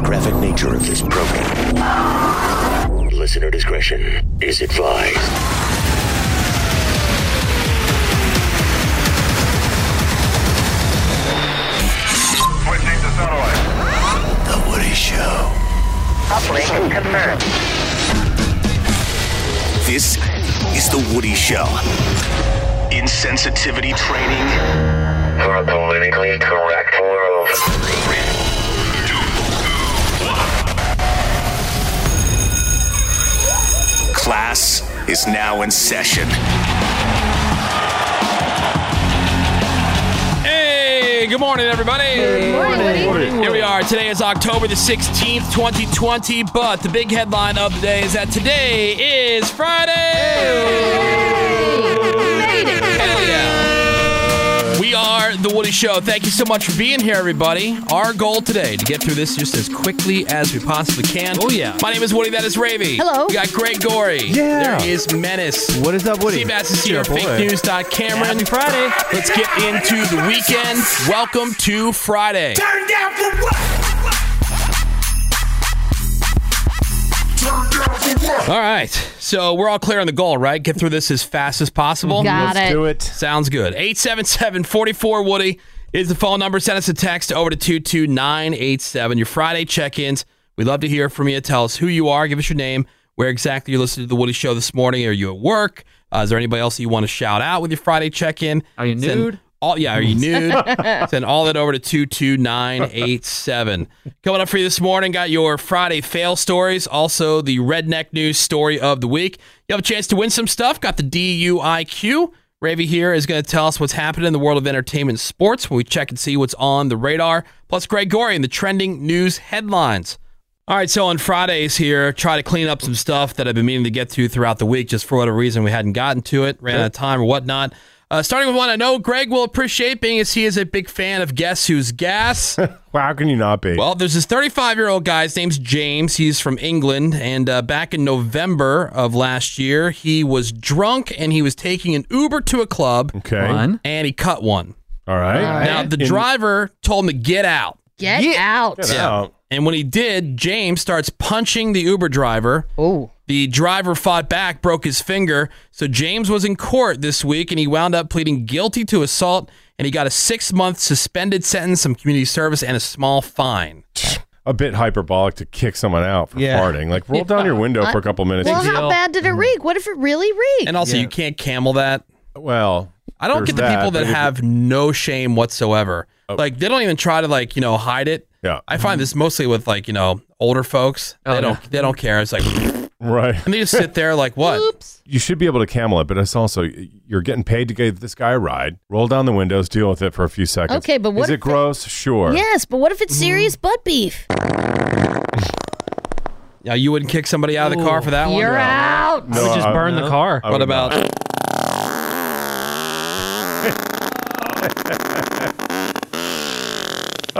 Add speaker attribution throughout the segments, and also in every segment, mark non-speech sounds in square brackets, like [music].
Speaker 1: graphic nature of this program. Listener discretion is advised.
Speaker 2: Switching to satellite.
Speaker 1: The Woody Show.
Speaker 3: Uplink confirmed.
Speaker 1: This is The Woody Show. Insensitivity training
Speaker 2: For a politically correct world.
Speaker 1: class is now in session.
Speaker 4: Hey, good morning, everybody. Good morning. Here we are. Today is October the 16th, 2020. But the big headline of the day is that today is Friday. Hell yeah. We are The Woody Show. Thank you so much for being here, everybody. Our goal today to get through this just as quickly as we possibly can. Oh, yeah. My name is Woody. That is Ravy.
Speaker 5: Hello.
Speaker 4: We got Greg Gorey.
Speaker 6: Yeah.
Speaker 4: There is Menace.
Speaker 6: What is up, Woody?
Speaker 4: Seabass is
Speaker 6: Yeah,
Speaker 4: here.
Speaker 6: boy.
Speaker 4: Fake News. Dot Cameron. Friday. Let's get into the weekend. Welcome to Friday.
Speaker 2: Turn down for what? Turn down for
Speaker 6: Oh,
Speaker 4: [laughs]
Speaker 2: what?
Speaker 4: All right. So we're all clear on the goal, right? Get through this as fast as possible.
Speaker 5: Got Let's it. do
Speaker 6: it.
Speaker 4: Sounds good. 877 44 Woody is the phone number. Send us a text over to 22987. Your Friday check ins. We'd love to hear from you. Tell us who you are. Give us your name, where exactly you're listening to The Woody Show this morning. Are you at work? Uh, is there anybody else you want to shout out with your Friday check in? Are you
Speaker 7: nude?
Speaker 4: All, yeah,
Speaker 5: [laughs]
Speaker 4: are you nude? Send all that over to 22987. Coming up for you this morning, got your Friday fail stories, also the redneck news story of the week. You have a chance to win some stuff. Got the DUIQ. Ravy here is going to tell us what's happening in the world of entertainment and sports when we check and see what's on the radar. Plus, Greg Gorey and the trending news headlines. All right, so on Fridays here, try to clean up some stuff that I've been meaning to get to throughout the week. Just for whatever reason, we hadn't gotten to it, ran out of time or whatnot. Uh, starting with one I know Greg will appreciate, being as he is a big fan of Guess Who's Gas.
Speaker 6: Well, [laughs] how can you not be?
Speaker 4: Well, there's this 35 year old guy. His name's James. He's from England. And uh, back in November of last year, he was drunk and he was taking an Uber to a club.
Speaker 6: Okay. Fun.
Speaker 4: And he cut one.
Speaker 6: All right.
Speaker 4: Now, the driver told him to get out.
Speaker 5: Get out.
Speaker 6: Get out.
Speaker 4: And when he did, James starts punching the Uber driver.
Speaker 5: Oh.
Speaker 4: The driver fought back, broke his finger. So James was in court this week and he wound up pleading guilty to assault and he got a six month suspended sentence, some community service, and a small fine.
Speaker 6: A bit hyperbolic to kick someone out for
Speaker 4: Yeah.
Speaker 6: farting. Like roll down your window for a couple minutes.
Speaker 5: Well, how bad did it reek? What if it really reeked?
Speaker 4: And also,
Speaker 6: Yeah.
Speaker 4: you can't camel that.
Speaker 6: Well,
Speaker 4: I don't
Speaker 6: there's
Speaker 4: get the people
Speaker 6: but
Speaker 4: that
Speaker 6: if-
Speaker 4: have no shame whatsoever. Like they don't even try to like you know hide it.
Speaker 6: Yeah.
Speaker 4: I find this mostly with like you know older folks. they don't they don't care. It's like and
Speaker 6: Right.
Speaker 4: they just sit there like what?
Speaker 6: You should be able to camel it, but it's also you're getting paid to give this guy a ride. Roll down the windows, deal with it for a few seconds.
Speaker 5: Okay, but what
Speaker 6: is it
Speaker 5: if
Speaker 6: gross? Sure.
Speaker 5: Yes, but what if
Speaker 4: Mm-hmm.
Speaker 5: it's serious butt beef?
Speaker 4: Yeah, you wouldn't kick somebody out of the car for that one.
Speaker 5: You're out.
Speaker 6: No, I would just burn the car.
Speaker 4: What about?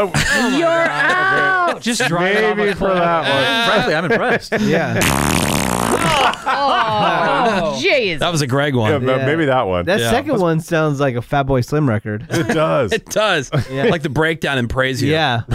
Speaker 4: Oh
Speaker 5: You're
Speaker 4: [laughs]
Speaker 5: out.
Speaker 7: Just drive it off
Speaker 6: Maybe
Speaker 7: a
Speaker 6: for
Speaker 7: cliff.
Speaker 6: that one.
Speaker 7: Frankly, I'm impressed. yeah.
Speaker 4: [laughs]
Speaker 5: Oh, jeez.
Speaker 4: [laughs] That was a Greg one.
Speaker 6: Yeah, but Maybe that one.
Speaker 8: That
Speaker 4: Yeah.
Speaker 8: second one sounds like a Fat Boy Slim record.
Speaker 6: [laughs]
Speaker 8: [laughs]
Speaker 6: it does.
Speaker 4: It does. Like the breakdown in praise you.
Speaker 8: yeah.
Speaker 4: [laughs]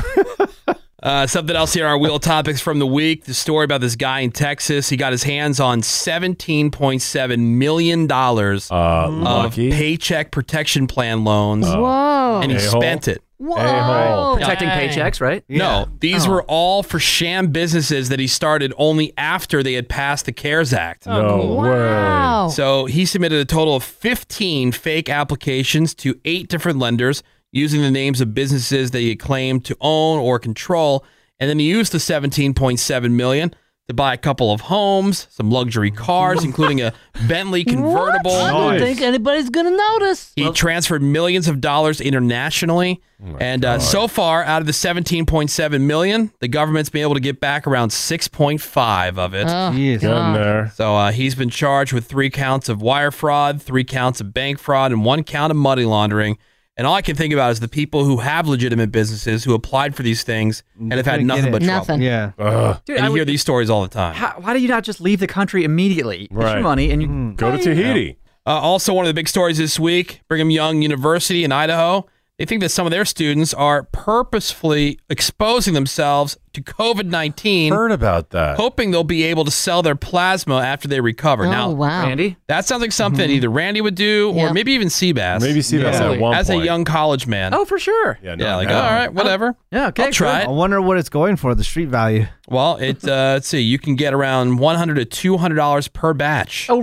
Speaker 4: Uh, something else here, our wheel topics from the week. The story about this guy in Texas. He got his hands on $17.7 million
Speaker 6: Uh,
Speaker 4: of
Speaker 6: lucky.
Speaker 4: paycheck protection plan loans,
Speaker 6: Oh.
Speaker 5: Whoa.
Speaker 4: and he
Speaker 6: A-hole.
Speaker 4: spent it.
Speaker 5: Whoa.
Speaker 6: A-hole.
Speaker 7: Protecting paychecks, right?
Speaker 4: No, these were all for sham businesses that he started only after they had passed the CARES Act.
Speaker 6: no way.
Speaker 5: Wow.
Speaker 4: So he submitted a total of 15 fake applications to eight different lenders using the names of businesses that he claimed to own or control. And then he used the 17.7 million to buy a couple of homes, some luxury cars, including a Bentley convertible.
Speaker 5: I don't
Speaker 6: Nice.
Speaker 5: think anybody's gonna notice.
Speaker 4: He transferred millions of dollars internationally,
Speaker 8: Oh
Speaker 4: and uh, so far, out of the 17.7 million, the government's been able to get back around 6.5 of it.
Speaker 8: Jeez.
Speaker 6: Get in there.
Speaker 4: So uh, he's been charged with three counts of wire fraud, three counts of bank fraud, and one count of money laundering. And all I can think about is the people who have legitimate businesses who applied for these things and have had
Speaker 8: Didn't get
Speaker 4: nothing
Speaker 8: it.
Speaker 4: but trouble.
Speaker 5: Nothing.
Speaker 8: Yeah.
Speaker 6: Ugh.
Speaker 7: Dude,
Speaker 4: And
Speaker 7: I
Speaker 4: you
Speaker 7: would-
Speaker 4: hear these stories all the time.
Speaker 7: how, why do you not just leave the country immediately? Get
Speaker 6: Right. Hmm.
Speaker 7: your money and you
Speaker 6: Go to Tahiti.
Speaker 4: Uh, also, one of the big stories this week Brigham Young University in Idaho. They think that some of their students are purposefully exposing themselves to COVID 19,
Speaker 6: Heard about that.
Speaker 4: hoping they'll be able to sell their plasma after they recover.
Speaker 5: Oh,
Speaker 4: now,
Speaker 5: wow. Mm-hmm.
Speaker 7: Randy?
Speaker 4: that sounds like something either Randy would do or
Speaker 5: Yeah.
Speaker 4: maybe even Seabass.
Speaker 6: Maybe see that's
Speaker 4: Absolutely.
Speaker 6: at one
Speaker 4: As
Speaker 6: point.
Speaker 4: a young college man.
Speaker 7: Oh, for sure.
Speaker 6: yeah,
Speaker 4: yeah,
Speaker 6: not
Speaker 4: like,
Speaker 6: now.
Speaker 4: all right, whatever.
Speaker 7: Yeah, okay.
Speaker 4: I'll try
Speaker 7: cool.
Speaker 4: it.
Speaker 8: I wonder what it's going for, the street value.
Speaker 4: Well, it uh, [laughs] let's see, you can get around one hundred to two hundred dollars per batch Mm.
Speaker 7: Oh,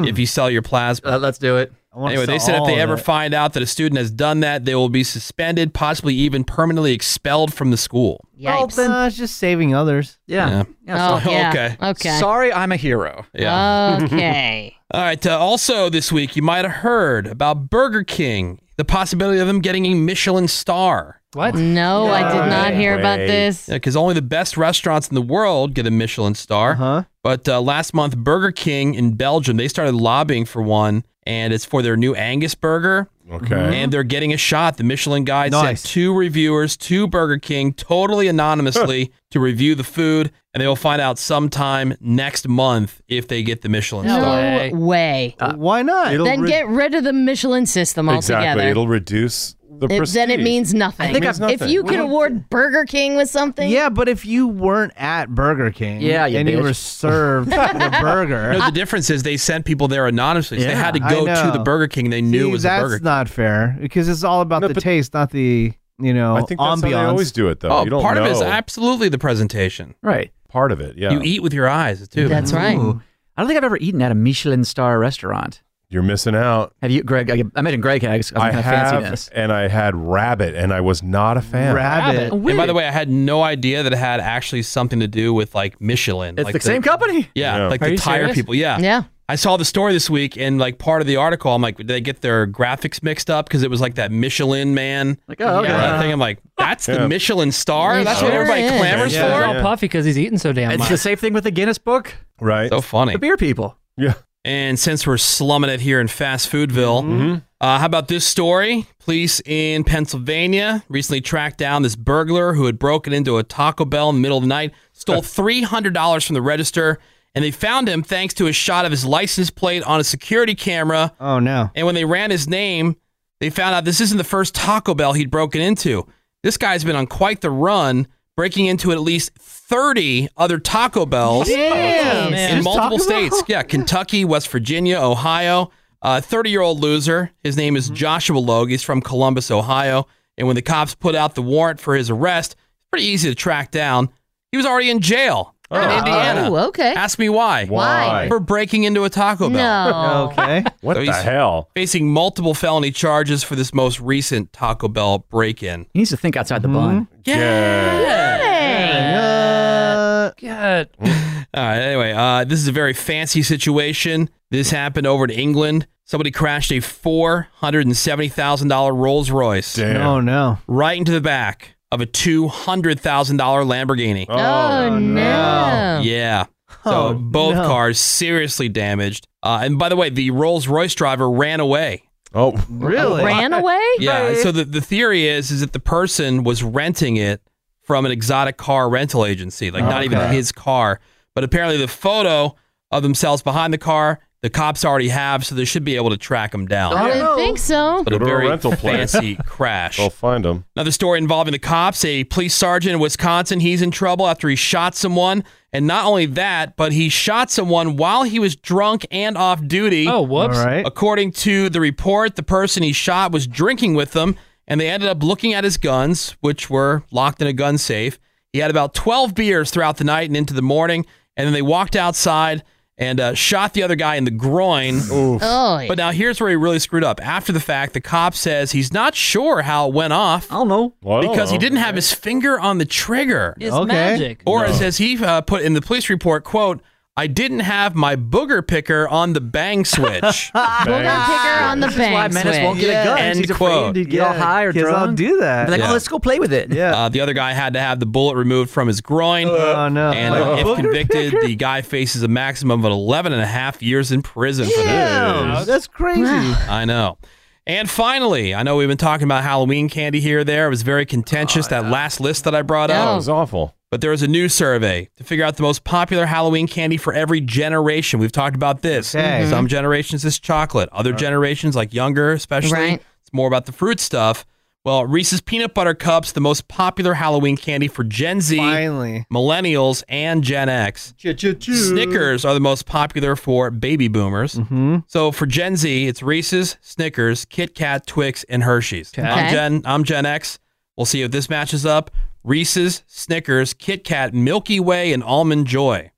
Speaker 7: rip.
Speaker 4: if you sell your plasma.
Speaker 7: Uh, let's do it.
Speaker 8: I wanna
Speaker 4: Anyway, they
Speaker 8: sell
Speaker 4: said if
Speaker 8: all
Speaker 4: they
Speaker 8: of
Speaker 4: ever
Speaker 8: it.
Speaker 4: find out that a student has done that, they will be suspended, possibly even permanently expelled from the school.
Speaker 8: Oh,
Speaker 5: Yikes.
Speaker 8: then uh, it's just saving others.
Speaker 4: Yeah.
Speaker 7: Yeah.
Speaker 5: Oh,
Speaker 7: so-
Speaker 5: yeah.
Speaker 4: okay.
Speaker 5: Okay.
Speaker 7: Sorry, I'm a hero.
Speaker 4: Yeah.
Speaker 5: Okay.
Speaker 4: [laughs] All right. Uh, also, this week you might have heard about Burger King, the possibility of them getting a Michelin star,
Speaker 7: What?
Speaker 5: No, I did not
Speaker 6: No
Speaker 5: hear about
Speaker 6: way.
Speaker 5: this.
Speaker 4: because only the best restaurants in the world get a Michelin star.
Speaker 8: Huh?
Speaker 4: But uh, last month, Burger King in Belgium they started lobbying for one, and it's for their new Angus burger.
Speaker 5: Mm-hmm.
Speaker 6: Okay.
Speaker 4: and they're getting a shot. The Michelin Guide
Speaker 8: Nice.
Speaker 4: sent two reviewers to Burger King totally anonymously to review the food, and they will find out sometime next month if they get the Michelin
Speaker 5: No
Speaker 4: star.
Speaker 5: way.
Speaker 8: Why not?
Speaker 6: It'll
Speaker 5: Then
Speaker 6: re-
Speaker 5: get rid of the Michelin system
Speaker 6: exactly.
Speaker 5: altogether.
Speaker 6: It'll reduce the
Speaker 5: It-
Speaker 6: prestige.
Speaker 5: then it means nothing.
Speaker 7: I think Means I've-
Speaker 5: if
Speaker 6: nothing.
Speaker 5: you
Speaker 6: We
Speaker 5: could
Speaker 6: don't-
Speaker 5: award Burger King with something,
Speaker 8: Yeah, but if you weren't at Burger King
Speaker 7: Yeah, you
Speaker 8: and you
Speaker 7: bitch.
Speaker 8: were
Speaker 5: [laughs]
Speaker 8: served the burger,
Speaker 4: No, the difference is they sent people there anonymously. so they
Speaker 7: Yeah,
Speaker 4: had to
Speaker 8: I
Speaker 4: go to
Speaker 8: know.
Speaker 4: the Burger King. They knew
Speaker 8: See,
Speaker 4: it was a
Speaker 8: that's
Speaker 4: Burger King.
Speaker 8: not fair because it's all about
Speaker 6: No,
Speaker 8: the
Speaker 6: but-
Speaker 8: taste, not the you know
Speaker 6: I think that's how they
Speaker 8: ambiance.
Speaker 6: always do it, though. you
Speaker 4: oh,
Speaker 6: don't
Speaker 4: part
Speaker 6: know.
Speaker 4: of it is absolutely the presentation.
Speaker 7: Right.
Speaker 6: part of it. Yeah.
Speaker 4: You eat with your eyes too. Hmm.
Speaker 5: that's right.
Speaker 7: Ooh. I don't think I've ever eaten at a Michelin star restaurant.
Speaker 6: You're missing out.
Speaker 7: Have you, Greg? I, I imagine Greg has some
Speaker 6: I
Speaker 7: kind of
Speaker 6: have,
Speaker 7: fanciness.
Speaker 6: and I had rabbit, and I was not a fan.
Speaker 8: Rabbit.
Speaker 4: and by the way, I had no idea that it had actually something to do with like Michelin.
Speaker 7: it's
Speaker 4: like
Speaker 7: the, same company.
Speaker 4: Yeah,
Speaker 6: Yeah.
Speaker 4: like
Speaker 7: Are
Speaker 4: the
Speaker 7: you
Speaker 4: tire
Speaker 7: serious?
Speaker 4: people. Yeah.
Speaker 5: Yeah.
Speaker 4: I saw the story this week, and like part of the article, I'm like, did they get their graphics mixed up? Because it was like that Michelin man
Speaker 7: Like, oh, okay.
Speaker 4: uh, thing. I'm like, that's the
Speaker 6: Yeah.
Speaker 4: Michelin star.
Speaker 5: It
Speaker 4: That's what
Speaker 5: sure
Speaker 4: everybody
Speaker 5: is.
Speaker 4: clamors
Speaker 6: Yeah.
Speaker 4: for.
Speaker 6: Yeah.
Speaker 9: all puffy because he's eating so damn
Speaker 7: It's
Speaker 9: much.
Speaker 7: the same thing with the Guinness Book.
Speaker 6: Right.
Speaker 4: So funny.
Speaker 7: The beer people.
Speaker 6: yeah.
Speaker 4: And since we're slumming it here in fast foodville,
Speaker 8: Mm-hmm.
Speaker 4: uh, how about this story? Police in Pennsylvania recently tracked down this burglar who had broken into a Taco Bell in the middle of the night,
Speaker 8: [laughs]
Speaker 4: stole three hundred dollars from the register, and they found him thanks to a shot of his license plate on a security camera.
Speaker 8: Oh no.
Speaker 4: And when they ran his name, they found out this isn't the first Taco Bell he'd broken into. This guy's been on quite the run, breaking into at least 30 other Taco Bells
Speaker 5: Jeez.
Speaker 4: in
Speaker 8: Just Taco Bell?
Speaker 4: multiple states. Yeah, Kentucky, West Virginia, Ohio. A 30 year old loser. His name
Speaker 6: Mm-hmm.
Speaker 4: is Joshua Logue. He's from Columbus, Ohio. And when the cops put out the warrant for his arrest, it's pretty easy to track down. He was already in jail in
Speaker 6: Oh.
Speaker 4: Indiana.
Speaker 5: Oh, okay.
Speaker 4: Ask me why.
Speaker 6: Why?
Speaker 7: [laughs]
Speaker 4: For breaking into a Taco Bell
Speaker 5: No.
Speaker 8: Okay.
Speaker 6: [laughs] What
Speaker 4: So
Speaker 6: the
Speaker 4: he's-
Speaker 6: hell?
Speaker 4: facing multiple felony charges for this most recent Taco Bell break in.
Speaker 7: He needs to think outside the
Speaker 6: Mm-hmm.
Speaker 7: bun.
Speaker 5: Hey.
Speaker 8: Uh,
Speaker 9: God.
Speaker 4: All right, anyway, uh, this is a very fancy situation. This happened over in England. Somebody crashed a $470,000 Rolls Royce
Speaker 6: Damn.
Speaker 8: no, no.
Speaker 4: right into the back of a $200,000 Lamborghini.
Speaker 6: Oh,
Speaker 5: Oh, no.
Speaker 4: Yeah. So
Speaker 8: Oh,
Speaker 4: both
Speaker 8: no.
Speaker 4: cars seriously damaged. Uh, and by the way, the Rolls Royce driver ran away.
Speaker 6: Oh,
Speaker 8: Really?
Speaker 5: Ran away?
Speaker 4: Yeah. So the, the theory is is that the person was renting it from an exotic car rental agency, like not even his car. But apparently the photo of themselves behind the car, the cops already have, so they should be able to track them down.
Speaker 5: I would think so.
Speaker 4: But a
Speaker 6: Go to a
Speaker 4: very
Speaker 6: rental place.
Speaker 4: fancy crash.
Speaker 6: they'll find him.
Speaker 4: Another story involving the cops. A police sergeant in Wisconsin, he's in trouble after he shot someone. And not only that, but he shot someone while he was drunk and off duty.
Speaker 9: Oh, whoops.
Speaker 8: All right.
Speaker 4: According to the report, the person he shot was drinking with them, and they ended up looking at his guns, which were locked in a gun safe. He had about 12 beers throughout the night and into the morning, and then they walked outside and uh, shot the other guy in the groin.
Speaker 5: Oh,
Speaker 4: But now here's where he really screwed up. After the fact, the cop says he's not sure how it went off
Speaker 7: I don't know.
Speaker 6: Well, I don't
Speaker 4: because he
Speaker 6: know.
Speaker 4: didn't have his finger on the trigger.
Speaker 9: It's
Speaker 8: Okay.
Speaker 9: magic.
Speaker 4: Or as as he uh, put in the police report, quote, I didn't have my booger picker on the bang switch.
Speaker 5: booger
Speaker 6: Bang.
Speaker 5: picker on the
Speaker 7: That's why
Speaker 5: bank.
Speaker 7: Menace won't get a gun. 'cause
Speaker 4: End
Speaker 7: He's
Speaker 4: quote.
Speaker 7: afraid to get all high or
Speaker 8: kids
Speaker 7: drunk.
Speaker 8: all do that.
Speaker 7: Be like,
Speaker 4: Yeah.
Speaker 7: oh, let's go play with it.
Speaker 4: [laughs]
Speaker 8: yeah.
Speaker 4: Uh, the other guy had to have the bullet removed from his groin.
Speaker 8: oh no.
Speaker 4: and uh, if convicted, the guy faces a maximum of 11 and a half years in prison for this.
Speaker 8: Damn, that's
Speaker 3: [laughs]
Speaker 8: crazy.
Speaker 4: [laughs] I know. And finally, I know we've been talking about Halloween candy here or there. It was very contentious, that last list that I brought
Speaker 5: Yeah.
Speaker 6: That
Speaker 4: up.
Speaker 6: was awful.
Speaker 4: But there was a new survey to figure out the most popular Halloween candy for every generation. We've talked about this.
Speaker 8: Okay.
Speaker 4: Some generations it's chocolate, other generations, like younger, especially,
Speaker 5: Right.
Speaker 4: it's more about the fruit stuff. Well, Reese's peanut butter cups, the most popular Halloween candy for Gen Z,
Speaker 8: Finally.
Speaker 4: millennials, and Gen X. Snickers are the most popular for baby boomers.
Speaker 8: hmm
Speaker 4: So for Gen Z, it's Reese's, Snickers, Kit Kat, Twix, and Hershey's. I'm
Speaker 5: Okay.
Speaker 4: Gen I'm Gen X. We'll see if this matches up. Reese's, Snickers, Kit Kat, Milky Way, and Almond Joy.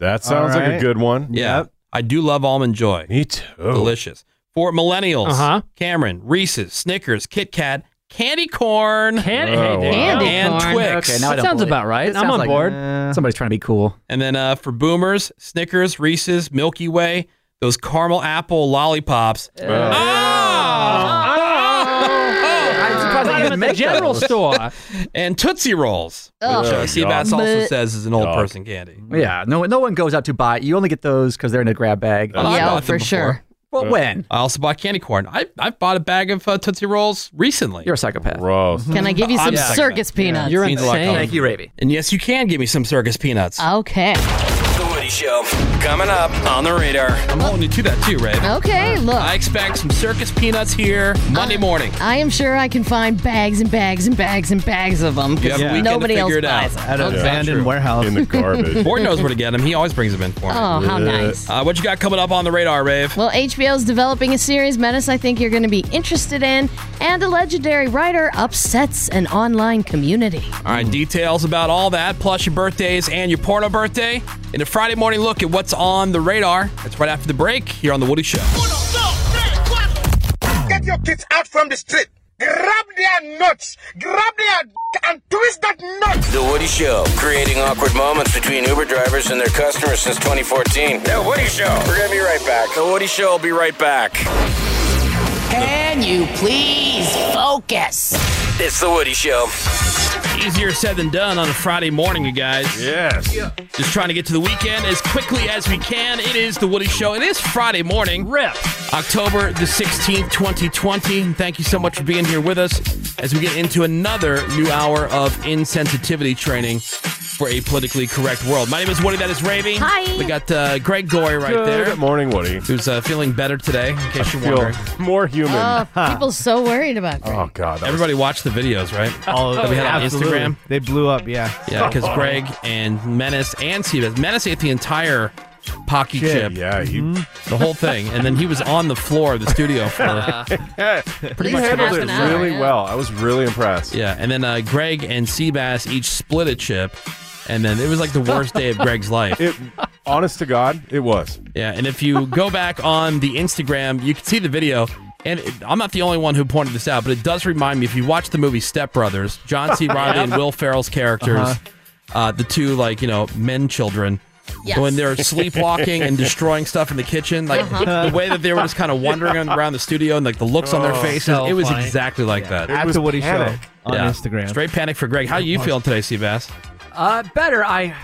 Speaker 6: That sounds like a
Speaker 8: Alright.
Speaker 6: good one.
Speaker 4: Yeah. I do love Almond Joy.
Speaker 6: Me too.
Speaker 4: Delicious. For millennials,
Speaker 9: Uh-huh.
Speaker 4: Cameron, Reese's, Snickers, Kit Kat, candy corn,
Speaker 9: Can-
Speaker 6: Oh,
Speaker 9: hey, there you
Speaker 6: wow.
Speaker 9: go.
Speaker 5: Candy
Speaker 4: and
Speaker 5: corn.
Speaker 4: Twix.
Speaker 7: Okay, now I
Speaker 9: That
Speaker 7: don't
Speaker 9: sounds
Speaker 7: believe
Speaker 9: about
Speaker 7: it.
Speaker 9: right.
Speaker 7: It
Speaker 9: I'm
Speaker 7: sounds
Speaker 9: on
Speaker 7: like-
Speaker 9: board.
Speaker 8: Uh,
Speaker 7: Somebody's trying to be cool.
Speaker 4: And then uh, for boomers, Snickers, Reese's, Milky Way, those caramel apple lollipops.
Speaker 6: Wow.
Speaker 4: Oh!
Speaker 7: I'm
Speaker 9: Not
Speaker 7: surprised they
Speaker 9: even
Speaker 7: even
Speaker 9: at
Speaker 7: make
Speaker 9: the general
Speaker 7: those.
Speaker 3: [laughs]
Speaker 9: store.
Speaker 4: [laughs] And Tootsie Rolls.
Speaker 5: Ugh.
Speaker 4: Which uh, see,
Speaker 6: Yuck.
Speaker 4: Bats also
Speaker 5: Bleh.
Speaker 4: says is an old
Speaker 6: Yuck.
Speaker 4: person candy.
Speaker 7: Yeah, no, no one goes out to buy. You only get those because they're in a grab bag.
Speaker 4: Oh, I
Speaker 5: yeah,
Speaker 4: bought them
Speaker 5: for
Speaker 4: before.
Speaker 5: sure.
Speaker 7: Well, when?
Speaker 4: I also bought candy corn. I, I bought a bag of uh, Tootsie Rolls recently.
Speaker 7: You're a psychopath.
Speaker 6: Gross.
Speaker 5: Can I give you
Speaker 4: I'm
Speaker 5: some
Speaker 4: second.
Speaker 5: circus peanuts?
Speaker 9: You're
Speaker 4: Means a lot,
Speaker 9: insane.
Speaker 4: Colin.
Speaker 7: Thank you, Ravi.
Speaker 4: and yes, you can give me some circus peanuts.
Speaker 10: Uh,
Speaker 5: okay.
Speaker 10: The Woody Show. Coming up on the radar.
Speaker 4: I'm holding you to that too, Ray.
Speaker 5: Okay, look.
Speaker 4: I
Speaker 5: I,
Speaker 4: expect some circus peanuts here Monday morning.
Speaker 5: am sure I can find bags and bags and bags and bags of them
Speaker 4: You have
Speaker 5: because
Speaker 4: a weekend
Speaker 5: nobody
Speaker 4: to
Speaker 5: else
Speaker 4: figure it out.
Speaker 5: buys them.
Speaker 8: At an
Speaker 4: Yeah.
Speaker 8: abandoned
Speaker 4: True.
Speaker 8: warehouse.
Speaker 6: In the garbage.
Speaker 4: Board knows where to get them. He always brings them in for me.
Speaker 5: Oh, how nice.
Speaker 4: Uh, what you got coming up on the radar, Rave?
Speaker 5: Well, HBO's developing a series, Menace, I think you're going to be interested in, and a legendary writer upsets an online community.
Speaker 4: All right, details about all that, plus your birthdays and your porno birthday, and a Friday morning look at what's on the radar. That's right after the break here on The Woody Show.
Speaker 2: Get your kids out from the street. Grab their nuts. Grab their d- and twist that nut.
Speaker 10: The Woody Show, creating awkward moments between Uber drivers and their customers since 2014. The Woody Show. We're going to be right back. The Woody Show will be right back.
Speaker 5: Can you please focus?
Speaker 10: It's The Woody Show.
Speaker 4: Easier said than done on a Friday morning, you guys.
Speaker 6: Yes.
Speaker 4: Just trying to get to the weekend as quickly as we can. It is The Woody Show. It is Friday morning.
Speaker 9: Rip.
Speaker 4: October the 16th, 2020. And Thank you so much for being here with us as we get into another new hour of insensitivity training for a politically correct world. My name is Woody, that is Ravy.
Speaker 5: Hi.
Speaker 4: We got uh, Greg Goy right
Speaker 6: Good
Speaker 4: there,
Speaker 6: morning, Woody.
Speaker 4: who's uh, feeling better today, in case you're
Speaker 6: Feel
Speaker 4: wondering.
Speaker 6: more human.
Speaker 5: Oh, people so worried about Greg.
Speaker 6: oh God. that was-
Speaker 4: Everybody watched the videos, right?
Speaker 8: All of
Speaker 4: that we had on
Speaker 8: absolutely.
Speaker 4: Instagram.
Speaker 8: They blew up,
Speaker 5: [laughs]
Speaker 6: [laughs]
Speaker 8: yeah.
Speaker 4: Yeah, because Greg and Menace and Steve, Menace ate the entire Pocky chip. Mm-hmm.
Speaker 6: Yeah. You,
Speaker 4: the whole thing, and then he was on the floor of
Speaker 6: [laughs]
Speaker 4: the studio for
Speaker 6: you
Speaker 5: much half
Speaker 6: handled it
Speaker 5: an hour,
Speaker 6: really
Speaker 5: yeah.
Speaker 6: well. I was really impressed.
Speaker 4: yeah, and then uh, Greg and Seabass each split a chip, and then it was like the worst day of Greg's life.
Speaker 6: It, honest to God, it was.
Speaker 4: Yeah, and if you go back on the Instagram, you can see the video. And it, I'm not the only one who pointed this out, but it does remind me if you watch the movie Step Brothers, John C. Riley and Will Ferrell's characters, uh the two like you know men children.
Speaker 5: Yes.
Speaker 4: When they're sleepwalking and destroying stuff in the kitchen, like the way that they were just kind of wandering around the studio and like the looks on their faces,
Speaker 9: so
Speaker 4: it was
Speaker 9: funny.
Speaker 4: exactly like that.
Speaker 8: At
Speaker 6: was
Speaker 8: the Woody
Speaker 6: panic.
Speaker 8: Show on
Speaker 4: Yeah.
Speaker 8: Instagram.
Speaker 4: Straight panic for Greg. How you feeling today, Seabass?
Speaker 7: Uh, better. I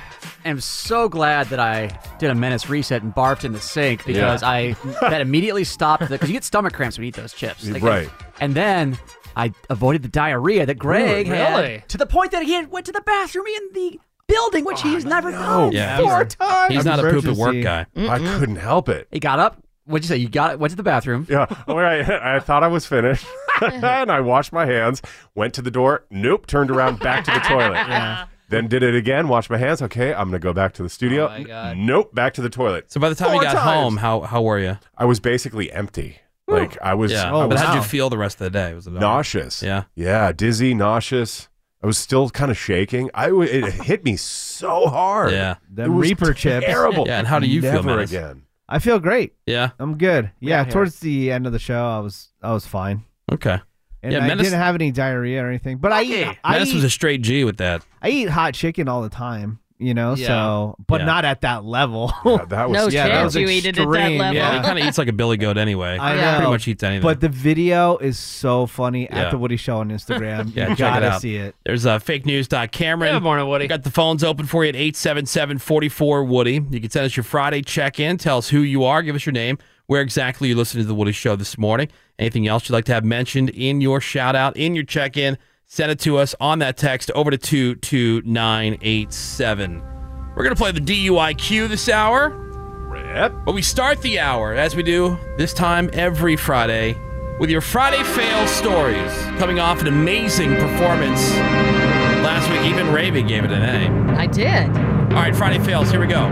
Speaker 7: am so glad that I did a menace reset and barfed in the sink because
Speaker 4: [laughs]
Speaker 7: I that immediately stopped because you get stomach cramps when you eat those chips,
Speaker 6: Yeah, right.
Speaker 7: And then I avoided the diarrhea that Greg had
Speaker 9: Really?
Speaker 7: to the point that he had went to the bathroom in the building,
Speaker 11: Oh,
Speaker 7: which he has never done
Speaker 4: Oh, Yeah.
Speaker 7: four times.
Speaker 4: He's not a poop at work
Speaker 8: Emergency.
Speaker 4: guy.
Speaker 6: I couldn't help it.
Speaker 7: He got up. What'd you say? You got went to the bathroom.
Speaker 6: Yeah. All right. I thought I was finished. [laughs] and I washed my hands, went to the door. Nope. Turned around back to the
Speaker 3: [laughs]
Speaker 6: toilet. Then did it again. Washed my hands. Okay. I'm going to go back to the studio.
Speaker 9: my God.
Speaker 6: Nope. Back to the toilet.
Speaker 4: So by the time
Speaker 6: Four
Speaker 4: you got
Speaker 6: times.
Speaker 4: home, how how were you?
Speaker 6: I was basically empty. Like I was, oh,
Speaker 4: Yeah.
Speaker 6: I
Speaker 4: but
Speaker 6: was
Speaker 4: how'd you
Speaker 8: wow.
Speaker 4: feel the rest of the day? Was it all right?
Speaker 6: nauseous.
Speaker 4: Yeah.
Speaker 6: Yeah. Dizzy, nauseous. I was still kind of shaking. I w- it hit me so hard.
Speaker 4: Yeah.
Speaker 6: It
Speaker 8: Them
Speaker 6: was [laughs]
Speaker 8: Reaper chips.
Speaker 6: Terrible.
Speaker 4: Yeah, and how do you feel,
Speaker 6: Never
Speaker 4: Menace?
Speaker 6: again.
Speaker 8: I feel great.
Speaker 4: Yeah.
Speaker 8: I'm good. Yeah, towards the end of the show, I was I was fine.
Speaker 4: Okay.
Speaker 8: And
Speaker 4: Yeah,
Speaker 8: I
Speaker 4: Menace-
Speaker 8: didn't have any diarrhea or anything. But I eat, I,
Speaker 4: Menace was
Speaker 8: eat,
Speaker 4: a straight G with that.
Speaker 8: I eat hot chicken all the time, you know,
Speaker 9: Yeah.
Speaker 8: so, but
Speaker 4: Yeah.
Speaker 8: not at that level.
Speaker 6: Yeah,
Speaker 8: [laughs]
Speaker 6: that was
Speaker 5: No
Speaker 8: yeah,
Speaker 5: chance
Speaker 8: that was
Speaker 5: you eat it at that
Speaker 8: extreme,
Speaker 5: level.
Speaker 4: Yeah,
Speaker 8: Yeah.
Speaker 4: he kind of eats like a billy goat anyway.
Speaker 8: I
Speaker 4: He Pretty
Speaker 8: know.
Speaker 4: much eats anything.
Speaker 8: But the video is so funny
Speaker 4: Yeah.
Speaker 8: at the Woody Show on Instagram.
Speaker 4: [laughs] Yeah,
Speaker 8: you
Speaker 4: check it
Speaker 8: gotta
Speaker 4: out.
Speaker 8: see it.
Speaker 4: There's uh, fake news. Cameron.
Speaker 9: Good morning, Woody.
Speaker 4: Got the phones open for you at 877 44 Woody. You can send us your Friday check in. Tell us who you are. Give us your name, where exactly you listened to The Woody Show this morning. Anything else you'd like to have mentioned in your shout out, in your check in, send it to us on that text over to 22987. We're going to play the DUIQ this hour.
Speaker 6: Rip.
Speaker 4: But we start the hour, as we do this time every Friday, with your Friday fail stories. Coming off an amazing performance last week, even Ravy gave it an A.
Speaker 5: I did.
Speaker 4: All right, Friday fails. Here we go.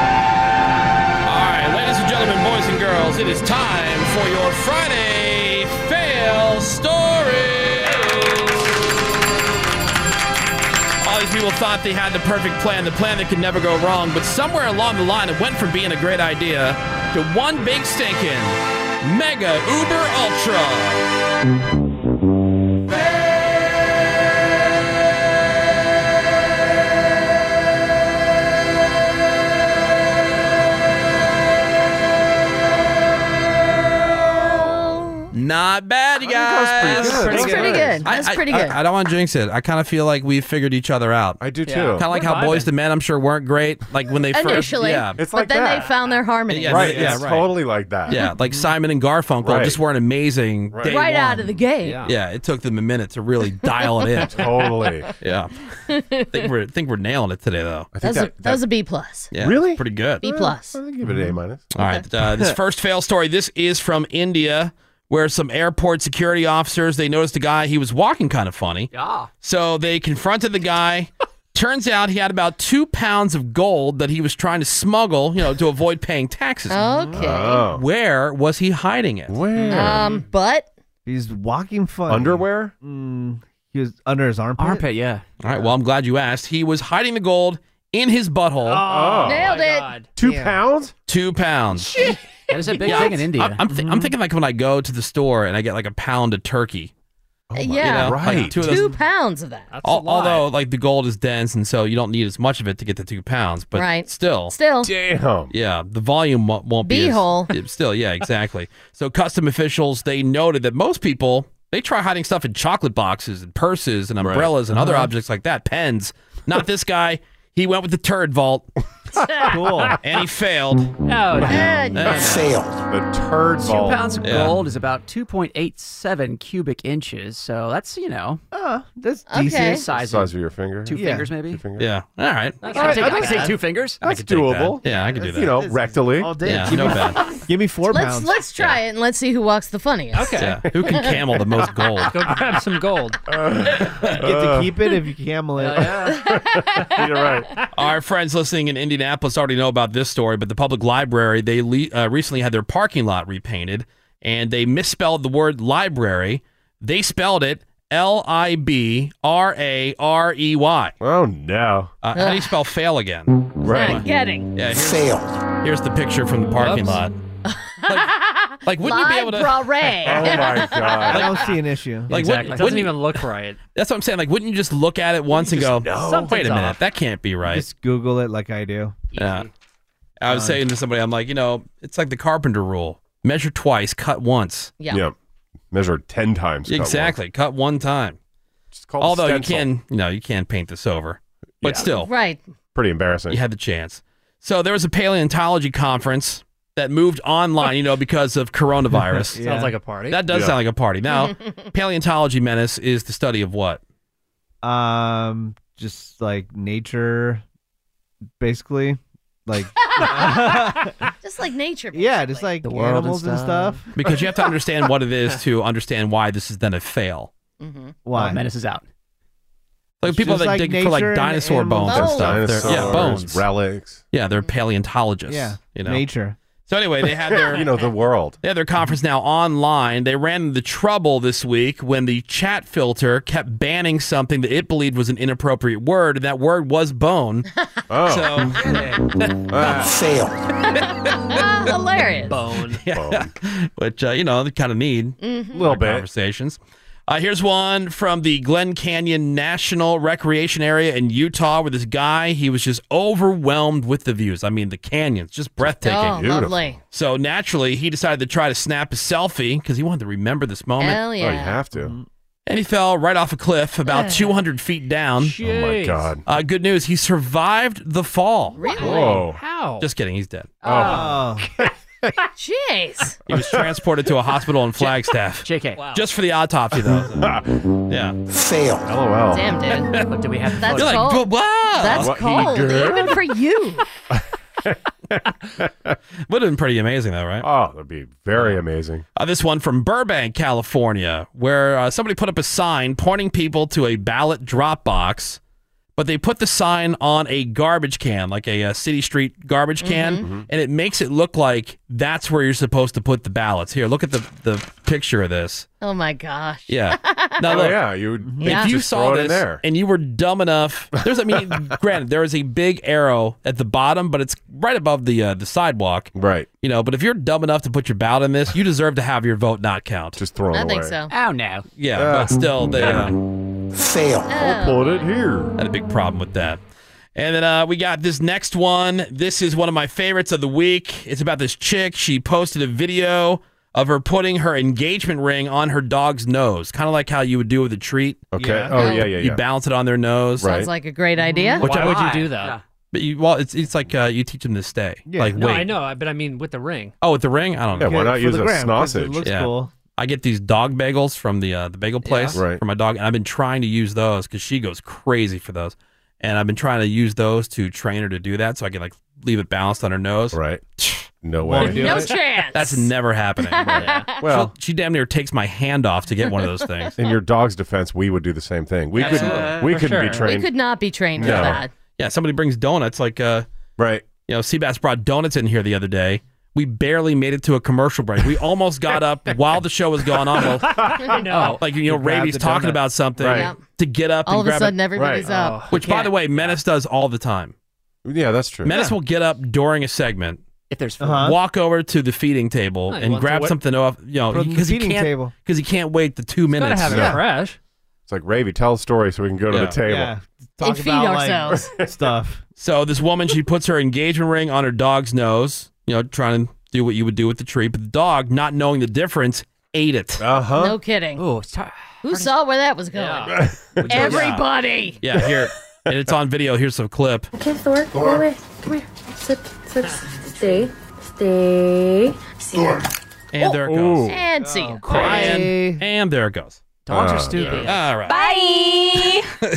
Speaker 4: All right, ladies and gentlemen, boys and girls, it is time for your Friday fail stories. All these people thought they had the perfect plan, the plan that could never go wrong, but somewhere along the line, it went from being a great idea to one big stinking mega uber ultra. Not bad, you
Speaker 6: pretty
Speaker 4: guys.
Speaker 6: good.
Speaker 5: That's pretty good. That's
Speaker 4: I- I-
Speaker 5: pretty good.
Speaker 4: I, I don't want to jinx it. I kind of feel like we figured each other out.
Speaker 6: I do
Speaker 7: Yeah.
Speaker 6: too.
Speaker 4: Kind of like
Speaker 7: We're
Speaker 4: how
Speaker 7: vibing.
Speaker 4: Boys to Men, I'm sure, weren't great. Like when they
Speaker 5: Initially,
Speaker 4: first, yeah,
Speaker 6: It's
Speaker 5: but
Speaker 6: like
Speaker 5: then
Speaker 6: that.
Speaker 5: they found their harmony
Speaker 4: Yeah,
Speaker 6: right.
Speaker 4: Yeah,
Speaker 6: it's
Speaker 4: right.
Speaker 6: totally like that.
Speaker 4: yeah, like Simon and Garfunkel
Speaker 6: Right.
Speaker 4: just weren't amazing.
Speaker 6: Right.
Speaker 4: day
Speaker 5: right
Speaker 4: one.
Speaker 5: out of the gate.
Speaker 7: Yeah.
Speaker 5: [laughs]
Speaker 4: Yeah, it took them a minute to really dial it in.
Speaker 6: [laughs] Totally.
Speaker 4: Yeah, think we're think we're nailing it today though.
Speaker 6: I think
Speaker 5: That was,
Speaker 6: that,
Speaker 5: a, that was a B plus.
Speaker 4: Yeah,
Speaker 6: Really?
Speaker 4: pretty good. Mm-hmm.
Speaker 5: B plus.
Speaker 6: I think give it an A minus.
Speaker 4: All right, uh, this first fail story. This is from India, where some airport security officers they noticed a guy. He was walking kind of funny.
Speaker 7: Yeah.
Speaker 4: So they confronted the guy. Turns out he had about two pounds of gold that he was trying to smuggle, you know, to avoid paying taxes.
Speaker 5: Okay.
Speaker 6: Oh.
Speaker 4: Where was he hiding it?
Speaker 6: Where?
Speaker 5: um, but
Speaker 8: He's walking funny.
Speaker 6: Underwear?
Speaker 8: Mm, he was under his armpit.
Speaker 7: Armpit, yeah.
Speaker 4: All right. Well, I'm glad you asked. He was hiding the gold in his butthole.
Speaker 6: Oh.
Speaker 5: nailed
Speaker 7: my
Speaker 5: it.
Speaker 7: God.
Speaker 6: Two pounds?
Speaker 4: Two pounds.
Speaker 7: That
Speaker 5: [laughs]
Speaker 7: is a big
Speaker 4: Yeah,
Speaker 7: thing in India. Mm-hmm.
Speaker 4: I'm, I'm, thi- I'm thinking like when I go to the store and I get like a pound of turkey. You
Speaker 5: yeah,
Speaker 4: know, like
Speaker 6: Right.
Speaker 4: two of
Speaker 5: two
Speaker 4: those.
Speaker 5: pounds of that.
Speaker 4: Al- although like the gold is dense and so you don't need as much of it to get the two pounds, but
Speaker 5: Right.
Speaker 4: still.
Speaker 5: Still,
Speaker 6: Damn.
Speaker 4: Yeah, the volume won't, won't be as- [laughs]
Speaker 5: Beehole.
Speaker 4: yeah, still, yeah, exactly. so custom officials they noted that most people they try hiding stuff in chocolate boxes and purses and umbrellas and
Speaker 7: Uh-huh.
Speaker 4: other objects like that, pens. Not this guy. He went with the turd vault. cool. And he failed.
Speaker 7: Oh, No, no.
Speaker 5: eh,
Speaker 6: The turd
Speaker 7: Two
Speaker 6: ball.
Speaker 7: pounds of
Speaker 4: Yeah.
Speaker 7: gold is about 2.87 cubic inches, so that's, you know,
Speaker 4: Oh.
Speaker 8: Uh, that's
Speaker 5: Okay.
Speaker 7: the
Speaker 8: decent.
Speaker 7: size
Speaker 6: Size
Speaker 7: of
Speaker 6: of your finger.
Speaker 7: two
Speaker 8: Yeah.
Speaker 7: fingers, maybe.
Speaker 6: Two fingers.
Speaker 4: Yeah. All right.
Speaker 7: I can take,
Speaker 6: I
Speaker 7: I can
Speaker 6: like
Speaker 7: take
Speaker 6: that.
Speaker 7: two fingers.
Speaker 6: That's
Speaker 4: I could take
Speaker 6: doable.
Speaker 4: that. Yeah, I could do that.
Speaker 6: You know,
Speaker 8: All
Speaker 6: rectally.
Speaker 8: day.
Speaker 4: yeah,
Speaker 6: [laughs]
Speaker 8: give,
Speaker 4: no
Speaker 8: me,
Speaker 4: bad.
Speaker 8: give me 4
Speaker 5: let's
Speaker 8: pounds.
Speaker 5: let's try it and let's see who walks the funniest.
Speaker 7: Okay.
Speaker 4: Yeah. Who can camel the most gold?
Speaker 9: Go grab some gold.
Speaker 6: [laughs]
Speaker 8: Get
Speaker 6: Uh.
Speaker 8: to keep it if you camel
Speaker 5: Uh,
Speaker 8: it.
Speaker 6: You're right.
Speaker 4: [laughs] Our friends listening in Indianapolis already know about this story, but the public library they le- uh, recently had their parking lot repainted, and they misspelled the word library. They spelled it L I B R A R E Y.
Speaker 6: Oh, no.
Speaker 4: Uh, How do you spell fail again?
Speaker 5: Not getting
Speaker 4: Yeah, here's, Here's the picture from the parking lot.
Speaker 5: [laughs]
Speaker 4: Like, like wouldn't you be able
Speaker 6: [laughs]
Speaker 4: to?
Speaker 6: Oh,
Speaker 4: [laughs]
Speaker 5: library.
Speaker 6: my
Speaker 5: [laughs]
Speaker 6: God.
Speaker 8: I don't see an issue.
Speaker 9: Exactly.
Speaker 4: Like,
Speaker 9: It
Speaker 4: wouldn't,
Speaker 9: doesn't
Speaker 4: wouldn't you-
Speaker 9: even look right.
Speaker 4: that's what I'm saying. Like, wouldn't you just look at it once and go, "Wait
Speaker 9: Something's
Speaker 4: a minute,
Speaker 9: off.
Speaker 4: that can't be right."
Speaker 8: Just Google it like I do.
Speaker 4: Yeah. I was saying to somebody, I'm like, you know, it's like the carpenter rule: measure twice, cut once.
Speaker 5: yeah.
Speaker 6: Yeah. Measure 10 times. cut one.
Speaker 4: [laughs] exactly, cut one time.
Speaker 6: It's called
Speaker 4: Although
Speaker 6: stencil.
Speaker 4: you can, you know, you can paint this over, but
Speaker 6: Yeah.
Speaker 4: still,
Speaker 5: Right.
Speaker 6: Pretty embarrassing.
Speaker 4: you had the chance. So there was a paleontology conference that moved online, you know, because of coronavirus.
Speaker 9: Sounds like a party.
Speaker 4: That does
Speaker 6: Yeah.
Speaker 4: sound like a party. Now, paleontology menace is the study of what?
Speaker 8: Um, just like nature, basically. Like
Speaker 5: [laughs] Just like nature.
Speaker 8: yeah, just
Speaker 5: basically. [laughs]
Speaker 8: like
Speaker 7: The world and
Speaker 8: animals and
Speaker 7: stuff.
Speaker 8: stuff.
Speaker 4: Because you have to understand what it is to understand why this is then a fail.
Speaker 8: Why?
Speaker 7: Mm-hmm. Menace is out.
Speaker 4: Like people
Speaker 8: just
Speaker 4: that
Speaker 8: like
Speaker 4: dig for like
Speaker 8: nature and
Speaker 4: dinosaur
Speaker 8: animals.
Speaker 4: bones and
Speaker 5: Bones.
Speaker 4: stuff. They're-
Speaker 6: Oh, Dinosaurs,
Speaker 4: Yeah, bones.
Speaker 6: relics.
Speaker 4: Yeah, they're paleontologists.
Speaker 8: yeah,
Speaker 4: you know.
Speaker 8: nature.
Speaker 4: So anyway, they had their
Speaker 6: [laughs] You know, the world.
Speaker 4: they had their conference now online. They ran into trouble this week when the chat filter kept banning something that it believed was an inappropriate word, and that word was bone.
Speaker 6: Oh. [laughs]
Speaker 4: So [laughs]
Speaker 5: Ah, hilarious.
Speaker 9: Bone.
Speaker 4: [laughs]
Speaker 6: bone.
Speaker 4: which uh, you know they kind of need
Speaker 5: Mm-hmm.
Speaker 6: A little bit.
Speaker 4: conversations. Uh, here's one from the Glen Canyon National Recreation Area in Utah, where this guy he was just overwhelmed with the views. I mean, the canyons just breathtaking.
Speaker 5: Oh, lovely.
Speaker 4: So naturally, he decided to try to snap a selfie because he wanted to remember this moment.
Speaker 5: Hell yeah.
Speaker 6: Oh, you have to.
Speaker 4: And he fell right off a cliff about 200 feet down.
Speaker 6: Oh my God.
Speaker 4: Uh, good news, he survived the fall.
Speaker 5: Really?
Speaker 6: Whoa.
Speaker 7: How?
Speaker 4: Just kidding, he's dead.
Speaker 8: Oh,
Speaker 5: Jeez.
Speaker 4: He was transported to a
Speaker 5: [laughs]
Speaker 4: hospital in Flagstaff.
Speaker 7: JK.
Speaker 4: Just for the
Speaker 6: [laughs]
Speaker 4: autopsy, though. yeah.
Speaker 6: LOL.
Speaker 5: Damn, dude.
Speaker 4: [laughs]
Speaker 7: Look, do we have
Speaker 5: That's
Speaker 4: You're like,
Speaker 5: cold.
Speaker 4: "But wow.
Speaker 5: That's
Speaker 6: What he
Speaker 5: cold,
Speaker 6: did?
Speaker 5: even for
Speaker 6: [laughs]
Speaker 5: you.
Speaker 4: Would have been pretty amazing, though, right?
Speaker 6: Oh, that'd be very amazing.
Speaker 4: Uh, this one from Burbank, California, where uh, somebody put up a sign pointing people to a ballot drop box, but they put the sign on a garbage can, like a, uh city street garbage can,
Speaker 5: Mm-hmm.
Speaker 6: Mm-hmm.
Speaker 4: and it makes it look like that's where you're supposed to put the ballots. Here, look at the, the picture of this.
Speaker 5: Oh my gosh.
Speaker 4: Yeah.
Speaker 5: [laughs]
Speaker 4: Now,
Speaker 6: Oh
Speaker 4: look,
Speaker 6: yeah, you would
Speaker 5: Yeah.
Speaker 4: If you
Speaker 6: Just
Speaker 4: saw
Speaker 6: throw it
Speaker 4: this
Speaker 6: in there.
Speaker 4: and you were dumb enough, there's
Speaker 6: [laughs]
Speaker 4: I mean, granted, there is a big arrow at the bottom, but it's right above the uh, the sidewalk,
Speaker 6: right
Speaker 4: you know. But if you're dumb enough to put your ballot in this, you deserve to have your vote not count.
Speaker 6: just throw it
Speaker 5: I
Speaker 6: away.
Speaker 5: think so.
Speaker 7: Oh no.
Speaker 4: yeah,
Speaker 6: Yeah.
Speaker 4: but still, they uh,
Speaker 5: Oh.
Speaker 6: Put it here.
Speaker 4: had a big problem with that. And then uh, we got this next one. This is one of my favorites of the week. It's about this chick. She posted a video of her putting her engagement ring on her dog's nose, kind of like how you would do with a treat.
Speaker 6: Okay.
Speaker 9: Yeah.
Speaker 6: Oh yeah, yeah,
Speaker 4: You
Speaker 6: yeah.
Speaker 4: balance it on their nose.
Speaker 6: Right.
Speaker 5: Sounds like a great idea.
Speaker 4: Which I-
Speaker 9: Why would
Speaker 7: Why?
Speaker 9: you do that?
Speaker 7: Yeah.
Speaker 4: But you, well, it's it's like uh, you teach them to stay.
Speaker 8: Yeah.
Speaker 4: Like
Speaker 9: No,
Speaker 4: wait.
Speaker 9: I know, I- but I mean with the ring.
Speaker 4: Oh, with the ring, I don't know.
Speaker 6: Yeah, why
Speaker 8: good
Speaker 6: not
Speaker 8: for
Speaker 6: use
Speaker 8: the
Speaker 6: a
Speaker 8: gram, 'cause
Speaker 6: sausage?
Speaker 8: It looks
Speaker 4: Yeah.
Speaker 8: cool.
Speaker 4: I get these dog bagels from the uh, the bagel place
Speaker 6: Right.
Speaker 4: for my dog, and I've been trying to use those because she goes crazy for those, and I've been trying to use those to train her to do that so I can like leave it balanced on her nose. [sighs]
Speaker 6: Right. No
Speaker 9: Won't
Speaker 6: way.
Speaker 9: do
Speaker 5: no
Speaker 9: it.
Speaker 5: chance.
Speaker 4: That's never happening.
Speaker 6: [laughs] Well,
Speaker 4: she damn near takes my hand off to get one of those
Speaker 6: [laughs]
Speaker 4: things.
Speaker 6: in your dog's defense, we would do the same thing. We couldn't.
Speaker 9: Absolutely.
Speaker 6: we
Speaker 9: For
Speaker 6: couldn't
Speaker 9: sure.
Speaker 6: be
Speaker 5: we
Speaker 6: trained.
Speaker 5: could not be trained for
Speaker 6: No.
Speaker 5: that.
Speaker 4: Yeah, somebody brings donuts like uh,
Speaker 6: Right.
Speaker 4: you know, Seabass brought donuts in here the other day. We barely made it to a commercial break. We almost
Speaker 9: [laughs]
Speaker 4: got up while the show was going on. Well, oh,
Speaker 9: No.
Speaker 4: like you know,
Speaker 8: grab
Speaker 4: Raby's
Speaker 8: the
Speaker 4: talking
Speaker 8: donut.
Speaker 4: about something
Speaker 6: Right. Oh.
Speaker 5: Yep.
Speaker 4: to get up
Speaker 5: All
Speaker 4: and
Speaker 5: of a
Speaker 4: grab it.
Speaker 5: sudden, everybody's up.
Speaker 4: Which, by the way, Menace does all the time.
Speaker 6: Yeah, that's true.
Speaker 4: Menace will get up during a segment,
Speaker 7: If there's food.
Speaker 8: Uh-huh.
Speaker 4: walk over to the feeding table,
Speaker 9: Oh, he
Speaker 4: and
Speaker 9: wants
Speaker 4: grab
Speaker 9: to wait-
Speaker 4: something off. You know,
Speaker 8: From the
Speaker 4: because he
Speaker 8: feeding
Speaker 4: can't
Speaker 8: table.
Speaker 4: because he can't wait the two
Speaker 9: Gotta
Speaker 4: minutes.
Speaker 9: have it
Speaker 6: Yeah.
Speaker 9: fresh.
Speaker 6: It's like Ravy, tell a story so we can go to
Speaker 4: Yeah.
Speaker 6: the table.
Speaker 8: Yeah.
Speaker 5: And feed ourselves.
Speaker 8: like,
Speaker 4: [laughs]
Speaker 6: [laughs]
Speaker 8: stuff.
Speaker 4: So this woman, she puts her engagement ring on her dog's nose. You know, trying to do what you would do with the treat, but the dog, not knowing the difference, ate it.
Speaker 6: Uh huh.
Speaker 5: No kidding.
Speaker 7: Ooh, it's tar-
Speaker 5: Who saw where that was going? Everybody.
Speaker 4: Yeah, here. And it's on video. Here's a clip.
Speaker 12: Okay, Thor, go away. Come here. Sit, sit, stay, stay.
Speaker 4: And there it goes.
Speaker 5: And see
Speaker 6: Oh,
Speaker 5: ya.
Speaker 4: Crying. And there it goes.
Speaker 7: dogs
Speaker 6: Uh,
Speaker 7: are stupid.
Speaker 4: All right.
Speaker 12: Bye.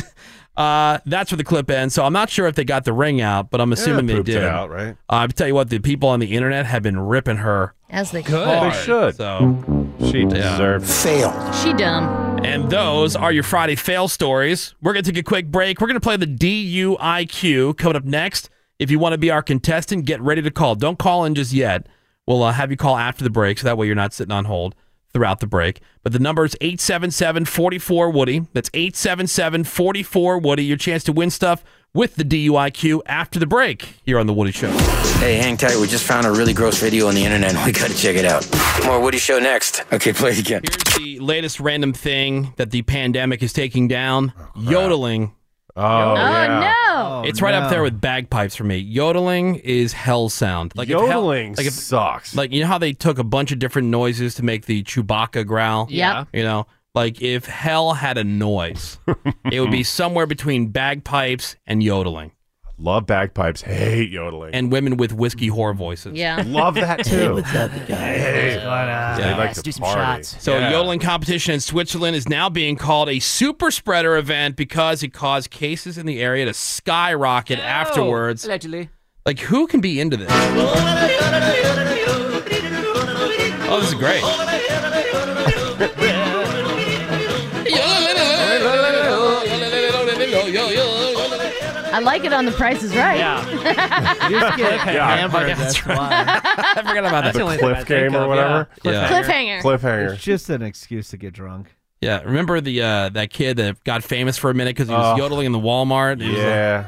Speaker 4: Uh, that's where the clip ends. So I'm not sure if they got the ring out, but I'm assuming they
Speaker 6: pooped
Speaker 4: did. Uh,
Speaker 6: it out, right?
Speaker 4: I tell you what, the people on the internet have been ripping her.
Speaker 5: As they
Speaker 9: Good.
Speaker 4: hard.
Speaker 6: should.
Speaker 4: So,
Speaker 6: She deserved.
Speaker 5: She dumb.
Speaker 4: and those are your Friday fail stories. We're gonna take a quick break. We're gonna play the DUIQ coming up next. If you want to be our contestant, get ready to call. Don't call in just yet. We'll uh, have you call after the break, so that way you're not sitting on hold throughout the break. But the number is 877-44 Woody. That's 877-44 Woody. Your chance to win stuff with the DUIQ after the break here on the Woody Show.
Speaker 10: Hey, hang tight. We just found a really gross video on the internet. We gotta check it out. More Woody Show next. Okay, play it again.
Speaker 4: Here's the latest random thing that the pandemic is taking down yodeling.
Speaker 6: Oh,
Speaker 5: Oh,
Speaker 6: yeah.
Speaker 5: no.
Speaker 8: Oh,
Speaker 4: it's right
Speaker 8: no.
Speaker 4: up there with bagpipes for me. Yodeling is hell sound. Like if hell-
Speaker 6: Yodeling
Speaker 4: like if,
Speaker 6: sucks.
Speaker 4: like you know how they took a bunch of different noises to make the Chewbacca growl.
Speaker 5: Yep.
Speaker 4: You know, like if hell had
Speaker 6: [laughs]
Speaker 4: a noise, it would be somewhere between bagpipes and yodeling,
Speaker 6: Love bagpipes. Hate yodeling.
Speaker 4: and women with whiskey whore voices.
Speaker 5: Yeah.
Speaker 6: Love that too.
Speaker 4: Yeah.
Speaker 6: They like
Speaker 7: Let's
Speaker 6: to
Speaker 7: do some
Speaker 6: party.
Speaker 7: shots.
Speaker 4: So a yodeling competition in Switzerland is now being called a super spreader event because it caused cases in the area to skyrocket afterwards.
Speaker 7: Allegedly.
Speaker 4: Like who can be into this? Oh, this is great.
Speaker 5: I like it on The Price is Right.
Speaker 9: Yeah.
Speaker 5: [laughs]
Speaker 8: You just get
Speaker 6: Yeah.
Speaker 8: hammered,
Speaker 9: Yeah,
Speaker 8: That's why.
Speaker 6: [laughs]
Speaker 4: I forgot about that.
Speaker 9: the only thing I
Speaker 6: Cliff
Speaker 9: think
Speaker 6: game or
Speaker 9: of,
Speaker 6: whatever.
Speaker 4: Yeah.
Speaker 5: Cliffhanger.
Speaker 6: Cliffhanger.
Speaker 8: It's just an excuse to get drunk.
Speaker 4: Yeah. Remember the uh, that kid that got famous for a minute because he was
Speaker 6: Oh.
Speaker 4: yodeling in the Walmart? He was like-
Speaker 6: Yeah.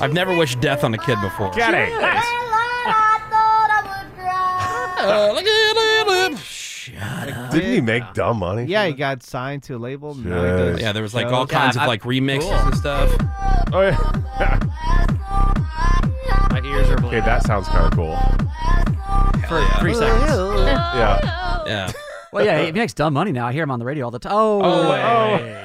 Speaker 4: I've never wished death on a kid before.
Speaker 6: Get it.
Speaker 12: I thought I would cry.
Speaker 4: Uh, look at it.
Speaker 6: Didn't he make dumb money?
Speaker 8: Yeah, he got signed to a label. now he
Speaker 6: Jeez.
Speaker 8: does
Speaker 4: Yeah, there was like
Speaker 8: shows.
Speaker 4: all kinds of like remixes and stuff.
Speaker 6: Oh yeah.
Speaker 9: My ears are
Speaker 6: Okay, that sounds kind of cool.
Speaker 7: for three seconds.
Speaker 6: Yeah.
Speaker 4: Yeah.
Speaker 7: Well, yeah, he makes dumb money now. I hear him on the radio all the time. Oh,
Speaker 4: Oh, wait.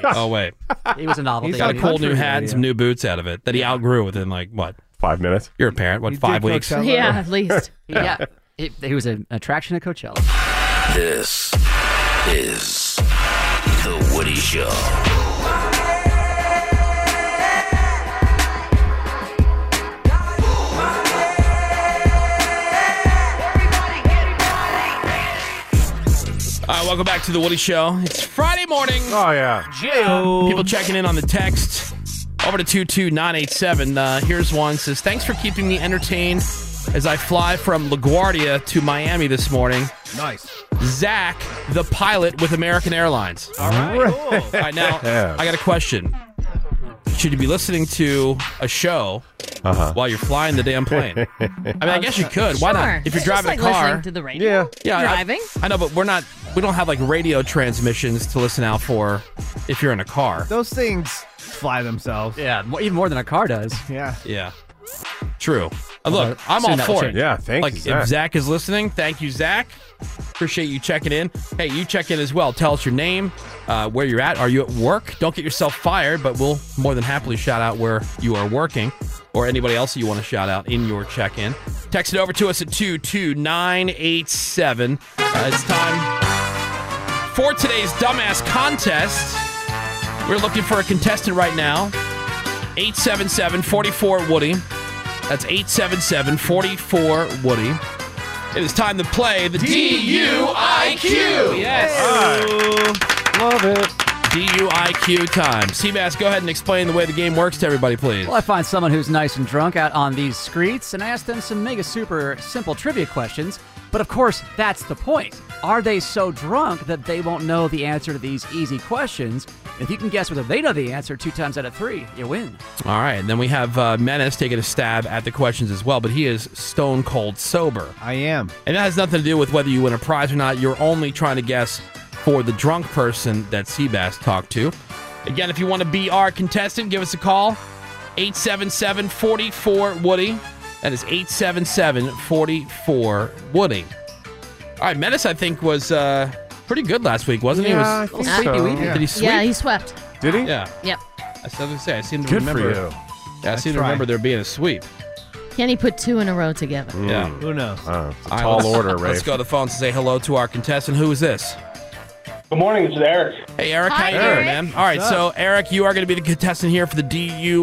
Speaker 4: Oh, wait.
Speaker 7: he was a [laughs] novelty.
Speaker 4: He's got a
Speaker 7: item.
Speaker 4: cool new hat and some new boots out of it that he outgrew within like what?
Speaker 6: Five minutes.
Speaker 4: You're a parent. What, five
Speaker 7: did
Speaker 4: weeks?
Speaker 7: Coachella.
Speaker 5: Yeah, at least.
Speaker 7: [laughs] Yeah, he, he was an attraction at Coachella.
Speaker 10: This
Speaker 4: [laughs]
Speaker 10: is The Woody Show.
Speaker 4: All right, welcome back to the Woody Show. It's Friday morning.
Speaker 6: Oh yeah.
Speaker 4: People checking in on the text. Over to 22987. Uh, here's one. Says, Thanks for keeping me entertained as I fly from LaGuardia to Miami this morning.
Speaker 8: Nice.
Speaker 4: Zach, the pilot with American Airlines. All
Speaker 6: All
Speaker 4: right,
Speaker 6: [laughs]
Speaker 4: now I got a question. Should you be listening to a show
Speaker 6: Uh-huh.
Speaker 4: while you're flying the damn plane?
Speaker 6: [laughs]
Speaker 4: I mean, I guess you could. Why
Speaker 5: Uh, Sure.
Speaker 4: not? If you're
Speaker 5: It's
Speaker 4: driving
Speaker 5: just
Speaker 4: a
Speaker 5: like
Speaker 4: car,
Speaker 5: listening to the radio. Yeah.
Speaker 4: yeah, I-
Speaker 5: Driving.
Speaker 4: I, know, but we're not. We don't have like radio transmissions to listen out for if you're in a car.
Speaker 8: Those things fly themselves.
Speaker 7: Yeah, mo- even more than a car does.
Speaker 8: Yeah.
Speaker 4: Yeah, true. Uh, look,
Speaker 7: Although,
Speaker 4: I'm
Speaker 7: soon
Speaker 4: all
Speaker 7: that will
Speaker 4: for it.
Speaker 7: change.
Speaker 6: Yeah, thank
Speaker 4: like
Speaker 6: you. Zach.
Speaker 4: if Zach is listening, thank you, Zach. Appreciate you checking in. Hey, you check in as well. Tell us your name, uh, where you're at. Are you at work? Don't get yourself fired, but we'll more than happily shout out where you are working or anybody else you want to shout out in your check in. Text it over to us at 22987. Uh, it's time for today's Dumbass Contest. We're looking for a contestant right now. 877 44 Woody. That's 877 44 Woody. It is time to play the DUIQ. Yes.
Speaker 6: Love it.
Speaker 4: DUIQ time. Seabass, go ahead and explain the way the game works to everybody, please.
Speaker 7: Well, I find someone who's nice and drunk out on these streets and ask them some mega super simple trivia questions. But of course, that's the point. Are they so drunk that they won't know the answer to these easy questions? If you can guess whether they know the answer two times out of three, you win.
Speaker 4: All right. And then we have uh, Menace taking a stab at the questions as well, but he is stone cold sober.
Speaker 8: I am.
Speaker 4: And that has nothing to do with whether you win a prize or not. You're only trying to guess for the drunk person that Seabass talked to. Again, if you want to be our contestant, give us a call. 877 44 Woody. That is 877 44 Woody. All right, Menace, I think, was uh, pretty good last week, wasn't
Speaker 6: Yeah, I
Speaker 4: he? It was-
Speaker 6: think
Speaker 5: Uh,
Speaker 6: so.
Speaker 4: Did
Speaker 6: Yeah.
Speaker 4: he sweep?
Speaker 5: Yeah, he swept.
Speaker 6: Did he?
Speaker 4: Yeah.
Speaker 5: Yep.
Speaker 4: That's what I was gonna say. I seem to
Speaker 6: Good for
Speaker 4: remember.
Speaker 6: you.
Speaker 4: Yeah, I seem to
Speaker 8: try.
Speaker 4: remember there being a sweep.
Speaker 5: Can he put two in a row together?
Speaker 4: Yeah.
Speaker 8: Who knows?
Speaker 6: Wow, Mm. Uh, it's a
Speaker 4: All right,
Speaker 6: tall
Speaker 4: let's-
Speaker 6: order,
Speaker 4: Let's
Speaker 6: Ray.
Speaker 4: go to the phones and say hello to our contestant. Who is this?
Speaker 9: Good morning, it's Eric.
Speaker 4: Hey, Eric.
Speaker 5: Hi,
Speaker 4: how you doing,
Speaker 5: Eric.
Speaker 4: man? All right, so, Eric, you are going to be the contestant here for the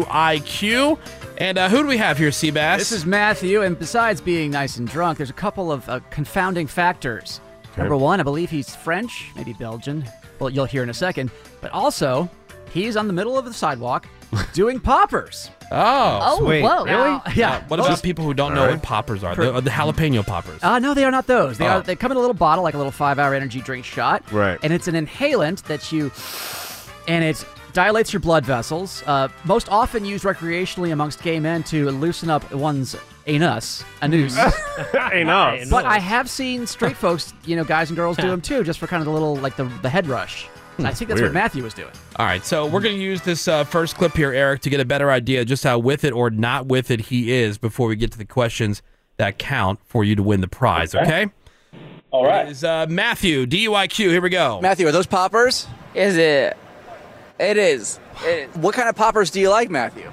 Speaker 4: DUIQ. And uh, who do we have here, Seabass?
Speaker 7: This is Matthew, and besides being nice and drunk, there's a couple of uh, confounding factors. Number one, I believe he's French, maybe Belgian. Well, you'll hear in a second. But also, he's on the middle of the sidewalk doing poppers.
Speaker 4: Oh.
Speaker 5: Oh,
Speaker 8: Sweet.
Speaker 5: whoa.
Speaker 7: Really? Yeah.
Speaker 4: What about people who don't know what poppers are? The, uh, the jalapeno poppers.
Speaker 7: Uh, no, they are not those. They
Speaker 4: Oh.
Speaker 7: are. They come in a little bottle, like a little five-hour energy drink shot.
Speaker 6: Right.
Speaker 7: And it's an inhalant that you, and it dilates your blood vessels. Uh, most often used recreationally amongst gay men to loosen up one's anus, anus. [laughs]
Speaker 6: Enough.
Speaker 7: but I have seen straight folks, you know, guys and girls do them too, just for kind of the little, like the the head rush. I think that's
Speaker 6: Weird.
Speaker 7: what Matthew was doing.
Speaker 4: All right, so we're going to use this uh, first clip here, Eric, to get a better idea just how with it or not with it he is before we get to the questions that count for you to win the prize, okay?
Speaker 9: All
Speaker 4: It is uh, Matthew, DUIQ. Here we go.
Speaker 10: Matthew, are those poppers?
Speaker 3: Is it? It is. It is.
Speaker 10: What kind of poppers do you like, Matthew?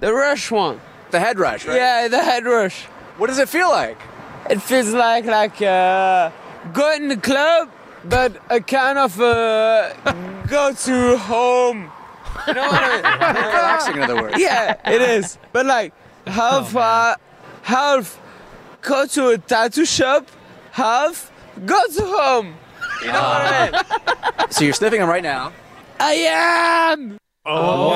Speaker 3: The rush one.
Speaker 10: The head rush, right?
Speaker 3: Yeah, the head rush.
Speaker 10: What does it feel like?
Speaker 3: It feels like like uh, go in the club, but a kind of uh, [laughs] go to home. You know what I mean?
Speaker 10: [laughs] Relaxing, in other words. Oh,
Speaker 3: yeah, it is. But like half, uh, half go to a tattoo shop, half go to home. You know what I
Speaker 10: [laughs]
Speaker 3: mean?
Speaker 10: So you're sniffing them right now.
Speaker 3: I am.
Speaker 6: Oh,
Speaker 5: Wow.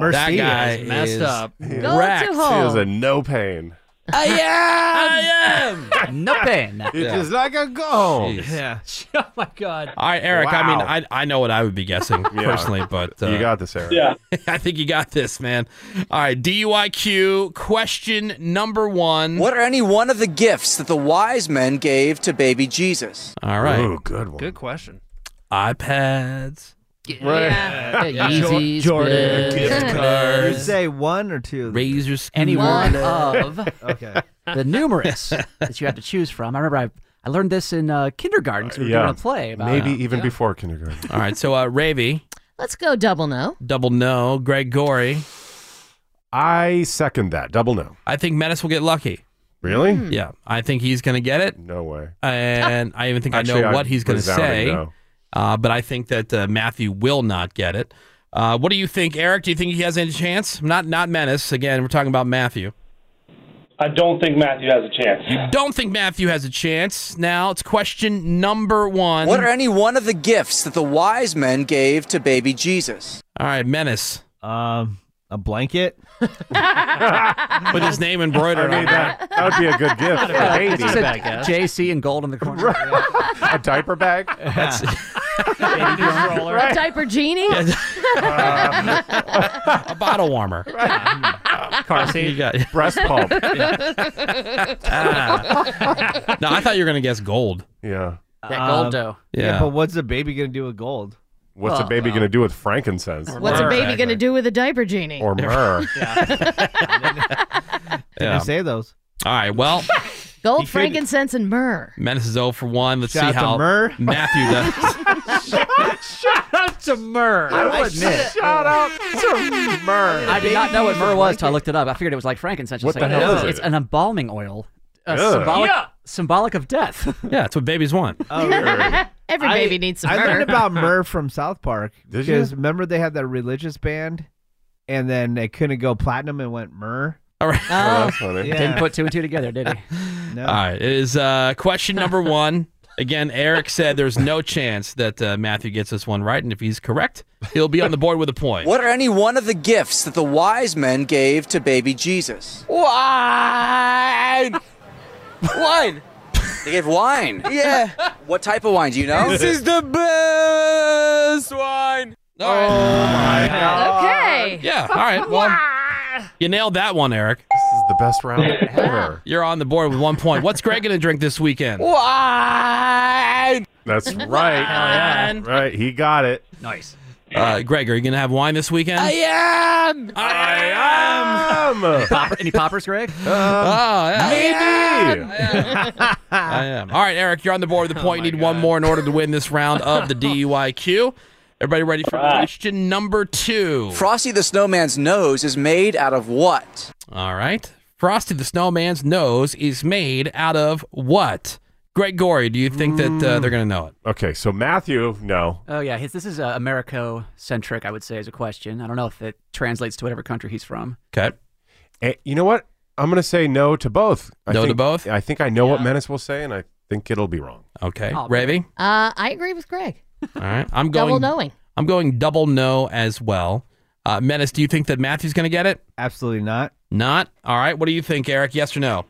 Speaker 6: wow.
Speaker 4: That
Speaker 8: Mercedes.
Speaker 4: guy
Speaker 9: messed
Speaker 4: is
Speaker 9: up.
Speaker 5: Oh,
Speaker 4: [laughs]
Speaker 5: Go
Speaker 4: wrecked.
Speaker 5: to
Speaker 6: He was
Speaker 5: home.
Speaker 6: a no pain.
Speaker 3: I am.
Speaker 7: I am. Nothing.
Speaker 4: [laughs] It is like a ghost. Jeez.
Speaker 7: Yeah. [laughs] oh my god.
Speaker 4: All right, Eric. I mean,
Speaker 7: Wow.
Speaker 4: I, I know what I would
Speaker 6: [laughs]
Speaker 4: be guessing personally, but uh,
Speaker 6: You
Speaker 4: [laughs]
Speaker 6: got this, Eric.
Speaker 4: Yeah, I think you got this, man. All right, DUIQ question number one.
Speaker 13: What are any one of the gifts that the wise men gave to baby Jesus?
Speaker 4: [laughs] All right.
Speaker 6: Ooh, good one.
Speaker 13: Good question.
Speaker 4: iPads.
Speaker 13: Yeah.
Speaker 7: [laughs]
Speaker 4: Right.
Speaker 13: Yeah, Yeezys,
Speaker 4: Jordan
Speaker 13: Blizz.
Speaker 4: gift
Speaker 8: You
Speaker 4: cards.
Speaker 8: say one or two?
Speaker 4: Razor
Speaker 7: any one
Speaker 13: [laughs]
Speaker 7: of
Speaker 8: [laughs] okay.
Speaker 7: the numerous that you have to choose from. I remember I, I learned this in uh, kindergarten because we were doing a play. About
Speaker 6: Maybe even before kindergarten.
Speaker 4: All right, so uh, Ravy,
Speaker 5: Let's go double
Speaker 4: [laughs]
Speaker 5: no.
Speaker 4: double no. Greg Gorey.
Speaker 6: I second that. Double no.
Speaker 4: I think Menace will get lucky.
Speaker 6: Really?
Speaker 4: Yeah, I think he's going to get it.
Speaker 6: No way.
Speaker 4: And I even think I
Speaker 6: Actually,
Speaker 4: know
Speaker 6: I
Speaker 4: what he's going to
Speaker 6: resounding
Speaker 4: say.
Speaker 6: no.
Speaker 4: Uh, but I think that uh, Matthew will not get it. Uh, what do you think, Eric? Do you think he has any chance? Not not Menace. Again, we're talking about Matthew.
Speaker 9: I don't think Matthew has a chance.
Speaker 4: You
Speaker 3: [laughs]
Speaker 4: don't think Matthew has a chance. Now it's question number one.
Speaker 13: What are any one of the gifts that the wise men gave to baby Jesus?
Speaker 4: All right, Menace.
Speaker 8: Um, a
Speaker 4: [laughs]
Speaker 8: blanket.
Speaker 4: With his name
Speaker 6: I
Speaker 4: embroidered on
Speaker 6: mean,
Speaker 4: it.
Speaker 6: that, that would be a good gift. for
Speaker 7: Yeah,
Speaker 6: baby.
Speaker 7: it's just a JC and gold in the corner.
Speaker 6: a diaper
Speaker 7: [laughs]
Speaker 6: bag.
Speaker 4: That's
Speaker 5: A diaper genie. [laughs]
Speaker 4: a
Speaker 6: [laughs]
Speaker 4: bottle warmer. Car seat. [laughs] You got
Speaker 6: breast
Speaker 4: [laughs]
Speaker 6: pump. [laughs]
Speaker 10: Ah.
Speaker 4: no, I thought you were gonna guess gold. Um,
Speaker 6: Yeah.
Speaker 7: That gold dough.
Speaker 8: Um, Yeah.
Speaker 4: Yeah.
Speaker 8: but what's a baby gonna do with gold?
Speaker 6: What's a
Speaker 5: Oh,
Speaker 6: baby going to do with frankincense?
Speaker 5: What's a baby going to do with a diaper genie?
Speaker 6: Or myrrh.
Speaker 4: Yeah.
Speaker 8: say those.
Speaker 4: All right. Well,
Speaker 5: [laughs] Gold, frankincense, and
Speaker 4: [laughs]
Speaker 5: myrrh.
Speaker 4: Menace is 0 for one. Let's
Speaker 8: Shout
Speaker 4: see
Speaker 8: out to
Speaker 4: how
Speaker 8: Myrrh.
Speaker 4: Matthew does.
Speaker 7: Shout out to Myrrh. I will admit.
Speaker 6: Shout out to myrrh.
Speaker 7: I did not know what myrrh was until I looked it up. I figured it was like frankincense.
Speaker 6: What
Speaker 7: It's like,
Speaker 6: the hell
Speaker 7: it's,
Speaker 6: is
Speaker 7: it's
Speaker 6: it?
Speaker 7: an embalming oil. Uh,
Speaker 6: Ugh.
Speaker 7: symbolic, symbolic of death.
Speaker 4: Yeah, that's what babies want.
Speaker 13: Oh,
Speaker 5: [laughs] Every
Speaker 8: I-
Speaker 5: baby needs some
Speaker 8: I learned
Speaker 5: myrrh.
Speaker 8: about Myrrh from South Park.
Speaker 6: Did
Speaker 8: because
Speaker 6: you?
Speaker 8: remember they had that religious band, and then they couldn't go platinum and went Myrrh.
Speaker 4: All right.
Speaker 6: Oh,
Speaker 7: Oh,
Speaker 6: that's funny.
Speaker 8: Yeah.
Speaker 7: didn't put two and two together, did he?
Speaker 8: [laughs] [laughs] No.
Speaker 4: All right. It is uh, question number one. Again, Eric said there's no chance that uh, Matthew gets this one right, and if he's correct, he'll be on the board with a point.
Speaker 13: What are any one of the gifts that the wise men gave to baby Jesus?
Speaker 3: Wine. Wine.
Speaker 13: They gave wine.
Speaker 3: Yeah.
Speaker 13: [laughs] What type of wine do you know?
Speaker 3: This is the best wine. Oh
Speaker 4: All right.
Speaker 5: Okay.
Speaker 4: Yeah. All right. Well, you nailed that one, Eric.
Speaker 6: This is the best
Speaker 7: [laughs]
Speaker 6: round ever.
Speaker 4: You're on the board with one point. What's Greg gonna drink this weekend?
Speaker 3: Wine.
Speaker 6: That's right. Right. He got it.
Speaker 7: Nice.
Speaker 4: Uh, Greg, are you gonna have wine this weekend?
Speaker 3: I am.
Speaker 4: I am.
Speaker 6: Um,
Speaker 7: Popper, any poppers, Greg?
Speaker 4: Oh, yeah.
Speaker 6: maybe.
Speaker 4: I am. All right, Eric, you're on the
Speaker 5: [laughs]
Speaker 4: board
Speaker 5: Oh
Speaker 4: with a point. You Need one more in order to win this round of the DUIQ. Everybody ready for question number two?
Speaker 13: Frosty the Snowman's nose is made out of what?
Speaker 4: All right. Frosty the Snowman's nose is made out of what? Greg Gorey, do you think that uh, they're going to know it?
Speaker 6: Okay, so Matthew, no.
Speaker 7: Oh yeah, his, this is uh, Americo-centric, I would say, as a question. I don't know if it translates to whatever country he's from.
Speaker 4: Okay.
Speaker 6: Eh, you know what? I'm going to say no to both. I
Speaker 4: No to
Speaker 6: think-
Speaker 4: both?
Speaker 6: I think I know what Menace will say, and I think it'll be wrong.
Speaker 4: Okay.
Speaker 7: Oh,
Speaker 4: Ravy?
Speaker 5: Uh, I agree with Greg.
Speaker 4: All right. I'm going
Speaker 5: Double knowing.
Speaker 4: I'm going double no as well. Uh, Menace, do you think that Matthew's going to get it?
Speaker 8: Absolutely not.
Speaker 4: Not. All right. What do you think, Eric? Yes or no?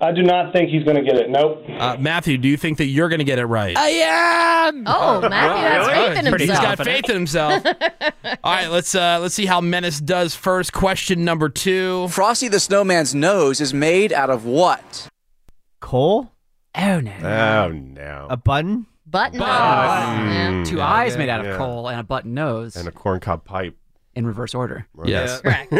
Speaker 9: I do not think he's going to get it. Nope.
Speaker 4: Uh, Matthew, do you think that you're going to get it right?
Speaker 13: Uh,
Speaker 4: Uh,
Speaker 3: I am.
Speaker 5: Oh, Matthew has faith in
Speaker 7: Pretty
Speaker 5: himself.
Speaker 7: good.
Speaker 4: He's got faith
Speaker 13: [laughs]
Speaker 4: in himself. All right, let's uh, let's see how Menace does first. Question number two.
Speaker 13: Frosty the Snowman's nose is made out of what?
Speaker 8: Coal,
Speaker 7: Oh no. Hmm.
Speaker 6: Oh, no.
Speaker 8: a button. Oh,
Speaker 5: Button.
Speaker 6: Button.
Speaker 5: Yeah.
Speaker 7: Two
Speaker 6: Yeah,
Speaker 7: eyes made out of
Speaker 6: yeah.
Speaker 7: coal and a button nose
Speaker 6: and a corncob pipe.
Speaker 7: in reverse order.
Speaker 6: right?
Speaker 4: Yes.
Speaker 5: Correct.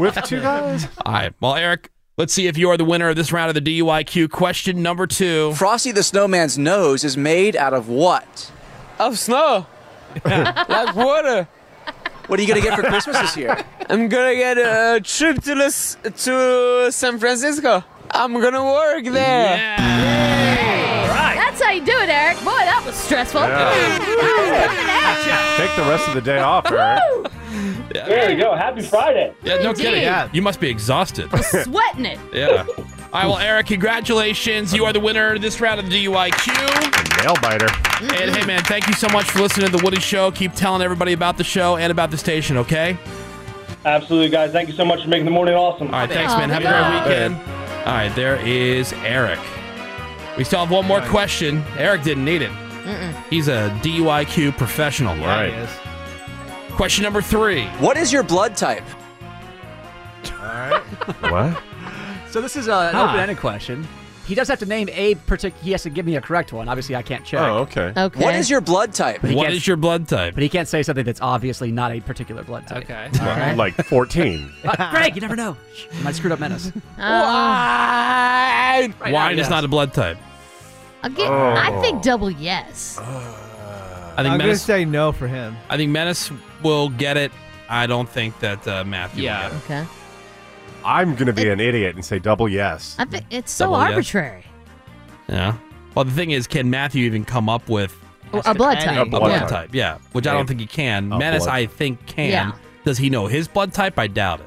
Speaker 6: [laughs] With two guys.
Speaker 4: All right. Well, Eric, let's see if you are the winner of this round of the DUIQ. Question number two.
Speaker 13: Frosty the Snowman's nose is made out of what?
Speaker 3: Of snow. [laughs] like water.
Speaker 13: [laughs] What are you going to get for Christmas this year?
Speaker 3: I'm gonna get a trip to Los, to San Francisco. I'm gonna work there.
Speaker 5: That's how you do it, Eric. Boy, that was stressful.
Speaker 6: Take the rest of the day off, Eric.
Speaker 9: There you go. Happy Friday.
Speaker 4: Yeah, no
Speaker 5: Indeed.
Speaker 4: kidding. You must be exhausted.
Speaker 5: Sweating it.
Speaker 4: yeah. All right. Well, Eric, congratulations. You are the winner of this round of the
Speaker 9: Mm-hmm.
Speaker 4: DUIQ.
Speaker 6: Nail biter.
Speaker 4: And hey, man, thank you so much for listening to The Woody Show. Keep telling everybody about the show and about the station, okay?
Speaker 9: Absolutely, guys. Thank you so much for making the morning awesome.
Speaker 4: All right, thanks, man. Have a great weekend. All right, there is Eric. We still have one more question. Eric didn't need it.
Speaker 5: [laughs]
Speaker 4: He's a DUIQ professional. Right. Question number three.
Speaker 13: What is your blood type?
Speaker 6: What?
Speaker 7: [laughs] So this is a, an
Speaker 4: Huh.
Speaker 7: open-ended question. He does have to name a particular. He has to give me a correct one. Obviously, I can't check.
Speaker 4: Oh, okay. Okay.
Speaker 13: What is your blood type?
Speaker 7: But he
Speaker 4: What
Speaker 7: can't-
Speaker 4: is your blood type?
Speaker 7: But he can't say something that's obviously not a particular blood type. Okay. All right.
Speaker 6: Like 14.
Speaker 7: [laughs] Uh, Greg, you never know. Shh, You might screw up menace.
Speaker 5: Uh,
Speaker 4: Wine.
Speaker 7: Right
Speaker 4: Wine
Speaker 7: now,
Speaker 4: is
Speaker 7: yes.
Speaker 4: not a blood type.
Speaker 5: Again, I think double yes.
Speaker 4: I
Speaker 7: Uh,
Speaker 4: think
Speaker 8: I'm gonna
Speaker 4: Menace.
Speaker 8: say no for him.
Speaker 4: I think Menace will get it. I don't think that uh, Matthew. Yeah. Will get
Speaker 5: Okay.
Speaker 6: I'm going to be an idiot and say double yes.
Speaker 5: I think it's so
Speaker 4: Double yes.
Speaker 5: arbitrary.
Speaker 4: it. Yeah. Well, the thing is, can Matthew even come up with
Speaker 5: A blood type.
Speaker 4: a blood type? Yeah, which I don't think he can.
Speaker 5: A
Speaker 4: Menace,
Speaker 5: blood-
Speaker 4: I think can.
Speaker 5: Yeah.
Speaker 4: Does he know his blood type? I doubt it.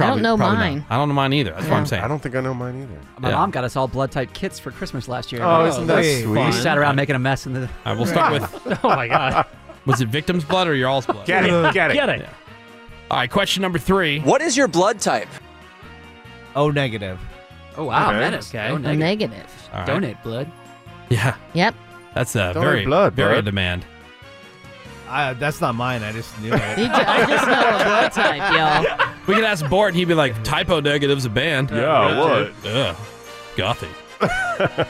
Speaker 5: know
Speaker 4: probably
Speaker 5: mine.
Speaker 4: not. I don't know mine either. That's what I'm saying.
Speaker 6: I don't think I know mine either.
Speaker 7: My
Speaker 4: Yeah.
Speaker 7: mom got us all blood type kits for Christmas last year.
Speaker 6: Oh, isn't that Hey, sweet?
Speaker 7: We sat around
Speaker 4: fun.
Speaker 7: making a mess in the.
Speaker 4: All right, we'll start with.
Speaker 7: [laughs]
Speaker 4: oh my god. Was it victim's blood or your all's blood?
Speaker 7: Get it, get it. Get it.
Speaker 4: Yeah. All right, question number three.
Speaker 13: What is your blood type?
Speaker 8: O negative.
Speaker 7: Oh
Speaker 4: wow, Okay. menace. Okay. O
Speaker 5: A
Speaker 4: negative.
Speaker 5: negative.
Speaker 4: All right.
Speaker 7: Donate blood.
Speaker 4: Yeah.
Speaker 5: Yep.
Speaker 4: That's uh,
Speaker 8: Donate
Speaker 4: very
Speaker 8: blood,
Speaker 4: very
Speaker 8: bud.
Speaker 4: in demand.
Speaker 8: I, that's not mine. I just
Speaker 7: [laughs]
Speaker 8: knew
Speaker 5: You
Speaker 8: it.
Speaker 5: ju- I just know a blood type, y'all.
Speaker 4: We could ask Bort, and he'd be like, "Typo negatives a band."
Speaker 6: Yeah, what?
Speaker 4: Yeah, gothy.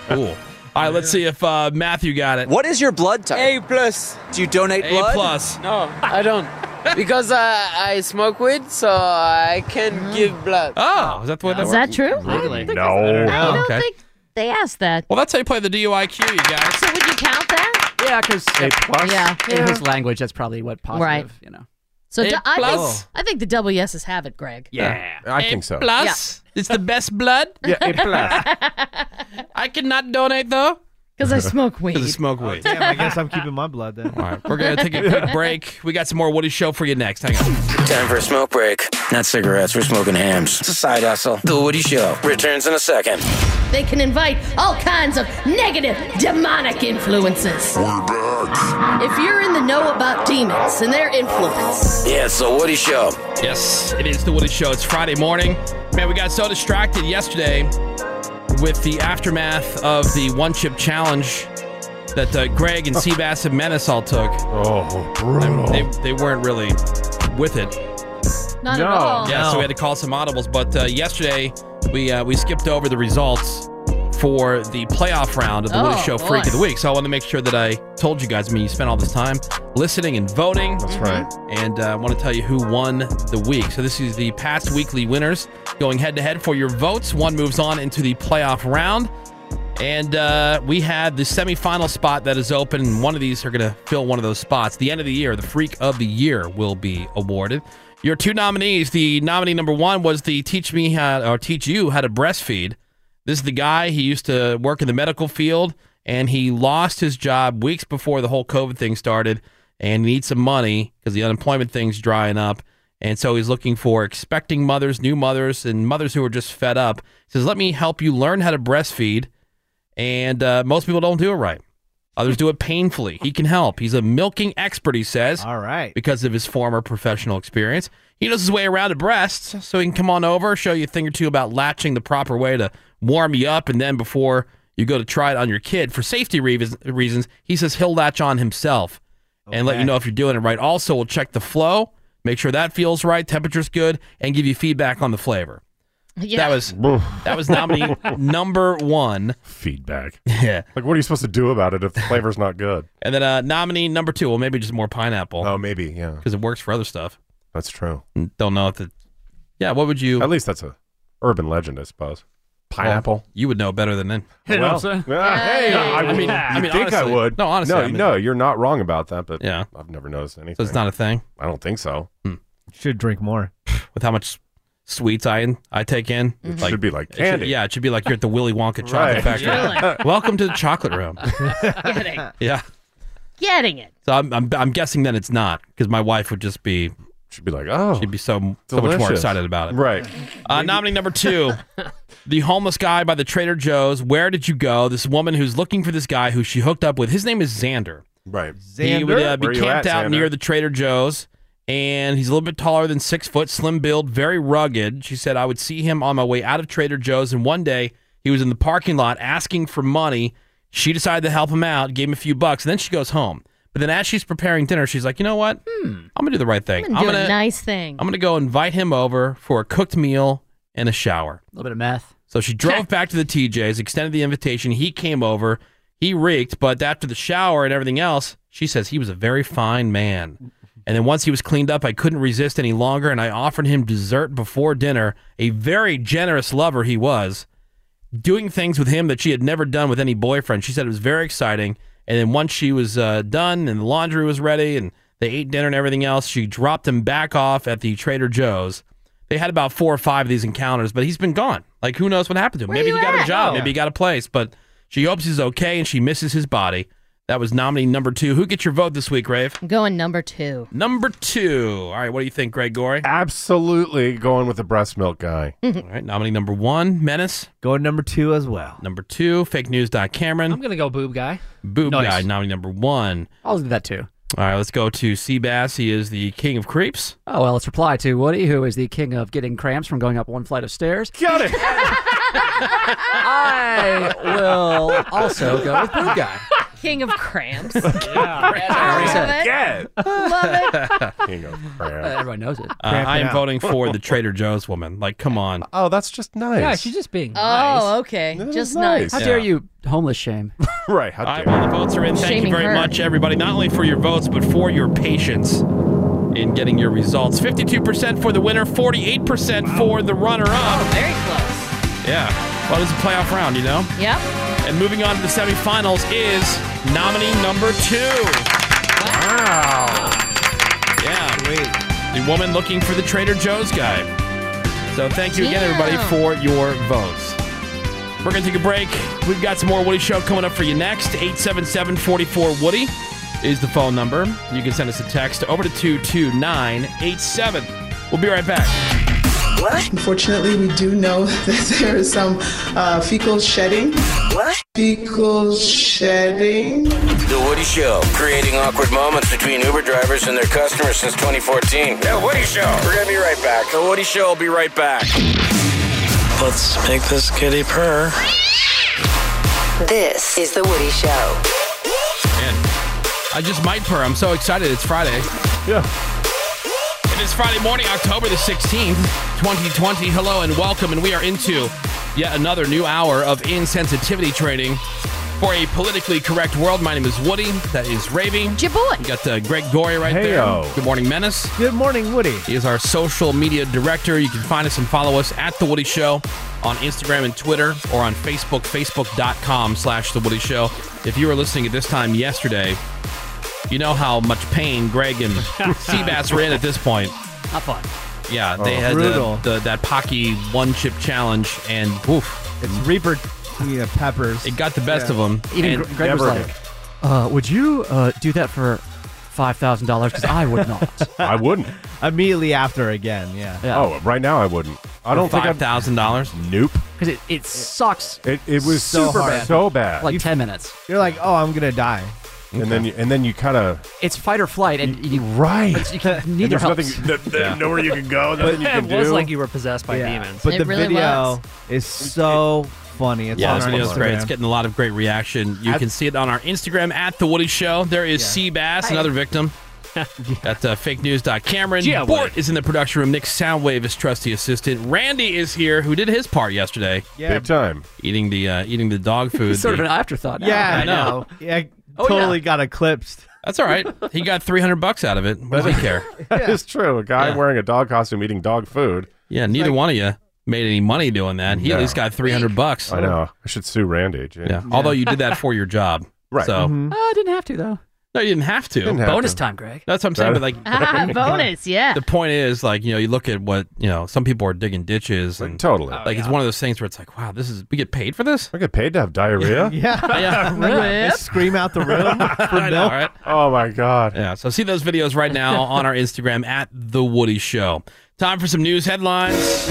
Speaker 4: cool. All right, let's see if uh, Matthew got it.
Speaker 13: What is your blood type?
Speaker 3: A plus.
Speaker 13: Do you donate
Speaker 4: A
Speaker 13: blood?
Speaker 4: plus.
Speaker 3: No, I don't. Because I, I smoke weed, so I
Speaker 5: Mm-hmm.
Speaker 3: can't give blood.
Speaker 4: Oh, is that the way that
Speaker 5: Is that
Speaker 4: works?
Speaker 5: true?
Speaker 4: Really? No.
Speaker 5: I don't
Speaker 4: okay.
Speaker 5: think they asked that.
Speaker 4: Well, that's how you play the DUIQ, you guys.
Speaker 5: So would you count that?
Speaker 7: Yeah, because
Speaker 5: A plus? Yeah.
Speaker 7: in
Speaker 5: Yeah.
Speaker 7: his language, that's probably what positive.
Speaker 5: Right.
Speaker 7: You know.
Speaker 5: So
Speaker 4: A
Speaker 5: du- I,
Speaker 4: plus.
Speaker 5: think, I think the double yeses have it, Greg.
Speaker 6: Yeah. I think so.
Speaker 4: Plus, it's the best blood.
Speaker 6: Yeah, A plus.
Speaker 5: [laughs]
Speaker 4: I cannot donate though.
Speaker 5: Because I smoke weed.
Speaker 4: Because smoke weed.
Speaker 8: Oh, Damn, I guess I'm keeping my blood
Speaker 4: [laughs]
Speaker 8: then.
Speaker 4: All right, we're gonna take a quick break. We got some more Woody Show for you next. Hang on.
Speaker 10: Time for a smoke break. Not cigarettes, we're smoking hams. It's a side hustle. The Woody Show returns in a second.
Speaker 5: They can invite all kinds of negative, demonic influences.
Speaker 10: We're back.
Speaker 5: If you're in the know about demons and their
Speaker 4: [laughs]
Speaker 5: influence,
Speaker 10: Yeah, it's the Woody Show.
Speaker 4: Yes, it is the Woody Show. It's Friday morning. Man, we got so distracted yesterday with the aftermath of the one chip challenge that uh, Greg and Seabass and Menace all took.
Speaker 6: Oh, brutal.
Speaker 4: They, they weren't really with it.
Speaker 5: not
Speaker 6: No.
Speaker 5: at all.
Speaker 4: Yeah, so we had to call some audibles. But uh, yesterday, we uh, we skipped over the results for the playoff round of the Woody
Speaker 5: Oh,
Speaker 4: Show Freak
Speaker 5: boy.
Speaker 4: of the Week. So I wanted to make sure that I told you guys. I mean, you spent all this time listening and voting.
Speaker 6: That's right.
Speaker 4: And uh, I want to tell you who won the week. So this is the past weekly winners going head to head for your votes. One moves on into the playoff round. And uh, we had the semifinal spot that is open. and One of these are going to fill one of those spots. The end of the year, the Freak of the Year will be awarded. Your two nominees. The nominee number one was the teach me how or teach you how to breastfeed. This is the guy. He used to work in the medical field, and he lost his job weeks before the whole COVID thing started, and he needs some money because the unemployment thing's drying up. And so he's looking for expecting mothers, new mothers, and mothers who are just fed up. He says, "Let me help you learn how to breastfeed." And uh, most people don't do it right. Others do it painfully. He can help. He's a milking expert, he says.
Speaker 8: All right.
Speaker 4: Because of his former professional experience. He knows his way around a breast, so he can come on over, show you a thing or two about latching the proper way to warm you up. And then before you go to try it on your kid, for safety reas- reasons, he says he'll latch on himself and let you know if you're doing it right. Also, we'll check the flow, make sure that feels right, temperature's good, and give you feedback on the flavor.
Speaker 5: Yeah.
Speaker 4: That was that was [laughs] nominee number one.
Speaker 6: Feedback.
Speaker 4: Yeah.
Speaker 6: Like, what are you supposed to do about it if the flavor's not good?
Speaker 4: And then uh, nominee number two, well, maybe just more pineapple
Speaker 6: Oh, maybe. Yeah.
Speaker 4: because it works for other stuff.
Speaker 6: That's true.
Speaker 4: Don't know if it. Yeah, what would you?
Speaker 6: At least that's a urban legend, I suppose. Pineapple.
Speaker 4: You would know better than them.
Speaker 7: You know what I'm saying?
Speaker 6: yeah, hey, I,
Speaker 4: I
Speaker 6: would-
Speaker 4: mean-
Speaker 6: you
Speaker 4: I mean,
Speaker 6: think I
Speaker 4: honestly.
Speaker 6: would.
Speaker 4: No, honestly,
Speaker 6: no,
Speaker 4: I mean-
Speaker 6: no, you're not wrong about that. But
Speaker 4: Yeah.
Speaker 6: I've never noticed anything.
Speaker 4: So it's not a thing Hmm.
Speaker 6: I don't think so.
Speaker 8: Should drink more.
Speaker 4: [sighs] with how much sweets I I take in. It
Speaker 6: should be like
Speaker 4: it
Speaker 6: candy.
Speaker 4: yeah, it should be like you're at the Willy
Speaker 6: [laughs]
Speaker 4: Wonka chocolate
Speaker 6: Right.
Speaker 4: factory. Welcome to the chocolate room. [laughs]
Speaker 5: getting,
Speaker 4: Yeah.
Speaker 5: getting it.
Speaker 4: So I'm I'm, I'm guessing that it's not because my wife would just be
Speaker 6: Should be like, oh,
Speaker 4: she'd be so so much more
Speaker 6: delicious.
Speaker 4: excited about it.
Speaker 6: right.
Speaker 4: Uh, nominee
Speaker 6: [laughs]
Speaker 4: number two, the homeless guy by the Trader Joe's. Where did you go? This woman who's looking for this guy who she hooked up with. His name is Xander.
Speaker 6: Right.
Speaker 4: He would uh,
Speaker 6: Where
Speaker 4: be
Speaker 6: you at,
Speaker 4: camped out
Speaker 6: Xander?
Speaker 4: near the Trader Joe's, and he's a little bit taller than six foot, slim build, very rugged. She said, I would see him on my way out of Trader Joe's, and one day he was in the parking lot asking for money. She decided to help him out, gave him a few bucks, and then she goes home. But then as she's preparing dinner, she's like, you know what? I'm going to do the right thing.
Speaker 5: Hmm. I'm gonna do a nice thing.
Speaker 4: I'm going to go invite him over for a cooked meal and a shower.
Speaker 7: A little bit of meth.
Speaker 4: So she drove back to the TJs, extended the invitation. He came over. He reeked, but after the shower and everything else, she says he was a very fine man. And then once he was cleaned up, I couldn't resist any longer, and I offered him dessert before dinner. A very generous lover he was, doing things with him that she had never done with any boyfriend. She said it was very exciting. And then once she was uh, done and the laundry was ready and they ate dinner and everything else, she dropped him back off at the Trader Joe's. They had about four or five of these encounters, but he's been gone. Like, who knows what happened to him? maybe he got a job, maybe he got a place, but she hopes he's okay and she misses his body. That was nominee number two. Who gets your vote this week, Rave?
Speaker 5: I'm going number two.
Speaker 4: Number two. All right, what do you think, Greg Gory?
Speaker 6: Absolutely going with the breast milk guy.
Speaker 4: [laughs] All right, nominee number one, Menace.
Speaker 8: Going number two as well.
Speaker 4: Number two, fake news. Dot Cameron.
Speaker 11: I'm gonna go boob guy.
Speaker 4: Boob
Speaker 11: Nice.
Speaker 4: guy, nominee number one.
Speaker 7: I'll do that too.
Speaker 4: All right, let's go to Seabass. He is the king of creeps.
Speaker 7: Oh, well, let's reply to Woody, who is the king of getting cramps from going up one flight of stairs.
Speaker 6: Got it.
Speaker 7: I will also go with Boob Guy.
Speaker 5: [laughs] King of cramps.
Speaker 6: Yeah.
Speaker 5: Love it.
Speaker 6: King of
Speaker 7: Everybody knows it.
Speaker 4: Uh, I am voting
Speaker 11: [laughs]
Speaker 4: for the Trader Joe's woman. Like, come on.
Speaker 6: [laughs] Oh, that's just nice.
Speaker 11: Yeah, she's just being.
Speaker 5: Oh, okay. Just nice.
Speaker 7: How dare you homeless shame?
Speaker 6: [laughs] right. How
Speaker 4: All right, well, the votes are in. Thank
Speaker 5: Shaming
Speaker 4: you very
Speaker 5: her.
Speaker 4: much, everybody, not only for your votes, but for your patience in getting your results. 52% for the winner, 48% for the runner up.
Speaker 5: Very close.
Speaker 4: Yeah. Well, this is a playoff round, you know?
Speaker 5: Yep.
Speaker 4: And moving on to the semifinals is nominee number two. Yeah. The woman looking for the Trader Joe's guy. So thank you again, everybody,
Speaker 5: Damn.
Speaker 4: for your votes. We're going to take a break. We've got some more Woody Show coming up for you next. 877 44 Woody is the phone number. You can send us a text over to 22987. We'll be right back.
Speaker 14: Unfortunately, we do know [laughs] that there is some uh, fecal shedding. What? Fecal shedding.
Speaker 10: The Woody Show, creating awkward moments between Uber drivers and their customers since 2014. The Woody Show. We're going to be right back. The Woody Show will be right back.
Speaker 15: Let's make this kitty purr.
Speaker 16: This is The Woody Show.
Speaker 4: Man, I just might purr. I'm so excited. It's Friday.
Speaker 6: Yeah.
Speaker 4: It is Friday morning, October the 16th, 2020. Hello and welcome. And we are into yet another new hour of insensitivity training for a politically correct world. My name is Woody. That is Ravy.
Speaker 5: Jaboy.
Speaker 4: We got uh, Greg Gory right
Speaker 6: Heyo.
Speaker 4: there. Good morning, Menace.
Speaker 8: Good morning, Woody.
Speaker 4: He is our social media director. You can find us and follow us at The Woody Show on Instagram and Twitter or on Facebook, facebook.com slash The Woody Show. If you were listening at this time yesterday, you know how much pain Greg
Speaker 8: [laughs]
Speaker 4: and Seabass were in at this point.
Speaker 7: Not fun.
Speaker 4: Yeah,
Speaker 8: Oh,
Speaker 4: they had the,
Speaker 8: brutal.
Speaker 4: the, that Pocky one chip challenge, and oof,
Speaker 8: It's Reaper yeah, peppers.
Speaker 4: it got the best
Speaker 8: Yeah.
Speaker 4: of them.
Speaker 7: Even
Speaker 4: and
Speaker 7: Gre- Greg was
Speaker 6: never
Speaker 7: like, uh, would you uh, do that for $5,000? Because I would
Speaker 4: [laughs]
Speaker 7: not.
Speaker 6: I wouldn't.
Speaker 8: Immediately after again, yeah.
Speaker 7: Yeah.
Speaker 6: Oh, right now I wouldn't. I don't think
Speaker 4: five
Speaker 6: I'd.
Speaker 4: thousand dollars.
Speaker 6: Nope.
Speaker 7: Because it, it sucks
Speaker 6: It, it was
Speaker 8: So
Speaker 6: super
Speaker 8: hard.
Speaker 6: bad. So bad.
Speaker 7: like 10 minutes.
Speaker 8: You're like, oh, I'm gonna die.
Speaker 6: and then you, and then you kind of
Speaker 7: It's fight or flight, and you,
Speaker 6: right.
Speaker 7: it's- you
Speaker 6: [laughs]
Speaker 7: can-
Speaker 6: And
Speaker 7: neither
Speaker 6: there's
Speaker 7: helps.
Speaker 6: nothing. th- th-
Speaker 4: [laughs]
Speaker 6: Nowhere you can go. Nothing you
Speaker 11: It
Speaker 6: can
Speaker 11: was
Speaker 6: do.
Speaker 11: like you were possessed by
Speaker 8: Yeah.
Speaker 11: demons.
Speaker 8: But
Speaker 5: It
Speaker 8: the
Speaker 5: really
Speaker 8: video
Speaker 5: was.
Speaker 8: is so funny. It's
Speaker 4: Yeah,
Speaker 8: on
Speaker 4: this
Speaker 8: our
Speaker 4: video's great. It's
Speaker 8: Instagram.
Speaker 4: getting a lot of great reaction. You
Speaker 8: At-
Speaker 4: can see it on our Instagram at The Woody Show. There is Seabass, another victim.
Speaker 7: [laughs]
Speaker 4: That's uh, fake news. Cameron
Speaker 11: Yeah,
Speaker 4: Bort
Speaker 11: Woody.
Speaker 4: is in the production room. Nick Soundwave is trusty assistant. Randy is here, who did his part yesterday,
Speaker 8: Yeah,
Speaker 6: Big time.
Speaker 4: eating the uh, eating the dog
Speaker 7: [laughs]
Speaker 4: food.
Speaker 7: It's sort of
Speaker 4: The-
Speaker 7: an afterthought. now.
Speaker 8: yeah,
Speaker 4: I know.
Speaker 8: Yeah,
Speaker 7: Oh,
Speaker 8: totally
Speaker 7: yeah.
Speaker 8: got eclipsed.
Speaker 4: That's all right. He got three hundred bucks out of it.
Speaker 8: [laughs]
Speaker 4: What does he care?
Speaker 6: [laughs] That is true. A guy
Speaker 4: Yeah.
Speaker 6: wearing a dog costume eating dog food.
Speaker 4: Yeah, neither one of you made any money doing that. He at
Speaker 6: No.
Speaker 4: least got three hundred bucks.
Speaker 6: I know. I should sue Randy. Jay.
Speaker 4: Yeah. Although you did that for your job.
Speaker 6: [laughs] Right. Mm-hmm.
Speaker 4: So
Speaker 7: Uh, I didn't have to, though.
Speaker 4: no, you didn't have to.
Speaker 6: Didn't have
Speaker 7: Bonus
Speaker 6: to.
Speaker 7: time, Greg.
Speaker 4: That's what I'm saying. But like
Speaker 5: [laughs] Ah, bonus. Yeah.
Speaker 4: the point is, like you know, you look at what you know. Some people are digging ditches, and
Speaker 6: Totally.
Speaker 4: like it's one of those things where it's like, wow, this is we get paid for this.
Speaker 6: I get paid to have diarrhea.
Speaker 8: [laughs]
Speaker 4: [laughs]
Speaker 8: Yeah, They
Speaker 4: yeah.
Speaker 8: scream out the room
Speaker 4: [laughs]
Speaker 8: for
Speaker 4: I know,
Speaker 8: milk.
Speaker 4: right?
Speaker 6: Oh my god.
Speaker 4: Yeah. So see those videos right now on our Instagram at the Woody Show. Time for some news headlines.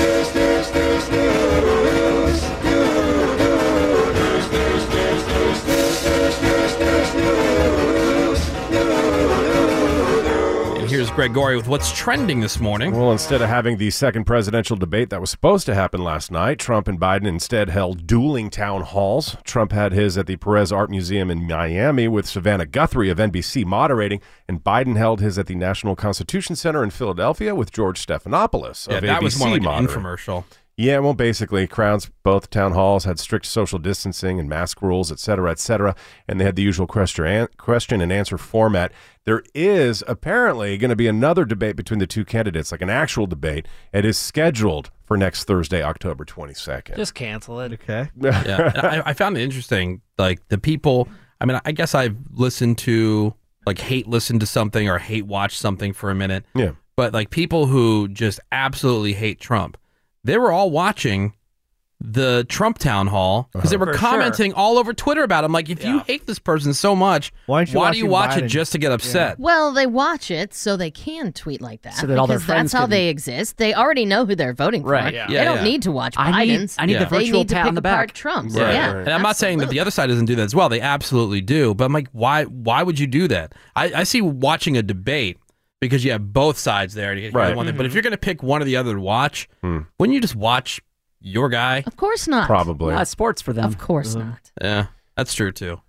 Speaker 4: And here's Gregory with what's trending this morning.
Speaker 6: Well, instead of having the second presidential debate that was supposed to happen last night, Trump and Biden instead held dueling town halls. Trump had his at the Perez Art Museum in Miami with Savannah Guthrie of NBC moderating, and Biden held his at the National Constitution Center in Philadelphia with George Stephanopoulos
Speaker 4: Yeah,
Speaker 6: of
Speaker 4: that
Speaker 6: ABC
Speaker 4: was more like an
Speaker 6: moderating.
Speaker 4: infomercial.
Speaker 6: Yeah, well, basically, crowds, both town halls had strict social distancing and mask rules, et cetera, et cetera, and they had the usual question, an, question and answer format. There is apparently going to be another debate between the two candidates, like an actual debate. It is scheduled for next Thursday, October 22nd.
Speaker 11: Just cancel it.
Speaker 8: Okay.
Speaker 4: yeah. [laughs] And I, I found it interesting. Like the people, I mean, I guess I've listened to, like, hate listen to something or hate watch something for a minute.
Speaker 6: Yeah.
Speaker 4: But, like, people who just absolutely hate Trump, they were all watching the Trump town hall because they were
Speaker 11: For sure.
Speaker 4: commenting all over Twitter about him. Like, if you hate this person so much, why,
Speaker 11: you
Speaker 4: do you watch
Speaker 11: watching
Speaker 4: it
Speaker 11: Biden?
Speaker 4: just to get upset?
Speaker 5: Well, they watch it so they can tweet like that.
Speaker 4: So that all their
Speaker 5: because
Speaker 4: friends
Speaker 5: that's how
Speaker 4: can-
Speaker 5: they exist. They already know who they're voting for.
Speaker 4: Right, yeah.
Speaker 5: They
Speaker 4: Yeah,
Speaker 5: don't
Speaker 4: yeah.
Speaker 5: need to watch
Speaker 4: I need-
Speaker 5: Biden's.
Speaker 4: I need the Yeah.
Speaker 5: They
Speaker 4: virtual
Speaker 5: need to
Speaker 4: pat
Speaker 5: pick
Speaker 4: on the
Speaker 5: apart
Speaker 4: back.
Speaker 5: Trump.
Speaker 4: Right,
Speaker 5: yeah.
Speaker 4: right. And I'm not saying that the other side doesn't do that as well. They absolutely do. But I'm like, why why would you do that? I, I see watching a debate because you have both sides there. You get
Speaker 6: Right.
Speaker 4: one thing.
Speaker 5: Mhm.
Speaker 4: But if you're going to pick one or the other to watch, wouldn't you just watch your guy?
Speaker 5: Of course not.
Speaker 6: Probably.
Speaker 7: Not sports for them. Uh-huh.
Speaker 5: Of course not.
Speaker 4: Yeah, that's true too.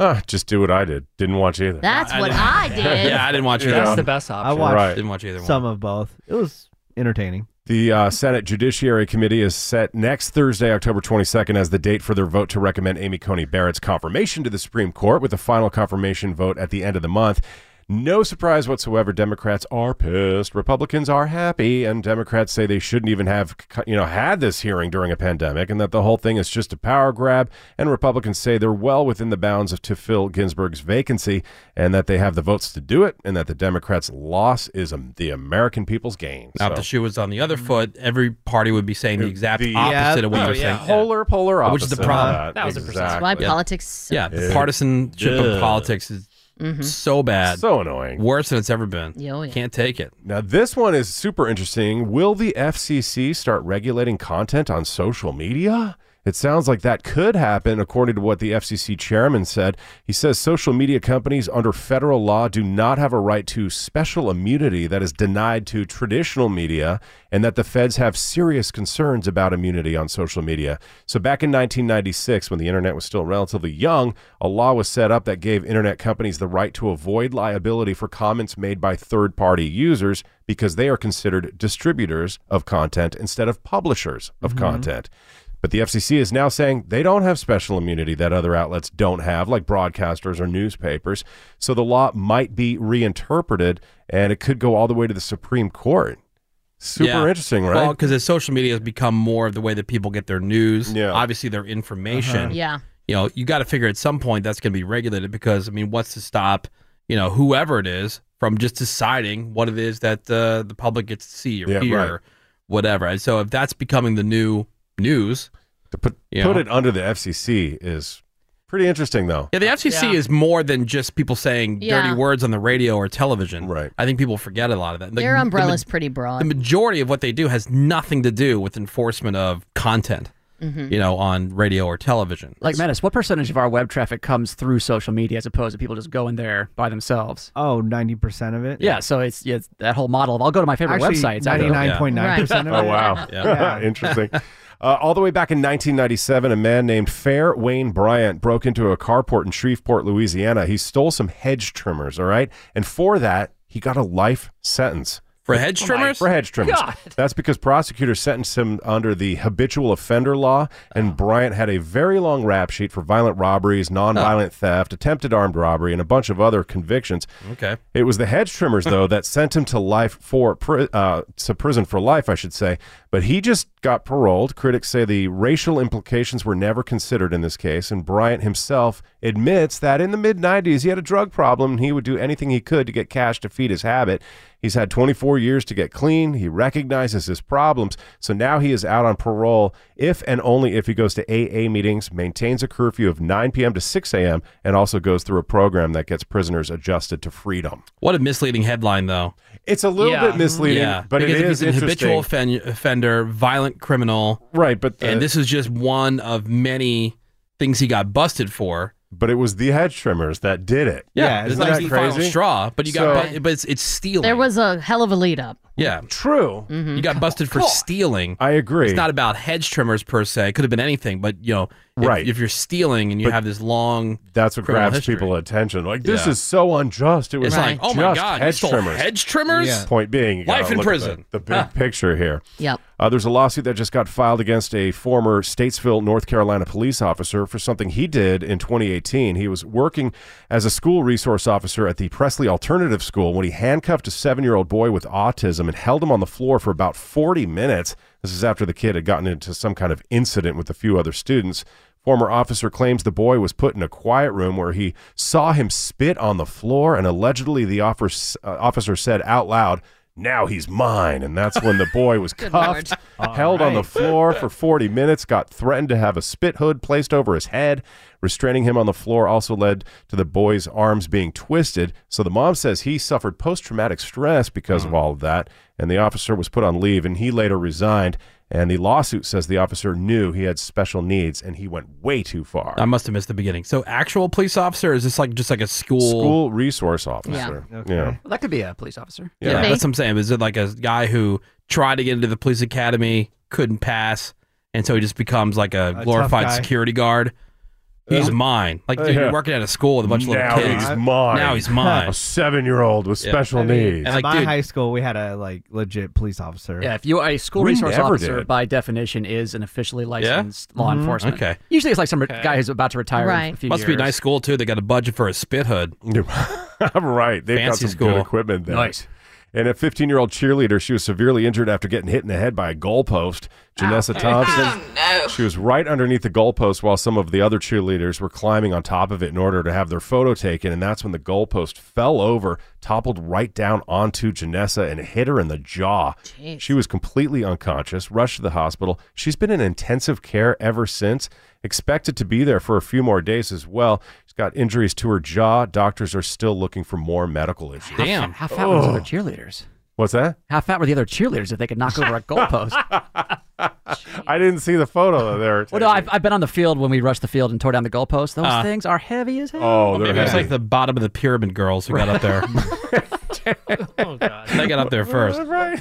Speaker 6: Ah, just do what I did. Didn't watch either.
Speaker 5: That's what I did.
Speaker 4: [laughs] Yeah, I didn't watch either
Speaker 6: That's
Speaker 4: one.
Speaker 6: the
Speaker 11: best
Speaker 8: I watched
Speaker 6: Right.
Speaker 4: Didn't watch either one.
Speaker 8: some of both. It was entertaining.
Speaker 6: The uh, Senate Judiciary Committee is set next Thursday, October 22nd, as the date for their vote to recommend Amy Coney Barrett's confirmation to the Supreme Court, with the final confirmation vote at the end of the month. No surprise whatsoever. Democrats are pissed. Republicans are happy, and Democrats say they shouldn't even have, you know, had this hearing during a pandemic, and that the whole thing is just a power grab. And Republicans say they're well within the bounds of to fill Ginsburg's vacancy, and that they have the votes to do it, and that the Democrats' loss is um, the American people's gain.
Speaker 4: Now,
Speaker 6: So-
Speaker 4: if the shoe was on the other
Speaker 5: Mm-hmm.
Speaker 4: foot, every party would be saying the exact opposite of what
Speaker 5: Oh,
Speaker 4: you're saying.
Speaker 6: Polar, polar
Speaker 4: Which is the
Speaker 6: opposite of
Speaker 4: problem.
Speaker 5: That was a
Speaker 6: Exactly.
Speaker 5: That's why politics sucks.
Speaker 4: Yeah, the partisanship
Speaker 6: Ugh.
Speaker 4: of politics is
Speaker 5: Mhm.
Speaker 4: so bad,
Speaker 6: So annoying,
Speaker 4: worse than it's ever been.
Speaker 5: Oh, yeah.
Speaker 4: Can't take it.
Speaker 6: Now, this one is super interesting. Will the FCC start regulating content on social media? It sounds like that could happen, according to what the FCC chairman said. He says social media companies under federal law do not have a right to special immunity that is denied to traditional media, and that the feds have serious concerns about immunity on social media. So, back in 1996, when the internet was still relatively young, a law was set up that gave internet companies the right to avoid liability for comments made by third party users because they are considered distributors of content instead of publishers of
Speaker 16: Mhm.
Speaker 6: content. But the FCC is now saying they don't have special immunity that other outlets don't have, like broadcasters or newspapers. So the law might be reinterpreted and it could go all the way to the Supreme Court. Super
Speaker 4: Yeah.
Speaker 6: interesting, right?
Speaker 4: Well, because as social media has become more of the way that people get their news, yeah. obviously their information.
Speaker 5: Uh-huh. Yeah.
Speaker 4: You know, you got to figure at some point that's going to be regulated because I mean, what's to stop you know whoever it is from just deciding what it is that uh, the public gets to see or
Speaker 6: Yeah,
Speaker 4: hear,
Speaker 6: right.
Speaker 4: or whatever. And so if that's becoming the new news,
Speaker 6: to put Put it under the FCC is pretty interesting, though.
Speaker 4: Yeah, the FCC
Speaker 6: Yeah.
Speaker 4: is more than just people saying
Speaker 5: Yeah.
Speaker 4: dirty words on the radio or television. Right. I think people forget a lot of that. The-
Speaker 5: Their
Speaker 4: the ma-
Speaker 5: umbrella's pretty
Speaker 4: the
Speaker 5: broad.
Speaker 4: majority of what they do has nothing to do with enforcement of content,
Speaker 5: Mhm.
Speaker 4: you know, on radio or television.
Speaker 7: Like Menace, what percentage of our web traffic comes through social media as opposed to people just going there by themselves?
Speaker 8: Oh, 90% of it.
Speaker 7: Yeah, so it's, yeah, it's that whole model of I'll go to my favorite
Speaker 8: Actually,
Speaker 7: websites.
Speaker 8: 99.9% of it.
Speaker 6: Oh wow, [laughs]
Speaker 8: Yeah.
Speaker 6: interesting. Uh, all the way back in 1997, a man named Fair Wayne Bryant broke into a carport in Shreveport, Louisiana. He stole some hedge trimmers. All right, and for that, he got a life sentence.
Speaker 4: For hedge Oh my trimmers?
Speaker 6: For hedge trimmers.
Speaker 4: God.
Speaker 6: That's because prosecutors sentenced him under the habitual offender law,
Speaker 4: Oh.
Speaker 6: and Bryant had a very long rap sheet for violent robberies, nonviolent theft, attempted armed robbery, and a bunch of other convictions.
Speaker 4: Okay.
Speaker 6: It was the hedge trimmers, though, that sent him to life for pri- uh, to prison for life, I should say. But he just got paroled. Critics say the racial implications were never considered in this case, and Bryant himself admits that in the mid '90s he had a drug problem and he would do anything he could to get cash to feed his habit. He's had 24 years to get clean. He recognizes his problems, so now he is out on parole if and only if he goes to AA meetings, maintains a curfew of 9 p.m. to 6 a.m., and also goes through a program that gets prisoners adjusted to freedom.
Speaker 4: What a misleading headline, though.
Speaker 6: It's a little bit misleading, but it
Speaker 4: because if
Speaker 6: is
Speaker 4: he's a
Speaker 6: interesting.
Speaker 4: habitual offen- offender, violent criminal.
Speaker 6: Right, but
Speaker 4: and
Speaker 6: the-
Speaker 4: this is just one of many things he got busted for.
Speaker 6: But it was the hedge trimmers that did it.
Speaker 4: Yeah, it's
Speaker 6: isn't
Speaker 4: like
Speaker 6: that
Speaker 4: the
Speaker 6: crazy?
Speaker 4: final straw, but you got
Speaker 6: So-
Speaker 4: bu- but it's, it's stealing.
Speaker 5: There was a hell of a lead up.
Speaker 4: yeah,
Speaker 6: true.
Speaker 4: You got busted for stealing.
Speaker 6: I agree.
Speaker 4: It's not about hedge trimmers per se. It could have been anything, but you know, if,
Speaker 6: Right.
Speaker 4: If you're stealing and you
Speaker 6: But
Speaker 4: have this long,
Speaker 6: That's what
Speaker 4: criminal
Speaker 6: grabs
Speaker 4: history.
Speaker 6: people attention. Like this
Speaker 4: Yeah.
Speaker 6: is so unjust. It was
Speaker 4: It's like, oh my
Speaker 6: just
Speaker 4: God, you
Speaker 6: hedge
Speaker 4: stole
Speaker 6: trimmers.
Speaker 4: hedge trimmers? Yeah.
Speaker 6: Point being, you
Speaker 4: Life
Speaker 6: gotta
Speaker 4: in
Speaker 6: look at
Speaker 4: prison.
Speaker 6: The, the big
Speaker 4: [laughs] Huh.
Speaker 6: picture here.
Speaker 5: Yep.
Speaker 6: Uh, there's a lawsuit that just got filed against a former Statesville, North Carolina police officer for something he did in 2018. He was working as a school resource officer at the Presley Alternative School when he handcuffed a seven year old boy with autism and held him on the floor for about 40 minutes. This is after the kid had gotten into some kind of incident with a few other students. Former officer claims the boy was put in a quiet room where he saw him spit on the floor, and allegedly the officer, uh, officer said out loud, Now he's mine. And that's when the boy was
Speaker 5: Good
Speaker 6: cuffed,
Speaker 5: lord.
Speaker 6: held on the
Speaker 5: Alright.
Speaker 6: floor for 40 minutes, got threatened to have a spit hood placed over his head. Restraining him on the floor also led to the boy's arms being twisted. So the mom says he suffered post traumatic stress because
Speaker 4: Hmm.
Speaker 6: of all of that. And the officer was put on leave, and he later resigned. And the lawsuit says the officer knew he had special needs and he went way too far.
Speaker 4: I must have missed the beginning. So actual police officer or is this like just like a school
Speaker 6: School resource officer.
Speaker 4: Yeah.
Speaker 6: Yeah.
Speaker 7: Well, that could be a police officer.
Speaker 4: Yeah, that's what I'm saying. Is it like a guy who tried to get into the police academy, couldn't pass, and so he just becomes like a,
Speaker 6: tough
Speaker 4: glorified
Speaker 6: guy.
Speaker 4: security guard? He's
Speaker 6: Uh,
Speaker 4: mine. Like dude,
Speaker 6: yeah.
Speaker 4: you're working at a school with a bunch of
Speaker 6: now
Speaker 4: little kids.
Speaker 6: he's mine.
Speaker 4: Now he's
Speaker 6: [laughs]
Speaker 4: mine.
Speaker 6: A seven-year-old with
Speaker 4: Yeah.
Speaker 6: special
Speaker 4: I mean,
Speaker 6: needs.
Speaker 4: and
Speaker 8: At
Speaker 4: like,
Speaker 8: my
Speaker 4: dude-
Speaker 8: high school, we had a like legit police officer.
Speaker 7: Yeah, if you are a school
Speaker 8: We
Speaker 7: resource
Speaker 8: never
Speaker 7: officer,
Speaker 8: did.
Speaker 7: by definition, is an officially licensed law
Speaker 4: Mhm.
Speaker 7: enforcement.
Speaker 4: Okay.
Speaker 7: Usually, it's like some guy who's about to retire. In a few
Speaker 4: Must be a
Speaker 7: years.
Speaker 4: nice school too. They got a budget for a spit hood.
Speaker 6: [laughs] right. They've
Speaker 4: Fancy
Speaker 6: got some
Speaker 4: school.
Speaker 6: good equipment there.
Speaker 4: Nice.
Speaker 6: And a 15 year old cheerleader, she was severely injured after getting hit in the head by a goalpost. Janessa Thompson. She was right underneath the goalpost while some of the other cheerleaders were climbing on top of it in order to have their photo taken. And that's when the goalpost fell over, toppled right down onto Janessa, and hit her in the jaw. She was completely unconscious, rushed to the hospital. She's been in intensive care ever since, expected to be there for a few more days as well. She's got injuries to her jaw. Doctors are still looking for more medical issues.
Speaker 7: Damn. How fat were those other
Speaker 6: Ugh.
Speaker 7: cheerleaders?
Speaker 6: What's
Speaker 7: [laughs]
Speaker 6: that?
Speaker 7: How fat were the other cheerleaders if they could knock over a goalpost?
Speaker 6: I didn't see the photo of there.
Speaker 7: well, no, I've, I've been on the field when we rushed the field and tore down the goalpost. Those
Speaker 11: Ah.
Speaker 4: Uh,
Speaker 7: things are heavy as hell.
Speaker 6: Oh,
Speaker 4: Maybe it's like the bottom of the pyramid girls who got up
Speaker 6: [laughs]
Speaker 4: there. They got up there first.
Speaker 6: Right.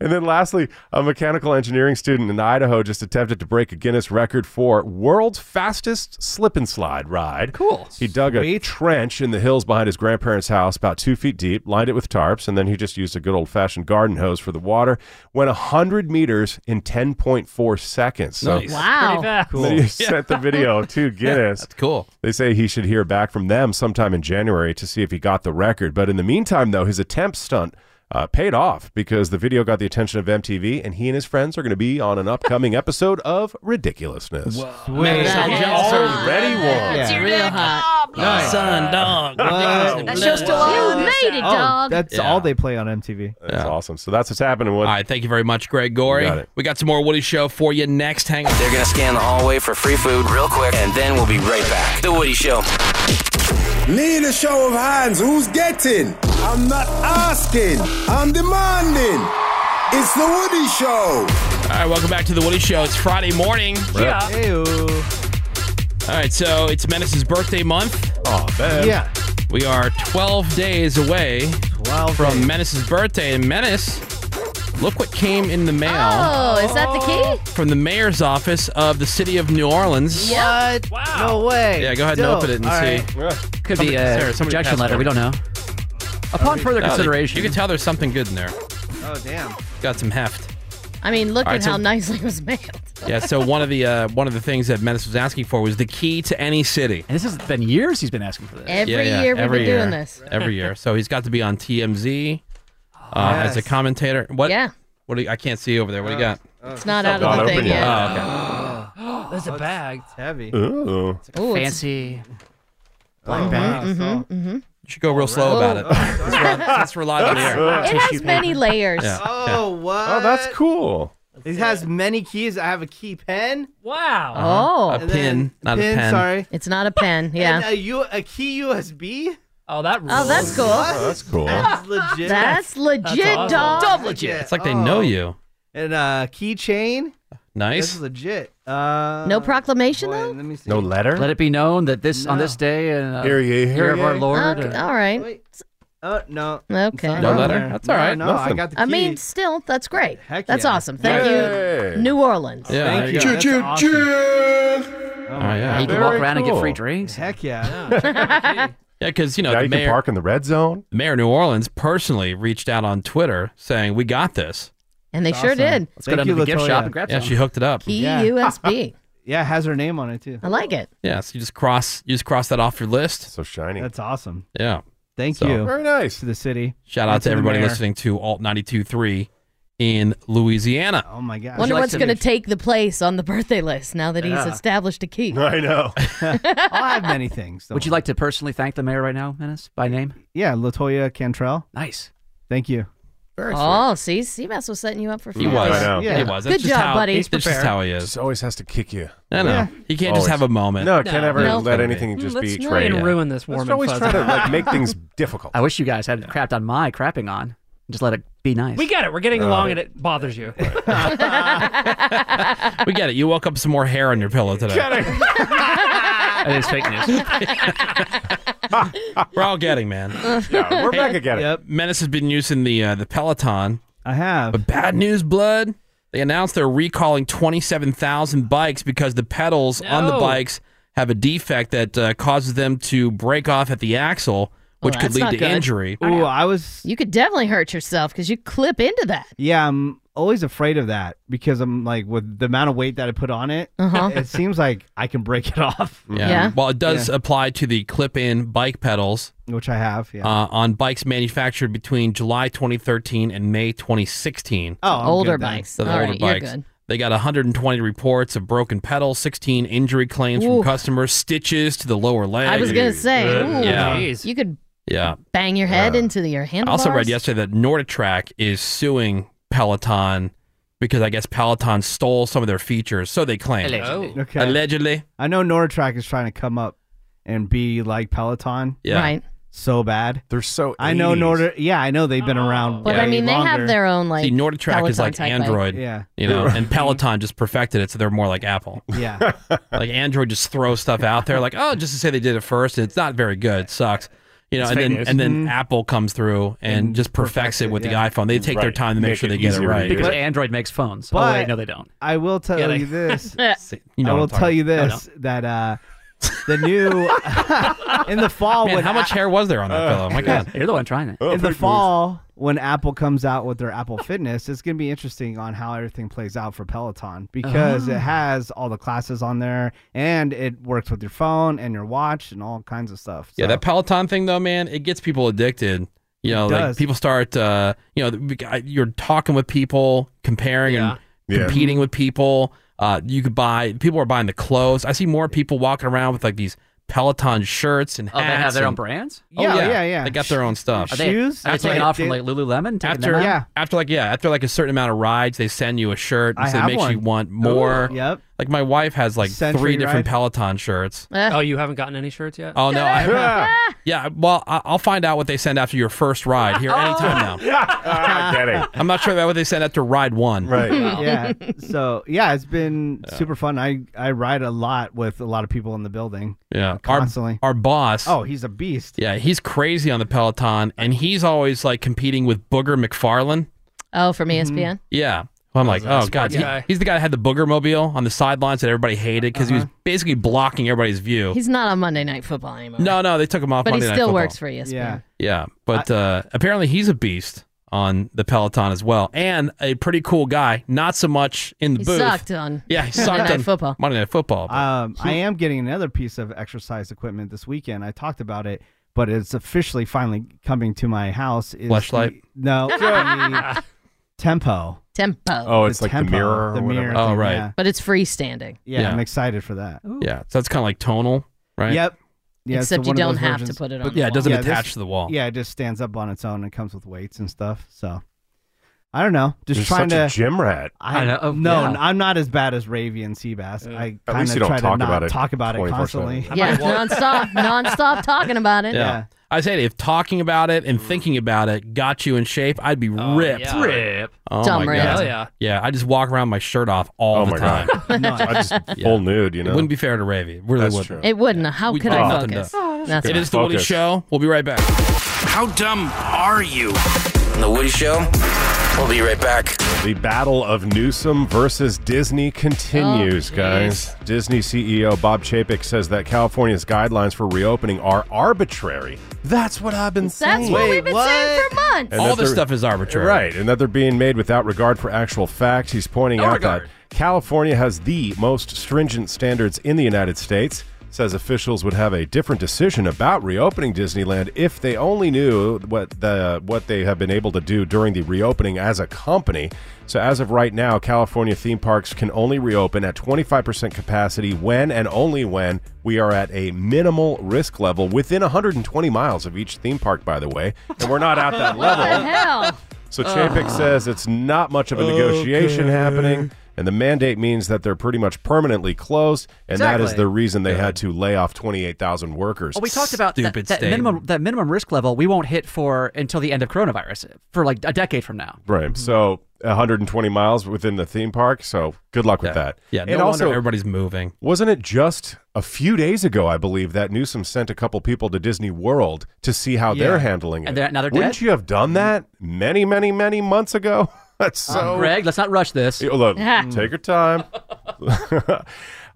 Speaker 6: and then lastly, a mechanical engineering student in Idaho just attempted to break a Guinness record for world's fastest slip and slide ride. Cool. He dug a trench in the hills behind his grandparents' house, about two feet deep, lined it with tarps, and then he just used a good old fashioned garden hose for the water. Went 100 meters in 10.4 seconds. So
Speaker 5: Wow.
Speaker 4: [laughs]
Speaker 6: Cool. sent the video to Guinness. That's
Speaker 4: cool.
Speaker 6: They say he should hear back from them sometime in January to see if he got the record. But in the meantime, though, his attempt stunt uh, paid off because the video got the attention of MTV, and he and his friends are going to be on an
Speaker 4: [laughs]
Speaker 6: upcoming episode of Ridiculousness.
Speaker 4: Man,
Speaker 6: so
Speaker 4: that
Speaker 6: we
Speaker 4: is
Speaker 6: already
Speaker 4: hot.
Speaker 6: won.
Speaker 4: That's
Speaker 5: You're real hot.
Speaker 4: Nice. Son, dog.
Speaker 8: Wow.
Speaker 5: That show's still on. You made it, dog.
Speaker 8: That's all they play on MTV.
Speaker 6: That's awesome. So that's what's happening. All
Speaker 4: right. Thank you very much, Greg Gorey.
Speaker 6: You got it.
Speaker 4: We got some more Woody Show for you next. Hang on.
Speaker 10: They're going to scan the hallway for free food real quick, and then we'll be right back. The Woody Show.
Speaker 16: Need a show of hands. Who's getting? I'm not asking. I'm demanding. It's the Woody Show.
Speaker 4: All right, welcome back to the Woody Show. It's Friday morning.
Speaker 16: Yeah.
Speaker 4: All right, so it's Menace's birthday month.
Speaker 6: Oh, man.
Speaker 8: Yeah.
Speaker 4: We are 12 days away from Menace's birthday. And Menace, look what came in the mail
Speaker 5: Oh, is that the key?
Speaker 4: from the mayor's office of the city of New Orleans.
Speaker 8: What? Wow. No way.
Speaker 4: Yeah, go ahead
Speaker 8: Dope.
Speaker 4: and open it and
Speaker 8: All right.
Speaker 4: see.
Speaker 7: Could
Speaker 4: Somebody-
Speaker 7: be a
Speaker 4: Sarah, somebody
Speaker 7: rejection
Speaker 4: pass
Speaker 7: letter.
Speaker 4: it
Speaker 7: We don't
Speaker 4: over.
Speaker 7: know. Upon further
Speaker 4: No, they-
Speaker 7: consideration,
Speaker 4: you can tell there's something good in there.
Speaker 8: Oh damn.
Speaker 4: Got some heft.
Speaker 5: I mean, look
Speaker 4: All right,
Speaker 5: at
Speaker 4: so-
Speaker 5: how nicely it was made.
Speaker 4: Yeah. So one of the uh, one of the things that Menace was asking for was the key to any city.
Speaker 7: And this has been years he's been asking for this.
Speaker 5: Every year we've been doing this. Oh,
Speaker 4: Every year. So he's got to be on TMZ uh, as a
Speaker 5: Yes.
Speaker 4: commentator. What?
Speaker 5: Yeah.
Speaker 4: What? Do you, I can't see over there. What do you
Speaker 11: Oh.
Speaker 4: got?
Speaker 5: It's not out of the thing yet.
Speaker 4: Oh,
Speaker 11: [gasps] That's a bag. It's
Speaker 8: heavy.
Speaker 4: okay. Ooh.
Speaker 5: Ooh, it's-
Speaker 7: Fancy.
Speaker 5: Mm-hmm,
Speaker 8: Black bag.
Speaker 4: You should go real slow
Speaker 8: All
Speaker 4: about
Speaker 8: right.
Speaker 4: it. Let's rely- Let's rely on the air.
Speaker 5: Oh. It has many layers.
Speaker 4: Yeah.
Speaker 8: Oh what?
Speaker 6: Oh, that's cool.
Speaker 8: It has many keys. I have a key pen.
Speaker 11: Wow.
Speaker 5: Oh.
Speaker 4: Uh-huh. A pin, not a
Speaker 8: pin, [laughs]
Speaker 4: pen.
Speaker 8: Sorry.
Speaker 5: It's not a pen. Yeah.
Speaker 8: And a, U- a key USB.
Speaker 11: Oh, that.
Speaker 5: Oh, that's cool.
Speaker 8: What?
Speaker 6: that's cool.
Speaker 8: That's oh, legit.
Speaker 5: That's legit, dog.
Speaker 11: Double legit.
Speaker 4: It's like they know you.
Speaker 8: And a uh, keychain. This
Speaker 4: Nice.
Speaker 8: is legit. Uh,
Speaker 5: No proclamation though.
Speaker 8: let me see.
Speaker 7: No letter. Let it be known that this on this day and uh,
Speaker 6: Hear ye, hear
Speaker 7: year of our
Speaker 6: ye.
Speaker 7: Lord.
Speaker 5: Okay,
Speaker 7: uh,
Speaker 5: all right.
Speaker 8: Oh no.
Speaker 5: Okay.
Speaker 7: No letter? That's all
Speaker 8: No,
Speaker 7: right.
Speaker 8: No, I
Speaker 7: Nothing.
Speaker 8: got the key.
Speaker 5: I mean, still, that's great.
Speaker 8: Heck
Speaker 5: that's
Speaker 8: yeah.
Speaker 5: awesome. Thank
Speaker 8: Yay.
Speaker 5: you, New Orleans.
Speaker 4: Yeah, Thank there you you. go.
Speaker 5: Choo
Speaker 4: That's
Speaker 5: choo
Speaker 4: awesome.
Speaker 8: Oh,
Speaker 4: my yeah. God.
Speaker 7: You can
Speaker 4: Very
Speaker 7: walk around and get
Speaker 4: cool.
Speaker 7: free drinks.
Speaker 8: Heck yeah.
Speaker 4: Yeah, because you know
Speaker 6: Now
Speaker 4: the
Speaker 6: you can
Speaker 4: mayor,
Speaker 6: park in the red zone.
Speaker 4: the mayor of New Orleans personally reached out on Twitter saying, "We got this."
Speaker 5: And they
Speaker 8: That's
Speaker 5: sure
Speaker 8: awesome.
Speaker 5: did.
Speaker 8: Let's go Thank down to you, the gift Latoya. shop and grab
Speaker 4: Yeah, she hooked it up.
Speaker 5: Key
Speaker 8: [laughs]
Speaker 5: USB.
Speaker 8: [laughs] yeah, it has her name on it too.
Speaker 5: I like it.
Speaker 4: Yeah, so you just cross you just cross that off your list.
Speaker 6: So shiny.
Speaker 8: That's awesome.
Speaker 4: Yeah.
Speaker 8: Thank
Speaker 4: So,
Speaker 8: you.
Speaker 6: Very nice
Speaker 8: to the city.
Speaker 4: Shout out
Speaker 8: And
Speaker 4: to
Speaker 8: the
Speaker 4: everybody
Speaker 8: mayor.
Speaker 4: listening to Alt 92.3 in Louisiana.
Speaker 8: Oh my gosh.
Speaker 5: Wonder what's going to take the place on the birthday list now that
Speaker 4: Yeah.
Speaker 5: he's established a key. [laughs]
Speaker 4: [laughs]
Speaker 7: [laughs]
Speaker 8: [laughs] I have many things.
Speaker 7: Would you like to personally thank the mayor right now, Menace, by name?
Speaker 8: Yeah, Latoya Cantrell.
Speaker 7: Nice.
Speaker 8: Thank you.
Speaker 5: oh, see, Seabass was setting you up for.
Speaker 4: He
Speaker 5: failure.
Speaker 4: was. I know. He was. That's
Speaker 5: Good
Speaker 4: just
Speaker 5: job,
Speaker 4: how-
Speaker 5: buddy.
Speaker 4: He's That's just prepared. how he is.
Speaker 6: Just always has to kick you.
Speaker 4: I know. Yeah. He can't just have a moment.
Speaker 6: No, can't
Speaker 4: No.
Speaker 6: ever
Speaker 4: No.
Speaker 6: let anything just
Speaker 7: Mm, Let's
Speaker 6: be
Speaker 7: not
Speaker 6: traded.
Speaker 7: even ruin this warm
Speaker 6: Let's
Speaker 7: and
Speaker 6: always try to
Speaker 7: fuzzy.
Speaker 6: like make things difficult.
Speaker 7: I wish you guys had crapped on my crapping on. Just let it be nice.
Speaker 11: We get it. We're getting
Speaker 6: Uh,
Speaker 7: Oh.
Speaker 11: along, and it bothers you.
Speaker 4: [laughs] We get it. You woke up with some more hair on your pillow today.
Speaker 11: That
Speaker 4: is fake news. [laughs] we're all getting, man.
Speaker 6: Yeah, we're back again.
Speaker 4: Yep. Menace has been using the uh, the Peloton.
Speaker 8: I have.
Speaker 4: But bad news, blood. They announced they're recalling 27,000 bikes because the pedals on the
Speaker 11: No.
Speaker 4: bikes have a defect that uh, causes them to break off at the axle, which
Speaker 5: Well,
Speaker 4: could
Speaker 5: that's
Speaker 4: lead
Speaker 5: not
Speaker 4: to
Speaker 5: good.
Speaker 4: injury.
Speaker 8: Ooh, I was
Speaker 5: You could definitely hurt yourself because you clip into that.
Speaker 8: Yeah, I'm always afraid of that because I'm like with the amount of weight that I put on it,
Speaker 5: Uh-huh.
Speaker 8: it seems like I can break it [laughs] off.
Speaker 4: Yeah. Well, it does uh,
Speaker 8: Yeah.
Speaker 4: apply to the clip-in bike pedals.
Speaker 8: which I have. Yeah.
Speaker 4: uh, on bikes manufactured between July 2013 and May 2016.
Speaker 8: Oh, I'm Older good then. bikes.
Speaker 4: So the
Speaker 8: All
Speaker 4: older
Speaker 8: right, you're
Speaker 4: bikes.
Speaker 8: good.
Speaker 4: They got 120 reports of broken pedals, 16 injury claims
Speaker 5: Ooh.
Speaker 4: from customers, stitches to the lower leg.
Speaker 5: I was going to say, ooh,
Speaker 4: yeah,
Speaker 5: you could
Speaker 4: yeah.
Speaker 5: bang your head into the, your
Speaker 4: I
Speaker 5: handlebars.
Speaker 4: also read yesterday that Norditrack is suing Peloton because I guess Peloton stole some of their features, so they claim.
Speaker 8: Allegedly. Okay.
Speaker 4: Allegedly.
Speaker 8: I know Nortrack is trying to come up and be like Peloton.
Speaker 4: Yeah. Right.
Speaker 8: So bad.
Speaker 6: They're so.
Speaker 8: I know
Speaker 4: 80s.
Speaker 8: Nord. Yeah, I know they've been around.
Speaker 5: But
Speaker 8: way
Speaker 5: I mean, they
Speaker 8: longer.
Speaker 5: have their own like.
Speaker 4: See, Norditrack is
Speaker 5: Peloton
Speaker 4: like
Speaker 5: type
Speaker 4: Android,
Speaker 5: bike.
Speaker 8: Yeah.
Speaker 4: you know, and Peloton just perfected it, so they're more like Apple.
Speaker 8: Yeah.
Speaker 4: [laughs] like Android just throws stuff out there, like oh, just to say they did it first, and it's not very good, it sucks, you know.
Speaker 6: It's
Speaker 4: and
Speaker 6: fake
Speaker 4: then
Speaker 6: news.
Speaker 4: and then
Speaker 6: Mhm.
Speaker 4: Apple comes through and, just perfects it with
Speaker 6: yeah.
Speaker 4: the iPhone. They take their
Speaker 6: Right.
Speaker 4: time to make,
Speaker 6: Make
Speaker 4: sure
Speaker 6: it
Speaker 4: they get it
Speaker 6: easier to
Speaker 4: right.
Speaker 6: do.
Speaker 7: Because
Speaker 6: But-
Speaker 7: Android makes phones. oh,
Speaker 8: but-
Speaker 7: wait, no, they don't.
Speaker 8: I will tell
Speaker 7: Yeah, they- [laughs]
Speaker 8: you this.
Speaker 4: You know
Speaker 8: I
Speaker 4: what
Speaker 8: will
Speaker 4: I'm talking
Speaker 8: tell you
Speaker 4: about.
Speaker 8: this that uh, the
Speaker 7: [laughs]
Speaker 8: new in the fall
Speaker 4: Man,
Speaker 8: when
Speaker 4: how much
Speaker 8: Apple-
Speaker 4: hair was there on that pillow? My God,
Speaker 7: Oh, you're the one trying it. Oh,
Speaker 8: in the fall when Apple comes out with their Apple Fitness, it's going to be interesting on how everything plays out for Peloton because
Speaker 7: Ah.
Speaker 8: it has all the classes on there and it works with your phone and your watch and all kinds of stuff.
Speaker 4: Yeah, that Peloton thing though, man, it gets people addicted. You know,
Speaker 8: It
Speaker 4: like
Speaker 8: does.
Speaker 4: people start, uh, you know, we got- you're talking with people, comparing and
Speaker 6: Yeah.
Speaker 4: competing with people. Uh, you could buy. People are buying the clothes. I see more people walking around with like these Peloton shirts and hats.
Speaker 7: Oh, they have their own
Speaker 4: and-
Speaker 7: brands?
Speaker 4: Oh,
Speaker 7: Yeah,
Speaker 4: yeah,
Speaker 7: yeah, yeah.
Speaker 4: They got their own stuff.
Speaker 7: Are they- Shoes? are they taking off from, like, Lululemon, taking
Speaker 4: After
Speaker 7: them out?
Speaker 4: yeah, after like yeah, after like a certain amount of rides, they send you a shirt. And
Speaker 7: I
Speaker 4: so it
Speaker 7: have
Speaker 4: makes you
Speaker 7: one.
Speaker 4: want more.
Speaker 7: Ooh,
Speaker 8: yep.
Speaker 4: Like my wife has like three
Speaker 11: Century
Speaker 4: different
Speaker 11: ride.
Speaker 4: Peloton shirts.
Speaker 5: [laughs]
Speaker 11: oh, you haven't gotten any shirts yet?
Speaker 4: Oh no! I have not. yeah, well, I- I'll find out what they send after your first ride
Speaker 5: Oh.
Speaker 7: [laughs]
Speaker 4: here anytime now.
Speaker 5: [laughs]
Speaker 6: I'm kidding.
Speaker 4: I'm not sure about what they send after ride one.
Speaker 6: Right.
Speaker 8: [laughs] yeah. So yeah, it's been super fun. I I ride a lot with a lot of people in the building. uh,
Speaker 4: Yeah.
Speaker 8: Constantly.
Speaker 4: Our, our boss.
Speaker 8: Oh, he's a beast.
Speaker 4: Yeah, he's crazy on the Peloton, and he's always like competing with Booger McFarlane.
Speaker 5: Oh, from ESPN.
Speaker 4: Yeah. Well, I'm like,
Speaker 11: a
Speaker 4: oh
Speaker 11: sports
Speaker 4: god, he-
Speaker 11: guy.
Speaker 4: he's the guy that had the Booger mobile on the sidelines that everybody hated because he was basically blocking everybody's view.
Speaker 5: He's not on Monday Night Football anymore.
Speaker 4: no, no, they took him off.
Speaker 5: but he
Speaker 4: Monday Night
Speaker 5: still
Speaker 4: Football.
Speaker 5: works for E ESPN.
Speaker 4: Yeah, but uh, apparently he's a beast on the Peloton as well, and a pretty cool guy. Not so much in the
Speaker 5: He
Speaker 4: booth.
Speaker 5: sucked on [laughs]
Speaker 4: yeah, he
Speaker 5: Monday
Speaker 4: sucked
Speaker 5: Night
Speaker 4: on
Speaker 5: Football.
Speaker 4: Monday Night Football. but-
Speaker 8: Um, I am getting another piece of exercise equipment this weekend. I talked about it, but it's officially finally coming to my house. Is the-
Speaker 4: Fleshlight?
Speaker 8: no, the [laughs] tempo.
Speaker 5: Tempo.
Speaker 6: Oh, it's like the
Speaker 8: Tempo,
Speaker 6: mirror or
Speaker 8: the
Speaker 6: whatever.
Speaker 8: mirror.
Speaker 4: Oh,
Speaker 8: thing,
Speaker 4: right.
Speaker 8: Yeah.
Speaker 5: But it's freestanding.
Speaker 8: Yeah,
Speaker 4: Yeah.
Speaker 8: I'm excited for that.
Speaker 4: yeah, so that's kind of like tonal, right?
Speaker 8: Yep. Yeah, it's
Speaker 5: Except
Speaker 8: the
Speaker 5: you
Speaker 8: one of
Speaker 5: don't
Speaker 8: those
Speaker 5: have
Speaker 8: versions.
Speaker 5: to put it on.
Speaker 4: But yeah, it doesn't
Speaker 8: this-
Speaker 4: attach to the wall.
Speaker 8: Yeah, it just stands up on its own and comes with weights and stuff. So I don't know. Just
Speaker 6: You're
Speaker 8: trying
Speaker 6: such
Speaker 8: to
Speaker 6: a gym rat.
Speaker 8: I,
Speaker 7: I know, oh,
Speaker 8: no,
Speaker 7: yeah.
Speaker 8: I'm not as bad as Ravy and Seabass. I
Speaker 6: At
Speaker 8: kind
Speaker 6: least
Speaker 8: of
Speaker 6: you don't
Speaker 8: try
Speaker 6: talk
Speaker 8: to not
Speaker 6: about it
Speaker 8: talk about it
Speaker 6: 24/7.
Speaker 8: constantly.
Speaker 5: Yeah, [laughs] nonstop, nonstop talking about it.
Speaker 4: Yeah.
Speaker 5: Mm.
Speaker 8: Oh,
Speaker 4: I say if talking about it and thinking about it got you in shape, I'd be ripped.
Speaker 11: yeah. Rip.
Speaker 4: Oh
Speaker 5: Dumb
Speaker 4: my
Speaker 5: rant.
Speaker 4: god!
Speaker 5: Hell yeah.
Speaker 4: yeah. I just walk around with my shirt off all
Speaker 6: Oh
Speaker 4: the
Speaker 6: my
Speaker 4: time.
Speaker 6: God. I [laughs]
Speaker 4: [laughs]
Speaker 5: [laughs]
Speaker 6: just full nude, you know?
Speaker 4: It wouldn't be fair to Ravy. It really
Speaker 6: That's
Speaker 4: wouldn't.
Speaker 5: It wouldn't. How
Speaker 4: We
Speaker 5: Oh, could
Speaker 4: got
Speaker 5: I
Speaker 4: nothing
Speaker 5: focus?
Speaker 4: to-
Speaker 5: That's
Speaker 4: it
Speaker 5: fine.
Speaker 4: is the Woody
Speaker 10: Focus.
Speaker 4: Show. We'll be right back.
Speaker 10: How dumb are you? The Woody Show. We'll be right back.
Speaker 6: The battle of Newsom versus Disney continues,
Speaker 10: Oh,
Speaker 6: guys. Disney CEO Bob Chapek says that California's guidelines for reopening are arbitrary. That's what I've been saying.
Speaker 5: That's what we've been saying for months.
Speaker 6: And that they're- Right, and that they're being made without regard for actual facts. He's pointing
Speaker 5: No
Speaker 6: out
Speaker 5: regard.
Speaker 6: that California has the most stringent standards in the United States. Says officials would have a different decision about reopening Disneyland if they only knew what the what they have been able to do during the reopening as a company. So as of right now, California theme parks can only reopen at 25% capacity when and only when we are at a minimal risk level within 120 miles of each theme park. By the way, and we're not at that level.
Speaker 7: [laughs]
Speaker 5: What the hell?
Speaker 6: So Chapek says it's not much of a negotiation
Speaker 5: Okay.
Speaker 6: happening, and the mandate means that they're pretty much permanently closed, and that is
Speaker 7: Exactly.
Speaker 6: the reason they had to lay off 28,000 workers.
Speaker 7: Well, Oh, we talked about that, that minimum that minimum risk level we won't hit for until the end of coronavirus for like a decade from now.
Speaker 6: Right. So 120 miles within the theme park. So good luck with that.
Speaker 4: Yeah, no
Speaker 6: And
Speaker 4: wonder
Speaker 6: also,
Speaker 4: everybody's moving.
Speaker 6: wasn't it just a few days ago, I believe, that Newsom sent a couple people to Disney World to see how
Speaker 7: Yeah.
Speaker 6: they're handling it?
Speaker 7: And they're- now they're
Speaker 6: Wouldn't
Speaker 7: dead?
Speaker 6: you have done that many, many, many months ago? [laughs] That's
Speaker 7: Um,
Speaker 6: so.
Speaker 7: Greg, let's not rush this.
Speaker 6: Yeah, look, take your time. [laughs]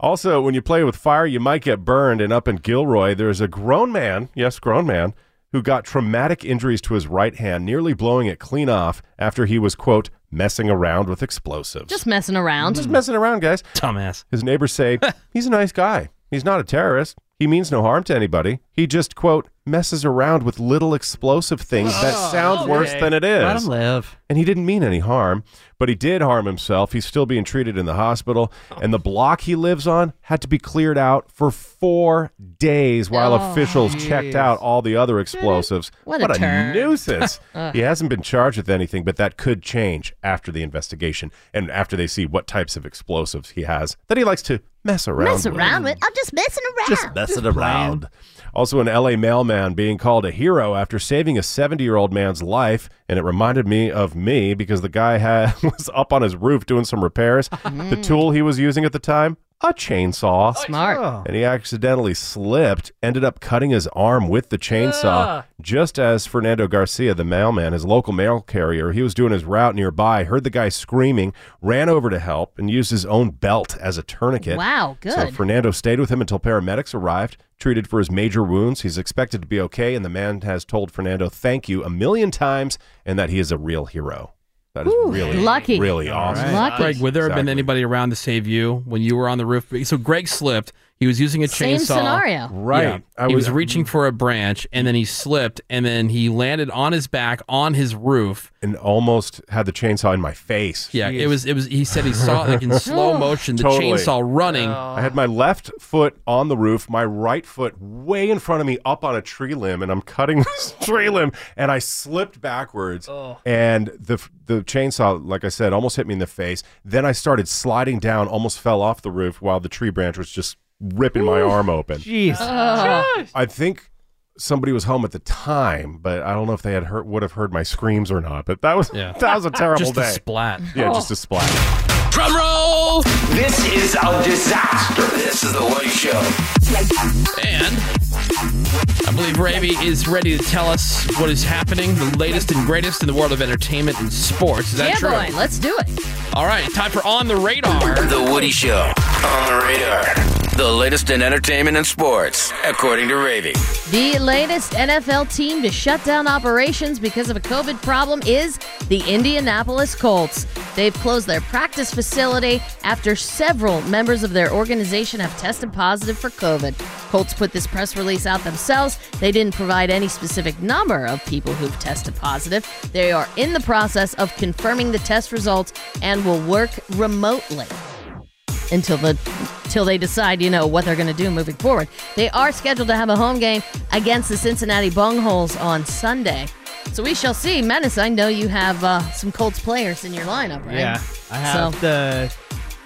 Speaker 6: also, when you play with fire, you might get burned. And up in Gilroy, there's a grown man, yes, grown man, who got traumatic injuries to his right hand, nearly blowing it clean off after he was, quote, messing around with explosives.
Speaker 5: Just messing around.
Speaker 6: Just messing around, guys.
Speaker 4: Dumbass.
Speaker 6: His neighbors say, he's a nice guy. He's not a terrorist. He means no harm to anybody. He just, quote, messes around with little explosive things that sound worse than it is.
Speaker 7: Let him live.
Speaker 6: And he didn't mean any harm, but he did harm himself. He's still being treated in the hospital. And the block he lives on had to be cleared out for four days while
Speaker 5: Oh,
Speaker 6: officials checked out all the other explosives.
Speaker 5: What a turd.
Speaker 6: nuisance.
Speaker 5: Ugh.
Speaker 6: he hasn't been charged with anything, but that could change after the investigation and after they see what types of explosives he has that he likes to mess around
Speaker 5: Mess
Speaker 6: with.
Speaker 5: around with. I'm just messing around.
Speaker 6: Just messing around. Also, an LA mailman being called a hero after saving a 70 year old man's life. And it reminded me of me because the guy had, [laughs] was up on his roof doing some
Speaker 5: [laughs]
Speaker 6: repairs. the tool he was using at the time, a chainsaw.
Speaker 5: Oh, Smart.
Speaker 6: And he accidentally slipped, ended up cutting his arm with the chainsaw.
Speaker 5: Ugh.
Speaker 6: Just as Fernando Garcia, the mailman, his local mail carrier, he was doing his route nearby, heard the guy screaming, ran over to help, and used his own belt as a tourniquet.
Speaker 5: Wow,
Speaker 6: So
Speaker 5: good.
Speaker 6: Fernando stayed with him until paramedics arrived, treated for his major wounds. He's expected to be okay, and the man has told Fernando thank you a million times and that he is a real hero. That is really
Speaker 5: lucky.
Speaker 6: really awesome.
Speaker 4: Greg, would there have been anybody around to save you when you were on the roof? So Greg slipped. He was using a
Speaker 5: Same
Speaker 4: chainsaw.
Speaker 5: scenario.
Speaker 6: Right.
Speaker 4: Yeah.
Speaker 6: I
Speaker 4: he
Speaker 6: was-
Speaker 4: was reaching for a branch, and then he slipped, and then he landed on his back on his roof.
Speaker 6: And almost had the chainsaw in my face.
Speaker 4: Yeah, it was. It was. He said he saw it
Speaker 6: [laughs]
Speaker 4: like in slow motion the
Speaker 6: Totally.
Speaker 4: chainsaw running.
Speaker 5: Oh.
Speaker 6: I had my left foot on the roof, my right foot way in front of me up on a tree limb, and I'm cutting [laughs] this tree limb, and I slipped backwards, and the the chainsaw, like I said, almost hit me in the face. Then I started sliding down, almost fell off the roof, while the tree branch was just ripping my arm open.
Speaker 8: Jeez.
Speaker 6: I think somebody was home at the time, but I don't know if they had heard would have heard my screams or not. But that was [laughs] that was a terrible
Speaker 4: Just a
Speaker 6: day.
Speaker 4: splat.
Speaker 6: Yeah,
Speaker 4: Oh.
Speaker 6: just a splat.
Speaker 10: Drum roll! This is a disaster. This is the Woody Show.
Speaker 4: And I believe Ravy is ready to tell us what is happening, the latest and greatest in the world of entertainment and sports. Is that
Speaker 5: yeah,
Speaker 4: true?
Speaker 5: boy. Let's do it.
Speaker 4: All right, time for on the radar.
Speaker 10: The Woody Show on the radar. The latest in entertainment and sports, according to Ravy.
Speaker 5: The latest NFL team to shut down operations because of a COVID problem is the Indianapolis Colts. They've closed their practice facility after several members of their organization have tested positive for COVID. Colts put this press release out themselves. They didn't provide any specific number of people who've tested positive. They are in the process of confirming the test results and will work remotely until the till they decide, you know, what they're going to do moving forward. They are scheduled to have a home game against the Cincinnati Bungholes on Sunday. So we shall see. Menace, I know you have uh, some Colts players in your lineup, right?
Speaker 8: Yeah, I have the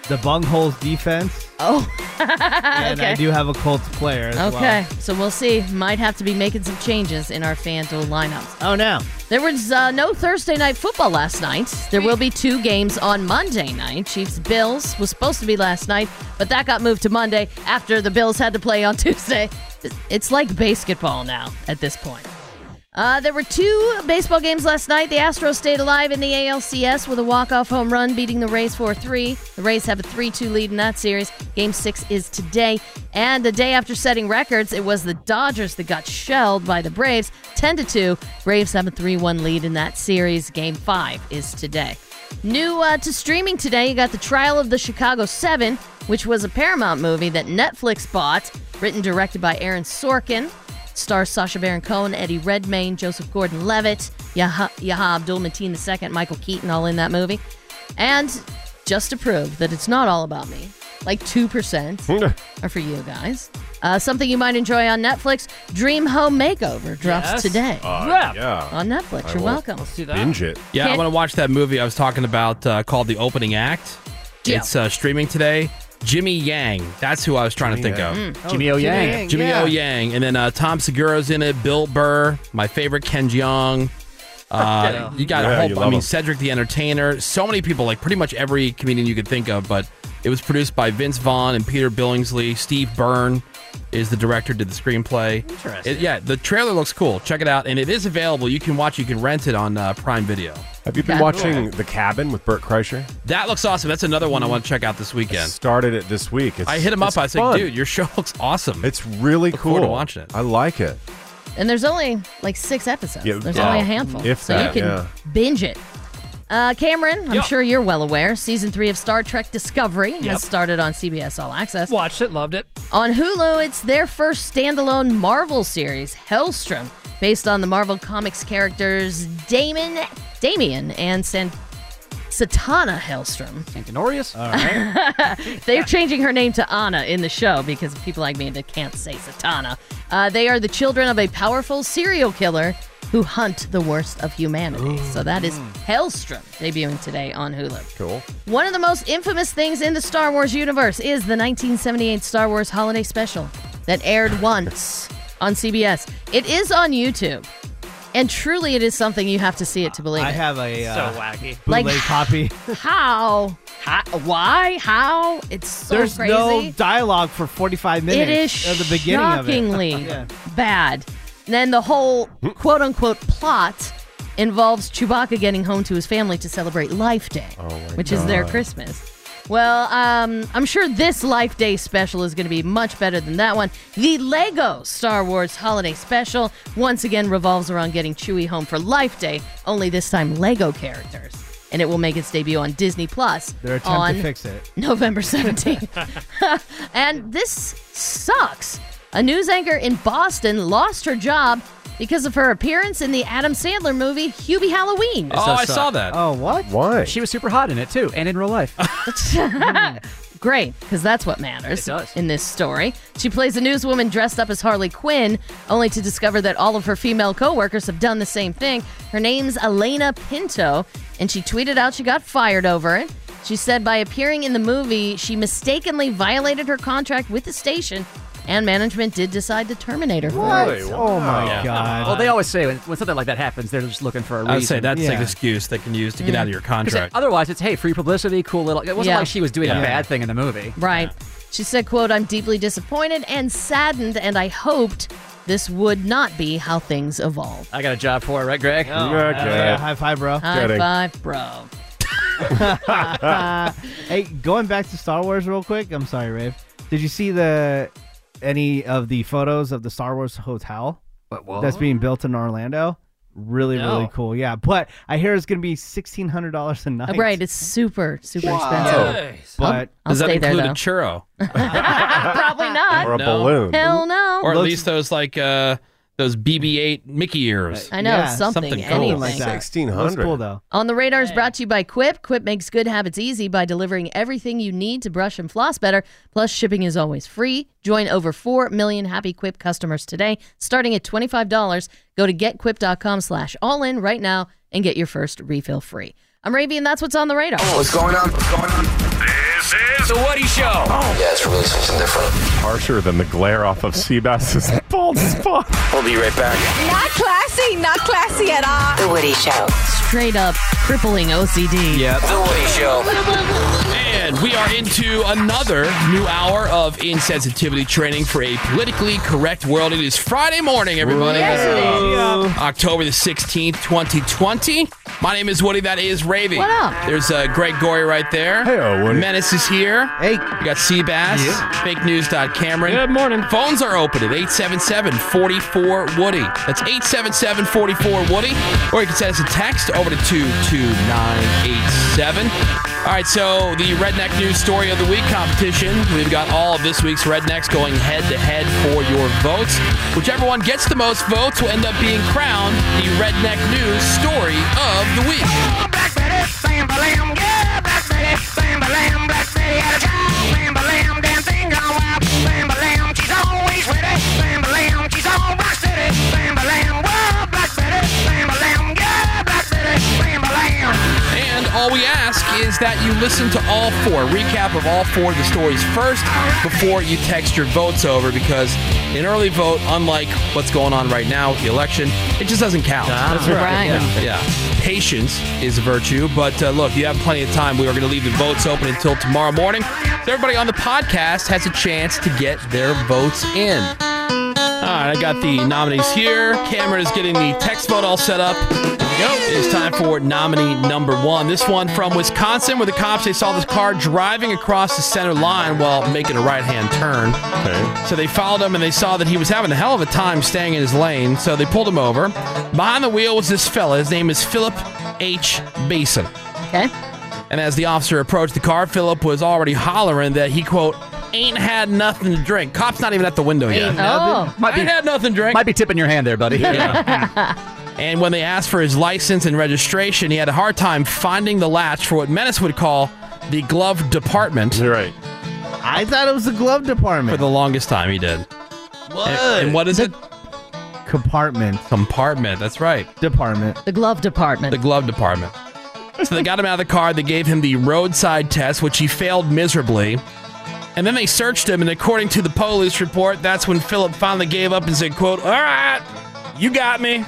Speaker 8: the bungholes defense,
Speaker 5: Oh, [laughs]
Speaker 8: and
Speaker 5: okay.
Speaker 8: I do have a Colts player. As
Speaker 5: okay, so we'll see. Might have to be making some changes in our FanDuel lineups.
Speaker 8: Oh no.
Speaker 5: Well. There was uh, no Thursday night football last night. There will be two games on Monday night. Chiefs Bills was supposed to be last night, but that got moved to Monday after the Bills had to play on [laughs] Tuesday. It's like basketball now at this point. Uh, there were two baseball games last night. The Astros stayed alive in the ALCS with a walk-off home run, beating the Rays 4-3. The Rays have a 3-2 lead in that series. Game six is today, and the day after setting records, it was the Dodgers that got shelled by the Braves, 10-2. Braves have a 3-1 lead in that series. Game five is today. New uh, to streaming today, you got the trial of the Chicago 7, which was a Paramount movie that Netflix bought, written directed by Aaron Sorkin. Stars Sasha Baron Cohen, Eddie Redmayne, Joseph Gordon Levitt, Yaha, Yaha Abdul Mateen II, Michael Keaton, all in that movie. And just to prove that it's not all about me, like
Speaker 4: [laughs]
Speaker 5: 2% are for you guys. Uh, something you might enjoy on Netflix Dream Home Makeover drops
Speaker 4: Yes.
Speaker 5: today.
Speaker 4: Uh, Yeah. yeah.
Speaker 5: On Netflix.
Speaker 4: I
Speaker 5: You're
Speaker 4: will
Speaker 5: welcome.
Speaker 4: binge
Speaker 6: it.
Speaker 4: Yeah, I
Speaker 5: Can't-
Speaker 4: want to watch that movie I was talking about uh, called The Opening Act.
Speaker 5: Yeah.
Speaker 4: It's uh, streaming today. Jimmy Yang. That's who I was trying to think
Speaker 7: Yang.
Speaker 4: of.
Speaker 7: Mm. Oh, Jimmy O. Jimmy Yang. Yang,
Speaker 4: Jimmy
Speaker 7: yeah.
Speaker 4: O. Yang. And then uh, Tom Segura's in it. Bill Burr. My favorite, Ken Jeong. Uh,
Speaker 7: Yeah.
Speaker 4: you got
Speaker 7: Yeah,
Speaker 4: a
Speaker 7: you
Speaker 4: whole.
Speaker 7: love
Speaker 4: I mean,
Speaker 7: him.
Speaker 4: Cedric the Entertainer. So many people, like pretty much every comedian you could think of. But it was produced by Vince Vaughn and Peter Billingsley. Steve Byrne is the director. Did the screenplay.
Speaker 7: Interesting.
Speaker 4: It- yeah, the trailer looks cool. Check it out, and it is available. You can watch. You can rent it on uh, Prime Video.
Speaker 6: Have you been
Speaker 4: Yeah.
Speaker 6: watching The Cabin with Burt Kreischer?
Speaker 4: That looks awesome. That's another one I want to check out this
Speaker 6: I
Speaker 4: weekend.
Speaker 6: started it this week. It's,
Speaker 4: I hit him up.
Speaker 6: it's
Speaker 4: I said,
Speaker 6: fun.
Speaker 4: "Dude, your show [laughs] looks awesome."
Speaker 6: It's really
Speaker 4: Look
Speaker 6: cool.
Speaker 4: forward to watching it.
Speaker 6: I like it.
Speaker 5: And there's only like six episodes.
Speaker 6: Yeah,
Speaker 5: there's
Speaker 6: yeah.
Speaker 5: only a handful.
Speaker 6: If
Speaker 5: so
Speaker 6: that,
Speaker 5: you can
Speaker 6: yeah.
Speaker 5: binge it. Uh, Cameron, I'm
Speaker 11: Yeah.
Speaker 5: sure you're well aware. Season three of Star Trek Discovery
Speaker 11: Yep.
Speaker 5: has started on CBS All Access.
Speaker 11: Watched it, loved it.
Speaker 5: On Hulu, it's their first standalone Marvel series, Hellstrom, based on the Marvel Comics characters Damon, Damien, and San- Satana Hellstrom.
Speaker 7: Santinorius? All
Speaker 5: They're changing her name to Anna in the show because people like me that can't say Satana. [laughs] Uh, they are the children of a powerful serial killer who hunt the worst of humanity. So that is
Speaker 6: Hmm.
Speaker 12: Hmm.
Speaker 5: Hellstrom debuting today on Hulu.
Speaker 6: Cool.
Speaker 5: One of the most infamous things in the Star Wars universe is the 1978 Star Wars Holiday Special that aired once on CBS. It is on YouTube. And truly, it is something you have to see it to believe.
Speaker 8: I
Speaker 5: it.
Speaker 8: have a
Speaker 5: So
Speaker 8: uh,
Speaker 5: wacky.
Speaker 8: bootleg
Speaker 5: Like-
Speaker 8: copy.
Speaker 5: How? How? Why? How? It's so
Speaker 8: There's
Speaker 5: crazy.
Speaker 8: no dialogue for 45 minutes.
Speaker 5: It
Speaker 8: at
Speaker 5: is
Speaker 8: the beginning
Speaker 5: shockingly
Speaker 8: of it. [laughs] Yeah.
Speaker 5: bad. And then the whole quote unquote plot involves Chewbacca getting home to his family to celebrate Life Day, which is their
Speaker 12: God.
Speaker 5: Christmas. Well, um, I'm sure this Life Day special is going to be much better than that one. The Lego Star Wars Holiday Special once again revolves around getting Chewie home for Life Day, only this time Lego characters. And it will make its debut on Disney Plus
Speaker 8: Their attempt
Speaker 5: on
Speaker 8: to fix it. [laughs]
Speaker 5: November 17th. [laughs] and this sucks. A news anchor in Boston lost her job because of her appearance in the Adam Sandler movie Hubie Halloween.
Speaker 4: that.
Speaker 7: Oh,
Speaker 8: what?
Speaker 6: Why?
Speaker 7: She was super hot in it, too, and in real
Speaker 4: [laughs]
Speaker 7: life. Mm.
Speaker 5: [laughs] Great, because that's what matters in this story. She plays a newswoman dressed up as Harley Quinn, only to discover that all of her female coworkers have done the same thing. Her name's Elena Pinto, and she tweeted out she got fired over it. She said by appearing in the movie, she mistakenly violated her contract with the station, and management did decide to terminate her. for it.
Speaker 7: Oh, my
Speaker 4: Yeah.
Speaker 7: God. Well, they always say when, when something like that happens, they're just looking for a reason.
Speaker 4: I would say that's like an excuse they can use to get
Speaker 7: Mm.
Speaker 4: out of your
Speaker 7: 'Cause it-
Speaker 4: contract.
Speaker 7: Otherwise, it's, hey, free publicity, cool little. It wasn't
Speaker 5: Yeah.
Speaker 7: like she was doing
Speaker 4: Yeah.
Speaker 7: a bad thing in the movie.
Speaker 5: Right. She said, quote, I'm deeply disappointed and saddened, and I hoped this would not be how things evolve.
Speaker 7: I got a job for her, right, Greg?
Speaker 4: Oh,
Speaker 8: Yeah, high five, bro.
Speaker 5: High five, bro.
Speaker 8: [laughs] hey, going back to Star Wars real quick. I'm sorry, Rave. Did you see the any of the photos of the Star Wars hotel
Speaker 7: what?
Speaker 8: that's being built in Orlando? Really,
Speaker 5: No.
Speaker 8: really cool. Yeah, but I hear it's gonna be sixteen hundred dollars a night.
Speaker 5: Uh, Right, it's super, super
Speaker 8: Wow.
Speaker 5: expensive.
Speaker 8: Nice. But-
Speaker 5: I'll, I'll
Speaker 4: Does that
Speaker 5: stay there,
Speaker 4: include
Speaker 5: though.
Speaker 4: a churro
Speaker 5: Probably not.
Speaker 4: Or a No. balloon.
Speaker 5: Hell no.
Speaker 4: or at least those like uh, those BB-8 Mickey ears?
Speaker 5: I know, Yeah, something, anything. Like that.
Speaker 6: Sixteen
Speaker 8: Looks
Speaker 6: hundred.
Speaker 8: cool, though.
Speaker 5: On the Radar is brought to you by Quip. Quip makes good habits easy by delivering everything you need to brush and floss better. Plus, shipping is always free. Join over 4 million happy Quip customers today. Starting at $25, go to getquip.com slash all in right now
Speaker 10: Oh,
Speaker 5: and get your first refill free. I'm Ravi, and that's Oh, what's on the radar.
Speaker 10: What's going on? What's going on? This It's a Woody Show.
Speaker 1: Yeah, it's really something different.
Speaker 6: Harsher than the glare off of Seabass's [laughs] bald spot.
Speaker 10: We'll be right back.
Speaker 17: Not classy, not classy at all. The Woody Show.
Speaker 5: Straight up crippling OCD.
Speaker 4: Yep.
Speaker 10: The Woody Show.
Speaker 4: And we are into another new hour of insensitivity training for a politically correct world. It is Friday morning, everybody.
Speaker 10: Yes, it is.
Speaker 4: Uh, October the 16th, 2020. My name is Woody. That is Ravy.
Speaker 10: What up?
Speaker 4: There's uh, Greg Gory right there. Hey, uh, Woody. Menace is here. Hey. You got Seabass. Yeah. Fake News. Cameron. Good morning. Phones are open at 877 44 Woody. That's 877 44 Woody. Or you can send us a text over to 22987. All right, so the Redneck News Story of the Week competition. We've got all of this week's Rednecks going head to head for your votes. Whichever one gets the most votes will end up being crowned the Redneck News Story of the Week. And all we ask is that you listen to all four, recap of all four of the stories first before you text your votes over because an early vote, unlike what's going on right now with the election, it just doesn't count.
Speaker 10: That's right. Right.
Speaker 4: Yeah. yeah. Patience is a virtue, but uh, look, you have plenty of time. We are going to leave the votes open until tomorrow morning. So everybody on the podcast has a chance to get their votes in. All right, I got the nominees here. Cameron is getting the text vote all set up. It is time for nominee number one. This one from Wisconsin, where the cops they saw this car driving across the center line while making a right-hand turn. So they followed him and they saw that he was having a hell of a time staying in his lane. So they pulled him over. Behind the wheel was this fella. His name is Philip H. Basin.
Speaker 5: Okay.
Speaker 4: And as the officer approached the car, Philip was already hollering that he quote ain't had nothing to drink. Cop's not even at the window yet.
Speaker 7: Ain't nothing.
Speaker 4: Might be, ain't had nothing drink.
Speaker 7: Might be tipping your hand there,
Speaker 4: [laughs]
Speaker 7: buddy.
Speaker 4: And when they asked for his license and registration, he had a hard time finding the latch for what Menace would call the glove department. Right.
Speaker 18: I thought it was the glove department.
Speaker 4: For the longest time, he did.
Speaker 18: What?
Speaker 4: And, and what is it?
Speaker 18: Compartment.
Speaker 4: Compartment. That's right.
Speaker 18: Department.
Speaker 5: The glove department.
Speaker 4: The glove department. So they got him out of the car. They gave him the roadside test, which he failed miserably. And then they searched him, and according to the police report, that's when Philip finally gave up and said, quote, All right, you got me.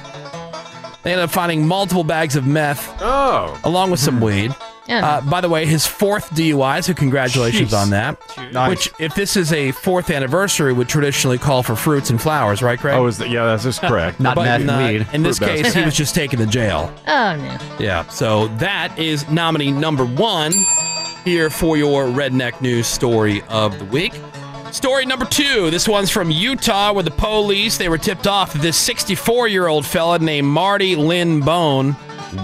Speaker 4: They ended up finding multiple bags of meth. Oh. Along with
Speaker 6: Hmm.
Speaker 4: some weed.
Speaker 10: Yeah.
Speaker 4: Uh, by the way, his fourth DUI, so congratulations
Speaker 10: Jeez.
Speaker 4: on that.
Speaker 10: Nice.
Speaker 4: Which, if this is a fourth anniversary, would traditionally call for fruits and flowers, right, Craig?
Speaker 6: Oh, is that, yeah, that's just correct.
Speaker 4: [laughs] But not- In this
Speaker 6: Fruit
Speaker 4: case,
Speaker 6: basket.
Speaker 4: he was just taken to jail.
Speaker 5: Oh, no.
Speaker 4: Yeah, so that is nominee number one here for your redneck news story of the week. Story number two. This one's from Utah, where the police they were tipped off that this 64-year-old fella named Marty Lynn Bone.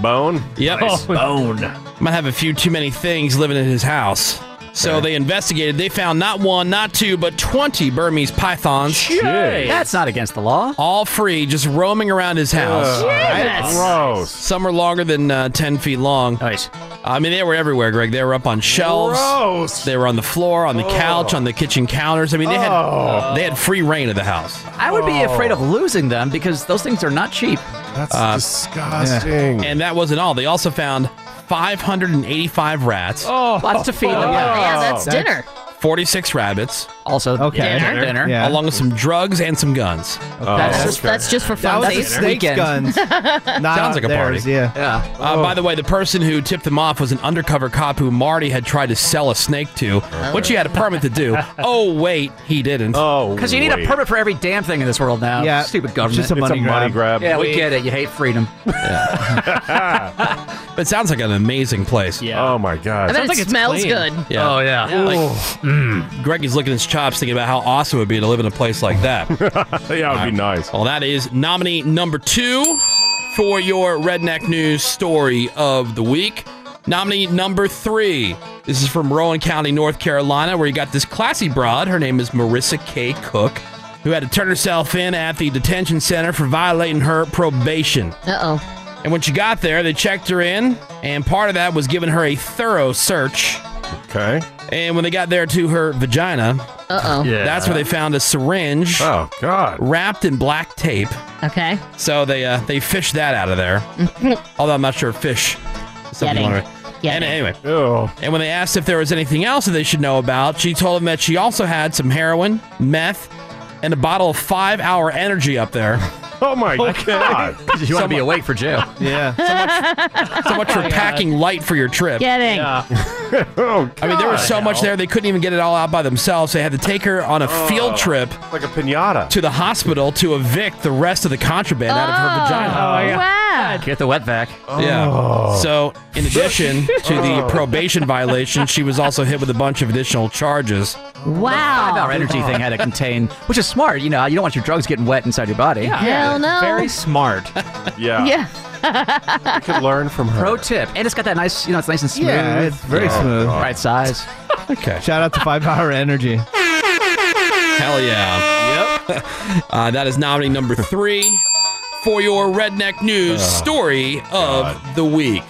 Speaker 4: Bone. Yep.
Speaker 10: Nice. Bone.
Speaker 4: Might have a few too many things living in his house. So they investigated. They found not one, not two, but 20 Burmese pythons.
Speaker 7: Jeez. That's
Speaker 4: not against the law. All free, just roaming around his house.
Speaker 7: Ugh. Jesus.
Speaker 4: Gross. Some are longer than uh, 10 feet long. Nice. I mean, they were everywhere, Greg. They were up on shelves. Gross. They were on the floor, on the couch, on the kitchen counters. I mean, they
Speaker 7: Oh.
Speaker 4: had they had free reign of the house.
Speaker 7: I would be
Speaker 4: Oh.
Speaker 7: afraid
Speaker 4: [laughs]
Speaker 7: of losing them because those things are not cheap.
Speaker 6: That's
Speaker 4: disgusting. Uh, And that wasn't all. They also found 585 rats.
Speaker 7: Oh, lots to feed them.
Speaker 4: Oh
Speaker 10: Yeah, that's That's- dinner.
Speaker 4: 46 rabbits. Also,
Speaker 7: Okay. dinner. Dinner. Yeah.
Speaker 4: Along with some drugs and some guns.
Speaker 17: Oh,
Speaker 5: Oh,
Speaker 10: That's just- okay. that's just for That was funsies. the snake's
Speaker 5: [laughs]
Speaker 10: guns. Not
Speaker 4: Sounds like a party.
Speaker 10: theirs, yeah.
Speaker 4: Yeah. Uh, By the way, the person who tipped them off was an undercover cop who Marty had tried to sell a snake to, which he had a permit
Speaker 10: [laughs]
Speaker 4: to do. Oh, wait, he didn't. Oh,
Speaker 7: Because you need a permit for every damn thing in this world now.
Speaker 4: Yeah.
Speaker 7: Stupid
Speaker 4: It's
Speaker 7: government.
Speaker 4: just a It's money a money grab. grab.
Speaker 7: Yeah, we get it. You hate freedom.
Speaker 4: But it sounds like an amazing place. Yeah. Oh my god.
Speaker 5: I bet Sounds it like it's smells clean. good.
Speaker 4: Yeah.
Speaker 5: Oh, yeah.
Speaker 4: Like, Greg is looking at his chops, thinking about how awesome it would be to live in a place like that. [laughs] yeah, it would be nice. Well, that is nominee number two for your redneck news story of the week. Nominee number three. This is from Rowan County, North Carolina, where you got this classy broad. Her name is Marissa K. Cook, who had to turn herself in at the detention center for violating her probation.
Speaker 5: Uh oh.
Speaker 4: And when she got there, they checked her in, and part of that was giving her a thorough search. Okay. And when they got there to her vagina,
Speaker 5: Uh oh.
Speaker 4: that's where they found a syringe. Oh God! Wrapped in black tape.
Speaker 5: Okay. Mm-hmm.
Speaker 4: So they uh, they fished that out of there. Although I'm not sure fish. is something
Speaker 5: Getting.
Speaker 4: you wanna-
Speaker 5: Yeah.
Speaker 4: And anyway. And when they asked if there was anything else that they should know about, she told them that she also had some heroin, meth, and a bottle of five hour energy up there.
Speaker 6: Oh my
Speaker 4: [laughs] God.
Speaker 19: You want to be awake for jail.
Speaker 4: Yeah. So much for
Speaker 5: [laughs]
Speaker 4: packing light for your trip.
Speaker 5: Getting.
Speaker 4: [laughs]
Speaker 6: Oh,
Speaker 4: I mean, there was so much there they couldn't even get it all out by themselves. They had to take her on a field trip,
Speaker 6: Oh. like a pinata,
Speaker 4: to the hospital to evict the rest of the contraband
Speaker 7: Oh.
Speaker 4: out of her vagina. Oh,
Speaker 6: Oh,
Speaker 5: wow.
Speaker 19: Oh. Get the wet vac.
Speaker 4: Yeah. So, in addition to
Speaker 19: Oh.
Speaker 4: the
Speaker 6: Oh.
Speaker 4: probation violation, she was also hit with a bunch of additional charges.
Speaker 5: Wow.
Speaker 19: Five hour energy thing had to contain, which is smart. You know, you don't want your drugs getting wet inside your body.
Speaker 5: Yeah. Hell no. Very
Speaker 19: smart.
Speaker 6: yeah. [laughs]
Speaker 5: Yeah.
Speaker 6: could learn from her.
Speaker 19: Pro tip. And it's got that nice, you know, it's nice and smooth.
Speaker 18: Yeah, it's very
Speaker 8: Oh,
Speaker 19: Yeah.
Speaker 18: smooth.
Speaker 19: Right size.
Speaker 4: okay.
Speaker 18: Shout out to Five Hour Energy.
Speaker 4: Hell yeah. Yep. [laughs] uh, that is nominee number three for your redneck news
Speaker 19: Oh,
Speaker 4: story of the week.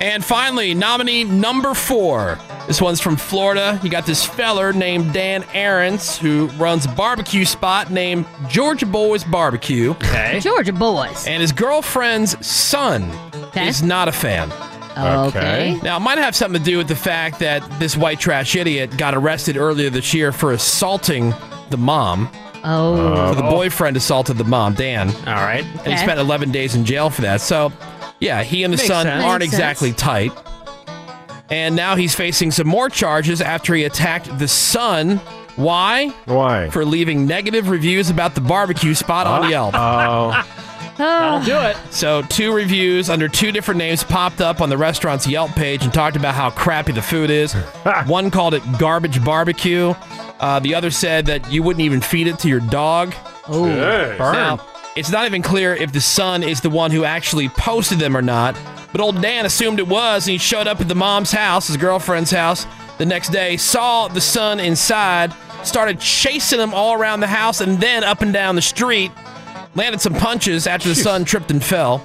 Speaker 4: And finally, nominee number four. This one's from Florida. You got this feller named Dan Ahrens who runs a barbecue spot named Georgia Boys Barbecue. Okay.
Speaker 5: Georgia Boys.
Speaker 4: And his girlfriend's son is not a fan.
Speaker 5: Okay.
Speaker 4: Now, it might have something to do with the fact that this white trash idiot got arrested earlier this year for assaulting the mom.
Speaker 5: Oh.
Speaker 4: So the boyfriend assaulted the mom, Dan. All right. And he
Speaker 5: Okay.
Speaker 4: spent 11 days in jail for that. So, yeah, he and the
Speaker 11: Makes
Speaker 4: son
Speaker 11: sense.
Speaker 4: aren't
Speaker 11: Makes sense.
Speaker 4: exactly tight. And now he's facing some more charges after he attacked the son. Why?
Speaker 6: Why?
Speaker 4: For leaving negative reviews about the barbecue spot on Yelp. Oh.
Speaker 5: That'll
Speaker 4: do it. So, two reviews under two different names popped up on the restaurant's Yelp page and talked about how crappy the food [laughs] is. One called it garbage barbecue. Uh, the other said that you wouldn't even feed it to your dog.
Speaker 5: Oh, Jeez. burn.
Speaker 4: Now, it's not even clear if the son is the one who actually posted them or not, but old Dan assumed it was, and he showed up at the mom's house, his girlfriend's house, the next day, saw the son inside, started chasing him all around the house, and then up and down the street, landed some punches after the son tripped and fell.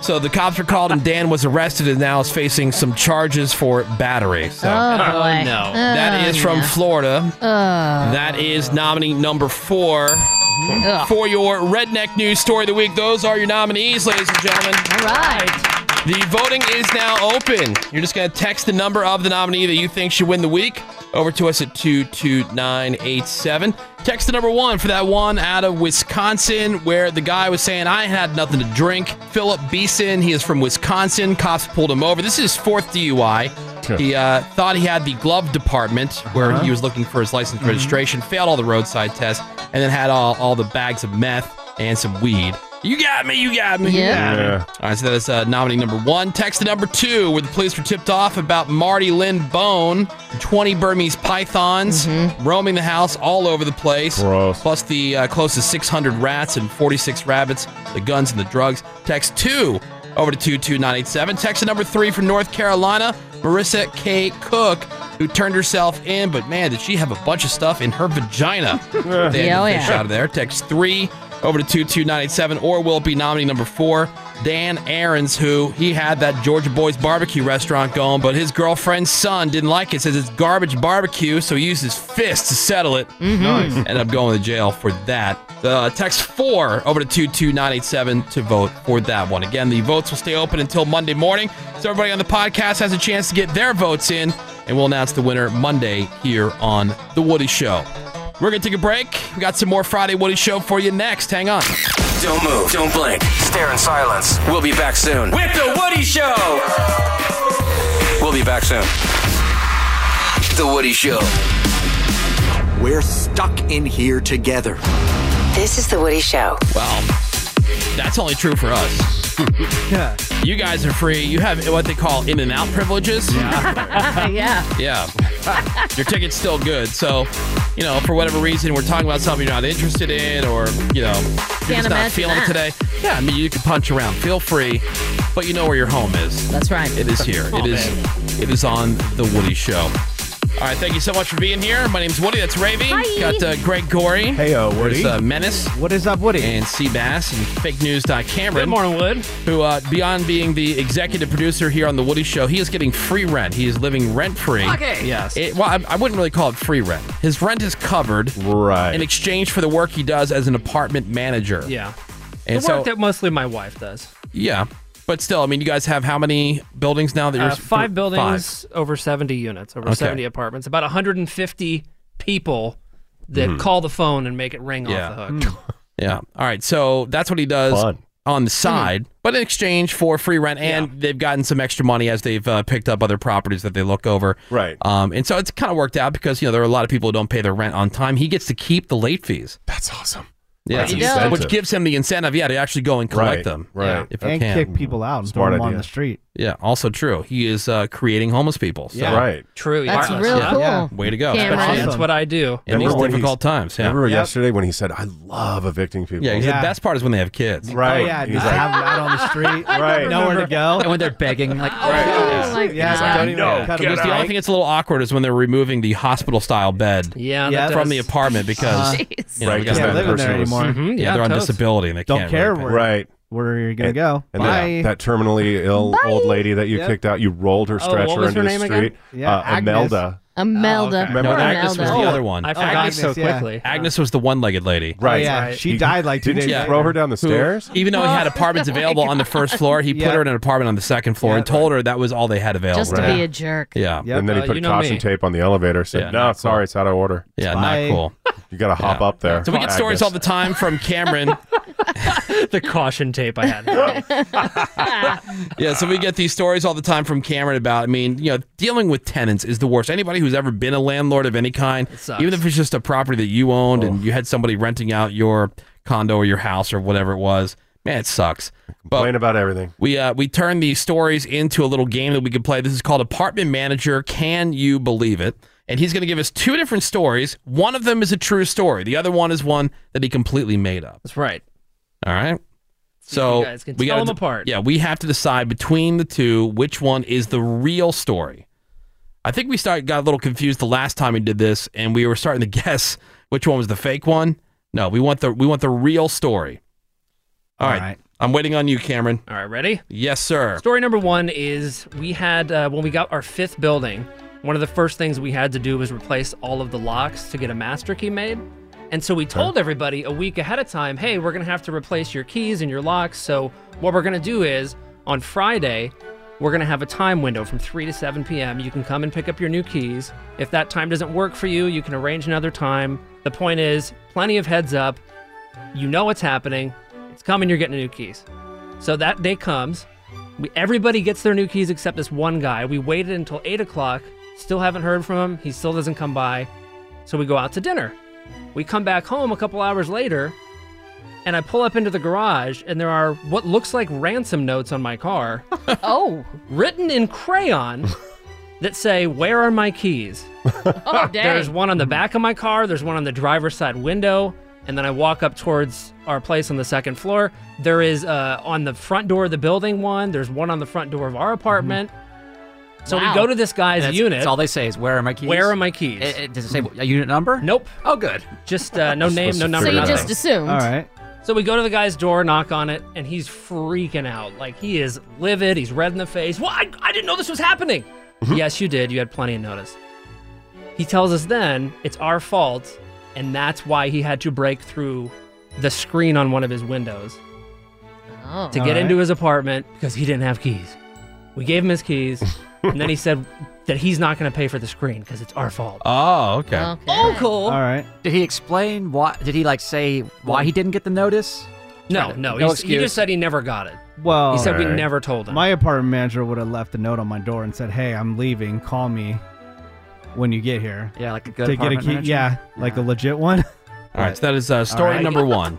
Speaker 4: So the cops were called, and Dan was arrested, and now is facing some charges for battery. So
Speaker 5: Oh, boy. Oh, no.
Speaker 4: that
Speaker 5: Oh,
Speaker 4: is from
Speaker 5: no.
Speaker 4: Florida.
Speaker 5: Uh,
Speaker 4: That is nominee number four
Speaker 5: Ugh.
Speaker 4: for your redneck news story of the week. Those are your nominees, ladies and gentlemen.
Speaker 5: All right.
Speaker 4: The voting is now open. You're just going to text the number of the nominee that you think should win the week over to us at 22987. Text the number one for that one out of Wisconsin where the guy was saying, I had nothing to drink. Philip Beeson, he is from Wisconsin. Cops pulled him over. This is his fourth DUI. He uh, thought he had the glove department where
Speaker 11: Uh-huh.
Speaker 4: he was looking for his license registration, failed all the roadside tests, and then had all, all the bags of meth and some weed. You got me, you got me.
Speaker 5: Yeah.
Speaker 6: Yeah.
Speaker 4: All right, so that is uh, nominee number one. Text to number two, where the police were tipped off about Marty Lynn Bone, 20 Burmese pythons roaming the house all over the place. Plus the uh, close to 600 rats and 46 rabbits, the guns and the drugs. Text two over to 22987. Text to number three from North Carolina, Marissa K. Cook, who turned herself in, but man, did she have a bunch of stuff in her vagina. they had to
Speaker 5: [laughs] Yeah, oh,
Speaker 4: fish
Speaker 5: yeah.
Speaker 4: out of there. Text three over to 22987, or will it be nominee number four, Dan Ahrens, who he had that Georgia Boys barbecue restaurant going, but his girlfriend's son didn't like it, says it's garbage barbecue, so he used his fist to settle it.
Speaker 5: Nice.
Speaker 4: Ended up going to jail for that. Uh, text four over to 22987 to vote for that one. Again, the votes will stay open until Monday morning, so everybody on the podcast has a chance to get their votes in, and we'll announce the winner Monday here on The Woody Show. We're going to take a break. We got some more Friday Woody Show for you next. Hang on.
Speaker 10: Don't move. Don't blink. Stare in silence. We'll be back soon with The Woody Show. We'll be back soon. The Woody Show.
Speaker 20: We're stuck in here together. This is The Woody Show.
Speaker 4: Well, that's only true for us. You guys are free. You have what they call in and out privileges. Yeah. [laughs]
Speaker 5: yeah.
Speaker 7: [laughs]
Speaker 4: Your ticket's still good. So, you know, for whatever reason, we're talking about something you're not interested in or, you know, you're
Speaker 5: Can't
Speaker 4: just not
Speaker 5: imagine
Speaker 4: feeling
Speaker 5: that.
Speaker 4: it today. Yeah, I mean, you can punch around. Feel free. But you know where your home is.
Speaker 5: That's right.
Speaker 4: It is here.
Speaker 5: Oh,
Speaker 4: it is.
Speaker 5: man.
Speaker 4: It is on the Woody Show. All right, thank you so much for being here. My name's Woody. That's Ravy. Got uh, Greg Gorey. Hey,
Speaker 6: uh,
Speaker 4: Woody. There's, uh, Menace. What is up, Woody? And Seabass and Fake News. Cameron. Good morning, Wood. Who, uh, beyond being the executive producer here on the Woody Show, he is getting free rent. He is living rent free.
Speaker 19: Okay. Yes.
Speaker 4: It, well, I, I wouldn't really call it free rent. His rent is covered, right, in exchange for the work he does as an apartment manager.
Speaker 11: Yeah.
Speaker 4: And
Speaker 11: the
Speaker 4: so-
Speaker 11: work that mostly my wife does.
Speaker 4: Yeah. But still, I mean, you guys have how many buildings now that you're
Speaker 11: Uh, five
Speaker 4: Five.
Speaker 11: buildings, over 70 units, over
Speaker 4: Okay.
Speaker 11: 70 apartments, about 150 people that
Speaker 4: Mhm.
Speaker 11: call the phone and make it ring off
Speaker 4: Hmm.
Speaker 11: the hook.
Speaker 4: Yeah. All right. So that's what he does
Speaker 11: Fun.
Speaker 4: on the side, but in exchange for free rent, and they've gotten some extra money as they've uh, picked up other properties that they look over. Right. Um, and so it's kind of worked out because you know there are a lot of people who don't pay their rent on time. He gets to keep the late fees.
Speaker 6: That's awesome.
Speaker 4: Yeah,
Speaker 6: That's an incentive.
Speaker 4: which gives him the incentive, yeah, to actually go and collect
Speaker 6: Right,
Speaker 4: them,
Speaker 6: right.
Speaker 4: yeah, If he
Speaker 8: and
Speaker 4: can.
Speaker 8: kick people out and
Speaker 4: Smart
Speaker 8: throw them on
Speaker 4: idea.
Speaker 8: the street.
Speaker 4: Yeah, also true. He is uh, creating homeless people. So.
Speaker 8: Yeah. Right.
Speaker 11: True,
Speaker 8: That's real cool,
Speaker 4: Way to go.
Speaker 11: Cameron.
Speaker 4: Especially-
Speaker 11: That's what I do.
Speaker 4: In these
Speaker 6: Remember when
Speaker 4: difficult
Speaker 6: he-
Speaker 4: times. Yeah.
Speaker 6: Remember yesterday when he said, "I love evicting people."
Speaker 4: Yeah, 'cause the best part is when they have kids.
Speaker 6: Right.
Speaker 8: Oh, yeah,
Speaker 6: He's
Speaker 8: just
Speaker 6: like-
Speaker 8: have them out on the
Speaker 19: [laughs]
Speaker 8: street. right. Nowhere to go.
Speaker 7: And when they're begging, like, oh,
Speaker 8: my Yeah, God. don't even
Speaker 6: Oh,
Speaker 8: cut
Speaker 4: Because
Speaker 8: them
Speaker 4: the only
Speaker 8: out.
Speaker 4: thing that's a little awkward is when they're removing the hospital style bed
Speaker 11: Yeah, that does-
Speaker 4: from the apartment
Speaker 6: [laughs]
Speaker 4: because
Speaker 8: Uh,
Speaker 4: you know,
Speaker 8: Right,
Speaker 4: we got
Speaker 8: 'cause
Speaker 4: that
Speaker 8: that living there
Speaker 4: person was-
Speaker 8: anymore.
Speaker 4: Mm-hmm.
Speaker 8: Mhm,
Speaker 4: yeah,
Speaker 8: yeah,
Speaker 4: they're on
Speaker 8: totes.
Speaker 4: disability and they
Speaker 8: Don't
Speaker 4: can't
Speaker 8: care
Speaker 4: really
Speaker 8: where,
Speaker 4: pay.
Speaker 8: right. where you're going to
Speaker 6: And-
Speaker 8: go.
Speaker 6: And
Speaker 8: Bye.
Speaker 6: that, that terminally ill old lady that you
Speaker 8: Yep.
Speaker 6: kicked out, you rolled her
Speaker 8: Oh,
Speaker 6: stretcher
Speaker 8: what was
Speaker 6: into
Speaker 8: her
Speaker 6: the
Speaker 8: name again?
Speaker 6: street.
Speaker 8: Yeah,
Speaker 6: uh,
Speaker 8: Agnes. Oh,
Speaker 6: Imelda.
Speaker 5: Imelda.
Speaker 4: No,
Speaker 5: Poor
Speaker 4: Agnes was
Speaker 5: Imelda.
Speaker 4: the other one.
Speaker 11: I
Speaker 6: Oh,
Speaker 11: forgot so
Speaker 4: Agnes-
Speaker 11: quickly.
Speaker 4: Agnes was the one-legged lady.
Speaker 6: Right. Oh, yeah, she He- died like two didn't days you later. throw her down the
Speaker 4: Who-
Speaker 6: stairs?
Speaker 4: even though he
Speaker 6: [laughs]
Speaker 4: had
Speaker 6: Oh,
Speaker 4: apartments
Speaker 6: my
Speaker 4: available on the first floor, he put
Speaker 6: Yeah.
Speaker 4: her in an apartment on the second floor and told her that was all they had available.
Speaker 5: Just to be a jerk.
Speaker 4: Yeah.
Speaker 6: And
Speaker 8: Uh,
Speaker 6: then he put caution tape on the elevator. Said,
Speaker 4: Yeah,
Speaker 6: "No,
Speaker 4: not
Speaker 6: sorry, it's out of order."
Speaker 4: Yeah, not Bye. cool.
Speaker 6: You got to hop up there.
Speaker 4: So we get
Speaker 6: Agnes.
Speaker 4: stories all the time from
Speaker 6: [laughs]
Speaker 4: Cameron.
Speaker 11: the caution tape I had.
Speaker 4: [laughs] yeah, so we get these stories all the time from Cameron about, I mean, you know, dealing with tenants is the worst. Anybody who's ever been a landlord of any kind,
Speaker 11: sucks.
Speaker 4: even if it's just a property that you owned and you had somebody renting out your condo or your house or whatever it was, man, it sucks. Complain
Speaker 6: about everything.
Speaker 4: We uh, we turn these stories into a little game that we can play. This is called Apartment Manager. Can you believe it? And he's going to give us two different stories. One of them is a true story. The other one is one that he completely made up.
Speaker 11: That's right.
Speaker 4: All right. So
Speaker 11: you guys can
Speaker 4: we
Speaker 11: tell
Speaker 4: gotta-
Speaker 11: 'em apart.
Speaker 4: Yeah, we have to decide between the two which one is the real story. I think we start got a little confused the last time we did this, and we were starting to [laughs] guess which one was the fake one. No, we want the we want the real story. All
Speaker 11: All
Speaker 4: right.
Speaker 11: right.
Speaker 4: I'm waiting on you, Cameron.
Speaker 11: All right, ready?
Speaker 4: Yes, sir.
Speaker 11: Story number one is we had, uh, when we got our fifth building, one of the first things we had to do was replace all of the locks to get a master key made. And so we told everybody a week ahead of time, hey, we're going to have to replace your keys and your locks. So what we're going to do is on Friday, we're going to have a time window from 3 to 7 p.m. You can come and pick up your new keys. If that time doesn't work for you, you can arrange another time. The point is, plenty of heads up. You know what's happening. It's coming, you're getting new keys. So that day comes. We, everybody gets their new keys except this one guy. We waited until 8 o'clock. Still haven't heard from him. He still doesn't come by. So we go out to dinner. We come back home a couple hours later, and I pull up into the garage, and there are what looks like ransom notes on my car.
Speaker 5: oh.
Speaker 11: Written in crayon that say, Where are my keys?
Speaker 5: Oh,
Speaker 11: [laughs] There's
Speaker 5: dang.
Speaker 11: one on the back of my car. There's one on the driver's side window. And then I walk up towards our place on the second floor. There is uh, on the front door of the building one. There's one on the front door of our apartment. So we
Speaker 7: Wow.
Speaker 11: go to this guy's
Speaker 7: And that's-
Speaker 11: unit.
Speaker 7: that's all they say is, "Where are my keys?"
Speaker 11: Where are my keys?
Speaker 19: Eh,
Speaker 7: It- it- does it say a unit number?
Speaker 11: Nope.
Speaker 7: Oh, good.
Speaker 11: Just uh, no name, no number. nothing. So we go to the guy's door, knock on it, and he's freaking out. Like he is livid. He's red in the face. Well, I, I didn't know this was happening. yes, you did. You had plenty of notice. He tells us then it's our fault, and that's why he had to break through the screen on one of his windows
Speaker 5: Oh.
Speaker 11: to get into his apartment because he didn't have keys. We gave him his keys, and then he said that he's not going to pay for the screen because it's our fault.
Speaker 4: Oh, okay.
Speaker 11: Uncle.
Speaker 7: All
Speaker 8: right.
Speaker 7: Did he explain why? Did he like say why he didn't get the notice?
Speaker 11: No, no,
Speaker 7: no
Speaker 11: he's, he
Speaker 7: excuse.
Speaker 11: just said he never got it.
Speaker 8: Well,
Speaker 11: he said we never told him.
Speaker 8: My apartment manager would have left a note on my door and said, "Hey, I'm leaving. Call me when you get here."
Speaker 7: Yeah, like a good
Speaker 8: to get a
Speaker 7: apartment
Speaker 8: key.
Speaker 7: manager?
Speaker 8: Yeah, like a legit one.
Speaker 4: All right, so that is uh, story
Speaker 11: right. [laughs]
Speaker 4: number one.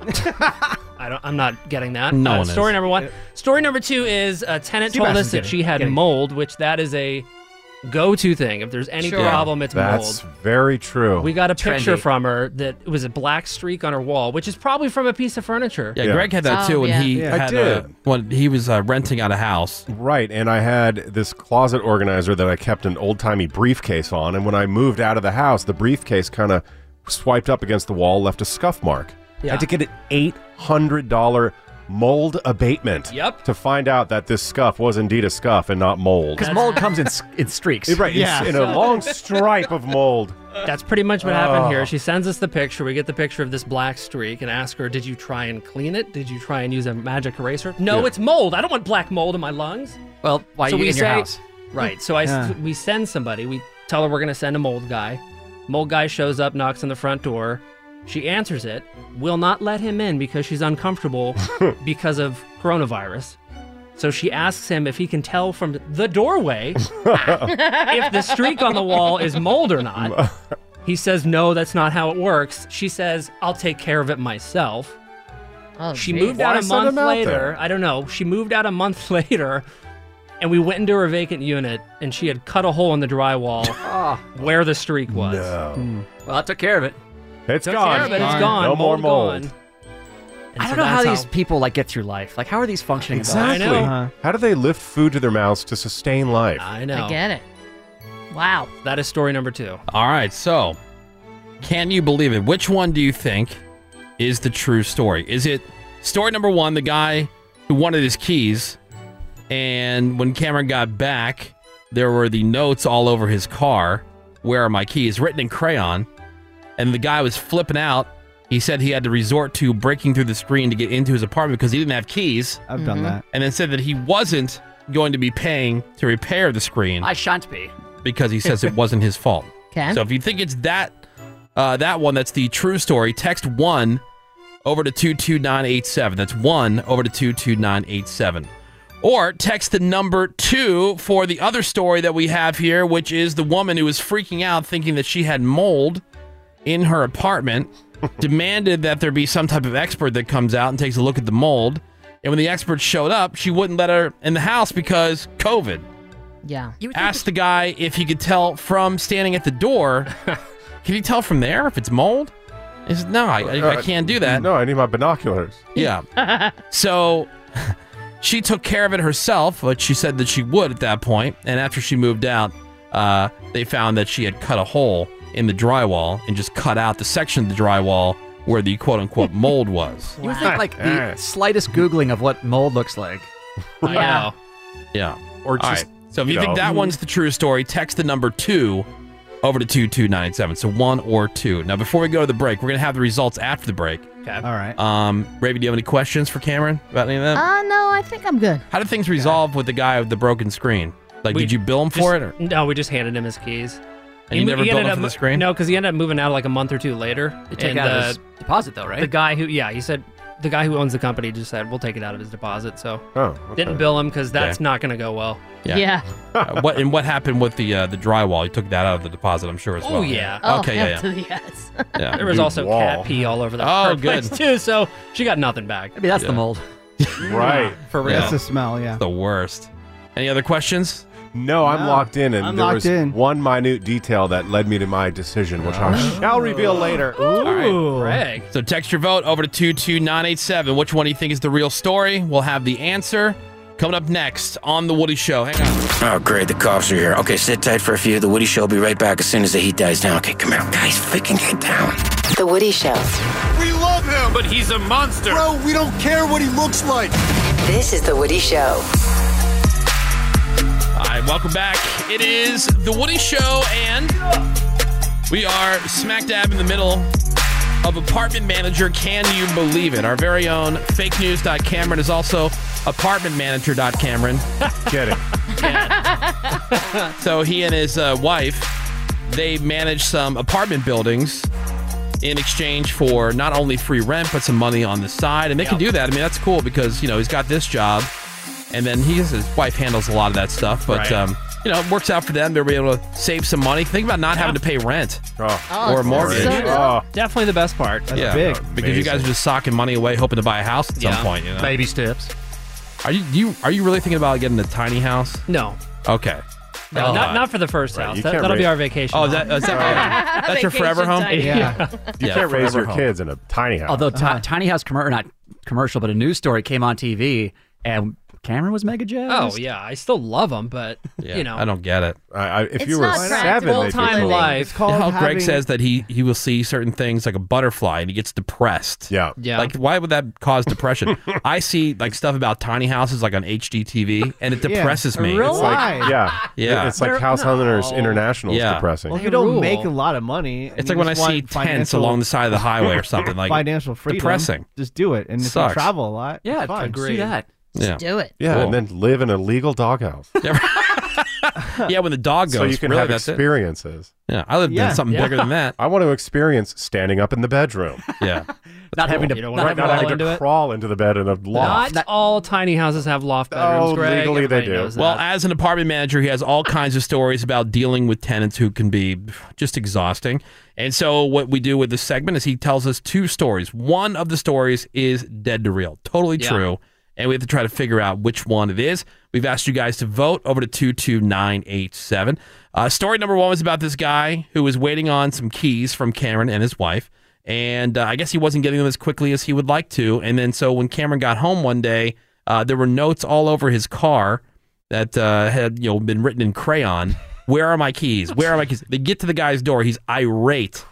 Speaker 11: I don't, I'm not getting that.
Speaker 4: No
Speaker 11: Uh,
Speaker 4: one is.
Speaker 11: story number one. Story number two is a tenant
Speaker 4: Seabass
Speaker 11: told
Speaker 4: is
Speaker 11: us that
Speaker 4: getting-
Speaker 11: she had
Speaker 4: getting-
Speaker 11: mold, which that is a go-to thing. If there's any
Speaker 6: Yeah,
Speaker 11: problem, it's
Speaker 6: That's
Speaker 11: mold.
Speaker 6: very true.
Speaker 11: We got a picture
Speaker 6: Trendy.
Speaker 11: from her that it was a black streak on her wall, which is probably from a piece of furniture.
Speaker 4: Yeah, Greg had
Speaker 7: Oh,
Speaker 4: that too when he
Speaker 6: Oh, Yeah. I
Speaker 4: had
Speaker 6: did.
Speaker 4: uh, when he was uh, renting out a house.
Speaker 6: Right, and I had this closet organizer that I kept an old timey briefcase on, and when I moved out of the house, the briefcase kind of swiped up against the wall, left a scuff mark. I
Speaker 11: Yeah.
Speaker 6: had to get an eight hundred dollar mold abatement.
Speaker 11: Yep.
Speaker 6: To find out that this scuff was indeed a scuff and not mold.
Speaker 7: Because mold comes in, s- in streaks.
Speaker 6: Right, yeah. in a long stripe of mold.
Speaker 4: uh,
Speaker 11: That's pretty much what happened
Speaker 6: Oh.
Speaker 11: here. She sends us the picture. We get the picture of this black streak and ask her, Did you try and clean it? Did you try and use a magic eraser? No,
Speaker 7: Yeah.
Speaker 11: it's mold. I don't want black mold in my lungs.
Speaker 7: Well, why
Speaker 11: so
Speaker 7: you
Speaker 11: we
Speaker 7: in
Speaker 11: say,
Speaker 7: your house?
Speaker 11: Right. So I, s-
Speaker 7: Yeah.
Speaker 11: we send somebody. We tell her we're going to send a mold guy. Mold guy shows up, knocks on the front door. She answers it, will not let him in because she's [laughs] uncomfortable because of coronavirus. So she asks him if he can tell from the [laughs] doorway if the streak on the wall is mold or [laughs] not. He says, No, that's not how it works. She says, I'll take care of it myself. she
Speaker 5: geez.
Speaker 11: moved
Speaker 5: Why
Speaker 11: out a
Speaker 5: send
Speaker 11: month
Speaker 5: him out
Speaker 11: later.
Speaker 5: there?
Speaker 11: I don't know. She moved out a month [laughs] later, and we went into her vacant unit, and she had cut a hole in the drywall where the streak was.
Speaker 7: Well, I took care of it.
Speaker 6: It's
Speaker 11: Took gone. care of it. It's Darn. gone.
Speaker 7: No more
Speaker 11: Mold mold. gone.
Speaker 7: I
Speaker 11: so
Speaker 7: don't know how
Speaker 11: that's
Speaker 7: these
Speaker 11: how-
Speaker 7: people like get through life. Like, how are these functioning?
Speaker 6: Exactly.
Speaker 7: Adults?
Speaker 6: How do they lift food to their mouths to sustain life?
Speaker 11: I know.
Speaker 5: I get it. Wow.
Speaker 11: That is story number two.
Speaker 4: All right, so can you believe it? Which one do you think is the true story? Is it story number one, the guy who wanted his keys, and when Cameron got back, there were the notes all over his car Where are my keys? written in crayon, and the guy was flipping out. He said he had to resort to breaking through the screen to get into his apartment because he didn't have keys.
Speaker 8: I've
Speaker 11: Mm-hmm.
Speaker 8: done Mhm. that.
Speaker 4: And then said that he wasn't going to be paying to repair the screen
Speaker 7: I shan't be.
Speaker 4: because he says it wasn't his fault.
Speaker 7: 'Kay.
Speaker 4: So if you think it's that uh, that one, that's the true story. Text one over to two two nine eight seven. That's one over to two two nine eight seven. Or text the number two for the other story that we have here, which is the woman who was freaking out thinking that she had mold in her apartment, demanded that there be some type of expert that comes out and takes a look at the mold. And when the expert showed up, she wouldn't let her in the house because COVID
Speaker 5: Yeah.
Speaker 4: asked the guy if he could tell from standing at
Speaker 6: [laughs]
Speaker 4: the door. can you tell from there if it's mold? He said, no, I, I, I can't do that.
Speaker 6: Uh, No, I need my binoculars.
Speaker 4: Yeah. so [laughs] she took care of it herself, but she said that she would at that point. And after she moved out, uh, they found that she had cut a hole in the drywall and just cut out the section of the drywall where the
Speaker 6: [laughs]
Speaker 4: quote unquote mold was.
Speaker 7: You would think like the slightest googling of what mold looks like.
Speaker 4: I Yeah. know. Yeah.
Speaker 7: Or
Speaker 4: All
Speaker 7: just,
Speaker 4: So if
Speaker 7: you
Speaker 4: you, think
Speaker 7: know.
Speaker 4: that one's the true story, text the number two over to 22987. So one or two. Now, before we go to the break, we're going to have the results after the break.
Speaker 11: Okay. All
Speaker 8: right.
Speaker 4: Um, Ravi, do you have any questions for Cameron about any of that?
Speaker 5: Uh, no, I think I'm good.
Speaker 4: How did things resolve with the guy with the broken screen? Like,
Speaker 11: We
Speaker 4: did you bill him for it? Or?
Speaker 11: No, we just handed him his keys.
Speaker 4: And you
Speaker 11: mo-
Speaker 4: never billed
Speaker 11: ended
Speaker 4: him
Speaker 11: up
Speaker 4: for the
Speaker 11: mo-
Speaker 4: screen?
Speaker 11: No, because he ended up moving out like a month or two later.
Speaker 7: They took
Speaker 11: And,
Speaker 7: out
Speaker 11: uh,
Speaker 7: his deposit though, right?
Speaker 11: The guy who, yeah, he said the guy who owns the company just said we'll take it out of his deposit. So
Speaker 6: oh,
Speaker 11: didn't bill him because that's
Speaker 4: Okay.
Speaker 11: not going to go well.
Speaker 4: [laughs] Uh, what and what happened with the uh, the drywall? You took that out of the deposit, I'm sure as well.
Speaker 11: Oh yeah.
Speaker 4: okay. Yeah.
Speaker 11: [laughs]
Speaker 4: yeah.
Speaker 5: yes.
Speaker 4: Yeah.
Speaker 11: There was
Speaker 4: Dude,
Speaker 11: also
Speaker 4: wall.
Speaker 11: cat pee all over the
Speaker 4: Oh,
Speaker 11: her place [laughs]
Speaker 4: good.
Speaker 11: too, so she got nothing back.
Speaker 7: Maybe that's the
Speaker 4: [laughs]
Speaker 7: mold.
Speaker 6: Right.
Speaker 11: [laughs] For real.
Speaker 6: That's the
Speaker 8: smell, yeah.
Speaker 4: The worst. Any other questions?
Speaker 6: No, I'm
Speaker 4: No.
Speaker 6: locked in, and
Speaker 4: I'm
Speaker 6: there
Speaker 4: locked
Speaker 6: was one minute detail that led me to my decision, which [laughs] I shall reveal later.
Speaker 4: All right. So text your vote over to 22987. Which one do you think is the real story? We'll have the answer coming up next on The Woody Show. Hang on.
Speaker 10: Oh, great. The cops are here. Okay, sit tight for a few. The Woody Show will be right back as soon as the heat dies down. Okay, come here. Guys, freaking get down.
Speaker 17: The Woody Show.
Speaker 10: We love him, but he's a monster.
Speaker 17: Bro, we don't care what he looks like. This is The Woody Show.
Speaker 4: All right, welcome back. It is The Woody Show, and we are smack dab in the middle of apartment manager. Can you believe it? Our very own fake news.cameron is also apartment manager.cameron.
Speaker 6: Get it.
Speaker 4: So he and his uh, wife, they manage some apartment buildings in exchange for not only free rent but some money on the side, and they can do that. I mean, that's cool because you know he's got this job, and then he his wife handles a lot of that stuff. But
Speaker 11: Right.
Speaker 4: um, you know, it works out for them. They'll be able to save some money. Think about not having to pay rent
Speaker 11: Oh,
Speaker 4: or a
Speaker 11: it's
Speaker 4: mortgage.
Speaker 11: so good. Oh. Definitely the best part. That's
Speaker 4: yeah,
Speaker 11: big.
Speaker 4: because you guys are just socking money away, hoping to buy a house at
Speaker 11: Yeah.
Speaker 4: some point. You know?
Speaker 11: Baby
Speaker 4: steps. Are you, do you are you really thinking about getting a tiny house?
Speaker 11: No.
Speaker 4: Okay.
Speaker 11: No,
Speaker 4: Oh.
Speaker 11: not, not for the first
Speaker 4: Right,
Speaker 11: house.
Speaker 4: you
Speaker 11: That,
Speaker 4: can't
Speaker 11: that'll be
Speaker 4: raise-
Speaker 11: our vacation.
Speaker 4: Oh,
Speaker 11: home.
Speaker 4: that-
Speaker 11: [laughs]
Speaker 4: is
Speaker 7: [laughs]
Speaker 4: that- that's your forever home? [laughs]
Speaker 11: Yeah. [laughs]
Speaker 6: You
Speaker 7: Yeah,
Speaker 6: can't raise
Speaker 7: forever
Speaker 6: your
Speaker 7: home.
Speaker 6: kids in a tiny house.
Speaker 4: Uh-huh.
Speaker 7: Although ti- tiny house commercial, not commercial, but a news story came on TV, and Cameron was mega
Speaker 11: Oh
Speaker 7: jazzed.
Speaker 11: yeah, I still love them, but you know,
Speaker 4: I don't get it.
Speaker 6: I, I, if
Speaker 11: It's you were not seven, practical they'd be time cool. life.
Speaker 4: It's called how
Speaker 11: having-
Speaker 4: Greg says that he he will see certain things like a butterfly and he gets depressed.
Speaker 6: Yeah,
Speaker 11: Yeah.
Speaker 4: Like why would that
Speaker 6: [laughs]
Speaker 4: cause depression? I see like stuff about tiny houses like on HGTV and it
Speaker 6: Yeah.
Speaker 4: depresses me.
Speaker 8: Real
Speaker 4: It's like-
Speaker 8: life.
Speaker 6: yeah,
Speaker 4: [laughs] yeah.
Speaker 6: It's like House Hunters International is
Speaker 4: Yeah.
Speaker 6: depressing.
Speaker 8: Well, if you don't
Speaker 11: rule.
Speaker 8: make a lot of money. and
Speaker 4: It's
Speaker 8: you
Speaker 4: like when I
Speaker 8: just
Speaker 4: see
Speaker 8: want
Speaker 4: tents
Speaker 8: financial-
Speaker 4: along the side of the
Speaker 8: [laughs]
Speaker 4: highway or something like
Speaker 8: financial freedom.
Speaker 4: Depressing.
Speaker 8: Just do it, and if you
Speaker 4: Sucks.
Speaker 8: travel a lot,
Speaker 7: Yeah,
Speaker 8: it's fine.
Speaker 7: agree. Do that.
Speaker 4: Yeah.
Speaker 5: do it.
Speaker 6: Yeah,
Speaker 4: Cool.
Speaker 6: and then live in a legal doghouse.
Speaker 4: [laughs] yeah, when the dog goes,
Speaker 6: so you can
Speaker 4: really,
Speaker 6: have
Speaker 4: that's it.
Speaker 6: experiences.
Speaker 4: Yeah, I lived in Yeah. something Yeah. bigger than that.
Speaker 6: [laughs] I want to experience standing up in the bedroom.
Speaker 4: Yeah,
Speaker 7: [laughs] not having to
Speaker 11: You don't
Speaker 7: not
Speaker 11: wanna
Speaker 7: having
Speaker 11: crawl into
Speaker 7: to crawl into
Speaker 11: it.
Speaker 7: it.
Speaker 6: crawl into the bed in a
Speaker 11: not,
Speaker 6: loft.
Speaker 11: all tiny houses have loft bedrooms. Greg. Everybody knows that.
Speaker 4: Well, as an apartment manager, he has all kinds of stories about dealing with tenants who can be just exhausting. And so, what we do with this segment is he tells us two stories. One of the stories is dead to real, totally
Speaker 11: Yeah.
Speaker 4: true. And we have to try to figure out which one it is. We've asked you guys to vote over to 22987. Uh, story number one was about this guy who was waiting on some keys from Cameron and his wife. And uh, I guess he wasn't getting them as quickly as he would like to. And then, so when Cameron got home one day, uh, there were notes all over his car that uh, had you know been written in crayon. Where are my keys? Where are my keys? They get to the guy's door. He's irate.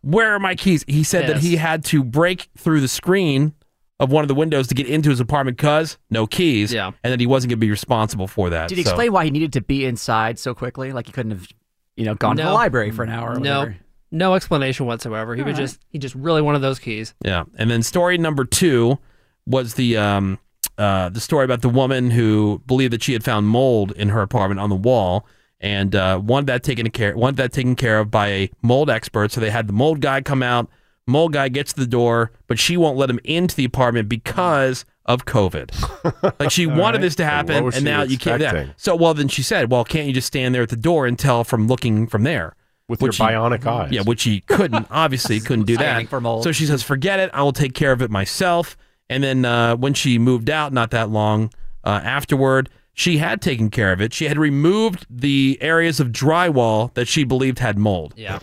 Speaker 4: Where are my keys? He said that he
Speaker 11: Yes.
Speaker 4: had to break through the screen of one of the windows to get into his apartment because no keys. Yeah. And that he wasn't going to be responsible for that.
Speaker 7: Did he
Speaker 4: So-
Speaker 7: explain why he needed to be inside so quickly? Like he couldn't have, you know, gone to the
Speaker 11: No.
Speaker 7: library for an hour. Or
Speaker 11: no,
Speaker 7: whatever?
Speaker 11: no explanation whatsoever. He was
Speaker 7: Alright.
Speaker 11: just he just really wanted those keys.
Speaker 4: Yeah, and then story number two was the um, uh, the story about the woman who believed that she had found mold in her apartment on the wall, and uh, wanted that taken care wanted that taken care of by a mold expert. So they had the mold guy come out. Mold guy gets to the door, but she won't let him into the apartment because of
Speaker 11: [laughs]
Speaker 4: COVID. Like she
Speaker 11: All
Speaker 4: wanted
Speaker 11: right.
Speaker 4: this to
Speaker 11: So what
Speaker 4: happen,
Speaker 11: was
Speaker 4: and
Speaker 11: she
Speaker 4: now you can't. yeah.
Speaker 11: expecting?
Speaker 4: So well, then she said, "Well, can't you just stand there at the door and tell from looking from there?" With
Speaker 6: your bionic eyes.
Speaker 4: Yeah, which he couldn't. Obviously, couldn't do
Speaker 7: Scanning
Speaker 4: that.
Speaker 7: for mold.
Speaker 4: So she says, "Forget it. I will take care of it myself." And then uh, when she moved out, not that long uh, afterward, she had taken care of it. She had removed the areas of drywall that she believed had mold.
Speaker 11: Yeah.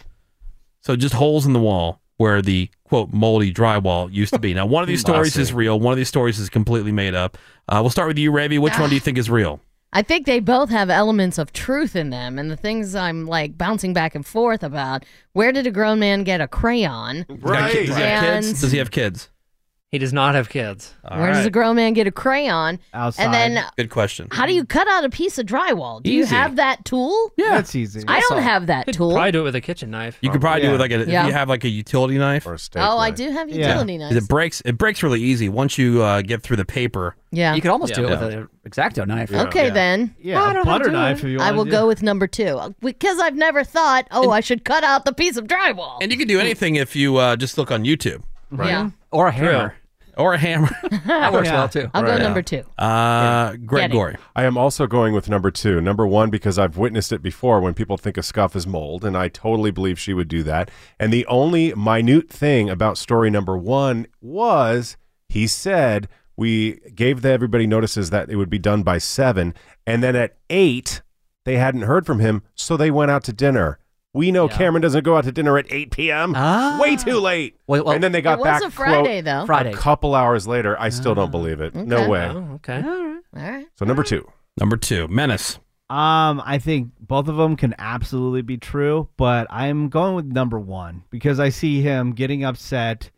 Speaker 4: So just holes in the wall where the quote moldy drywall used to be. Now, one of these
Speaker 11: I
Speaker 4: stories
Speaker 11: see.
Speaker 4: is real. One of these stories is completely made up. Uh, we'll start with you, Ravi. Which one do you think is real?
Speaker 5: I think they both have elements of truth in them, and the things I'm like bouncing back and forth about. Where did a grown man get a crayon?
Speaker 4: Does he have
Speaker 5: And-
Speaker 4: kids? Does he have kids?
Speaker 11: He does not have kids.
Speaker 5: Where does a grown man get a crayon? And then,
Speaker 4: good question.
Speaker 5: how do you cut out a piece of drywall? Do you
Speaker 4: Easy.
Speaker 5: have that tool?
Speaker 4: Yeah,
Speaker 8: that's easy.
Speaker 5: I don't have that
Speaker 11: Could
Speaker 5: tool.
Speaker 11: Probably do it with a kitchen knife.
Speaker 4: You could probably do it with like a
Speaker 5: Yeah.
Speaker 4: if you have like a utility knife or a steak.
Speaker 5: Oh, I knife. do have utility knives.
Speaker 4: It breaks. It breaks really easy once you uh, get through the paper.
Speaker 5: Yeah. You could
Speaker 7: almost do it with an exacto knife.
Speaker 5: Okay, then.
Speaker 7: Yeah, Well, I don't know how butter to do knife it. if you
Speaker 5: I
Speaker 7: wanna
Speaker 5: will
Speaker 7: do-
Speaker 5: go with number two Uh, because I've never thought, oh, I should cut out the piece of drywall.
Speaker 4: And you can do anything if you uh, just look on YouTube,
Speaker 5: Right. Yeah.
Speaker 7: Or a
Speaker 4: hammer, or a hammer. [laughs]
Speaker 5: that
Speaker 7: works well, too.
Speaker 5: I'll
Speaker 6: Right.
Speaker 5: go number two.
Speaker 4: Uh,
Speaker 5: Get it. Gory.
Speaker 6: I am also going with number two. Number one, because I've witnessed it before when people think of scuff as mold, and I totally believe she would do that. And the only minute thing about story number one was he said we gave the, everybody notices that it would be done by seven, and then at eight, they hadn't heard from him, so they went out to dinner. We know Cameron doesn't go out to dinner at 8 p.m. Way too late. and then they got
Speaker 5: It was
Speaker 6: back.
Speaker 5: a Friday,
Speaker 6: quote,
Speaker 5: though.
Speaker 6: A
Speaker 5: Friday.
Speaker 6: couple hours later. I still don't believe it. No
Speaker 5: Ah, Okay.
Speaker 6: way.
Speaker 11: Oh, okay.
Speaker 5: All right. All right.
Speaker 6: So number two.
Speaker 4: Number two, menace.
Speaker 8: Um, I think both of them can absolutely be true, but I'm going with number one because I see him getting upset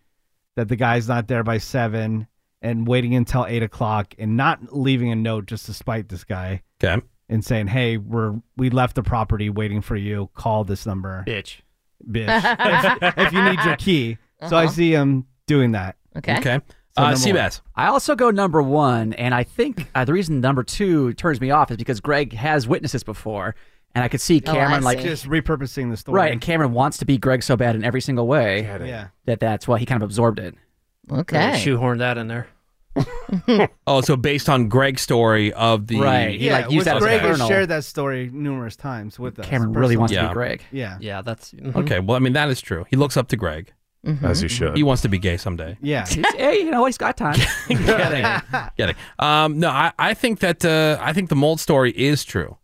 Speaker 8: that the guy's not there by seven and waiting until eight o'clock and not leaving a note just to spite this guy.
Speaker 4: Okay.
Speaker 8: And saying, "Hey, we're we left the property waiting for you. Call this number,
Speaker 11: bitch,
Speaker 8: bitch, if, if you need
Speaker 7: [laughs]
Speaker 8: your key." So I
Speaker 7: Uh-huh.
Speaker 8: see him doing that.
Speaker 4: Uh,
Speaker 8: number one.
Speaker 7: I also go number one, and I think uh, the reason number two turns me off is because Greg has witnessed this before, and Oh, I could see
Speaker 4: Oh,
Speaker 7: Cameron like
Speaker 8: just repurposing the story.
Speaker 7: right, and Cameron wants to be Greg so bad in every single way
Speaker 8: it. Yeah.
Speaker 7: that that's why he kind of absorbed it.
Speaker 5: Okay.
Speaker 11: Really shoehorned that in there.
Speaker 4: Oh, so based on Greg's story of the
Speaker 8: yeah, which Greg has shared that story numerous times with us. personally.
Speaker 4: Yeah.
Speaker 8: Yeah.
Speaker 11: Yeah, that's mm-hmm.
Speaker 7: mm-hmm.
Speaker 4: Okay, well, I mean that is true. He looks up to Greg,
Speaker 5: Mm-hmm.
Speaker 8: Mhm. As he should.
Speaker 4: He wants to be gay someday.
Speaker 8: Yeah.
Speaker 7: [laughs] hey, you know he's got
Speaker 4: [laughs]
Speaker 7: time.
Speaker 4: Get it? Um, no, I, I think that uh, I think the mold story is true.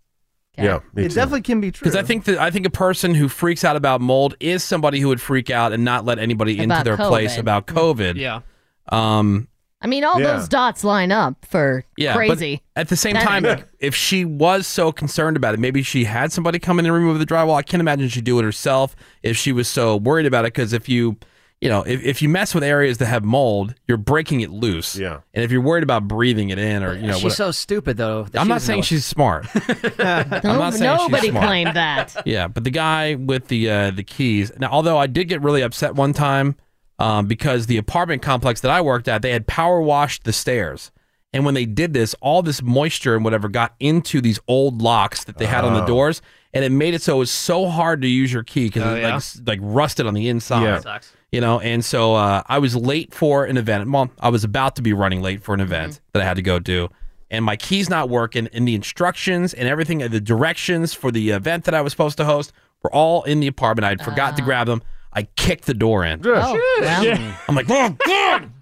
Speaker 4: Yeah,
Speaker 8: It definitely can be true.
Speaker 4: Because I think that I think a person who freaks out about mold is somebody who would freak out and not let anybody into
Speaker 8: About
Speaker 4: their place
Speaker 8: COVID.
Speaker 4: about COVID.
Speaker 11: Yeah.
Speaker 4: Um,
Speaker 5: I mean, all
Speaker 4: Yeah.
Speaker 5: those dots line up for
Speaker 4: Yeah, but
Speaker 5: crazy.
Speaker 4: at the same
Speaker 5: That [laughs]
Speaker 4: time,
Speaker 5: is-
Speaker 4: if she was so concerned about it, maybe she had somebody come in and remove the drywall. I can't imagine she'd do it herself if she was so worried about it. Because if you, you know, if, if you mess with areas that have mold, you're breaking it loose. Yeah, and if you're worried about breathing it in, or you know,
Speaker 7: She's
Speaker 4: what-
Speaker 7: so stupid though. that
Speaker 4: I'm
Speaker 7: she
Speaker 4: not
Speaker 7: doesn't
Speaker 4: saying
Speaker 7: know it.
Speaker 4: she's smart. [laughs] I'm not saying she's
Speaker 5: Nobody
Speaker 4: smart.
Speaker 5: claimed that.
Speaker 4: [laughs] Yeah, but the guy with the uh, the keys. Now, although I did get really upset one time um, because the apartment complex that I worked at, they had power washed the stairs, and when they did this, all this moisture and whatever got into these old locks that they had on the
Speaker 3: Oh.
Speaker 4: doors, and it made it so it was so hard to use your key because
Speaker 3: Oh,
Speaker 4: it
Speaker 3: yeah?
Speaker 4: like s- like rusted on the inside.
Speaker 3: Yeah. Sucks.
Speaker 4: You know, and so uh, I was late for an event. Well, I was about to be running late for an event that I had to go do, and my keys not working. And the instructions and everything, the directions for the event that I was supposed to host were all in the apartment. I had forgot to grab them. I kicked the door in.
Speaker 5: Oh, well.
Speaker 4: I'm like, oh, God!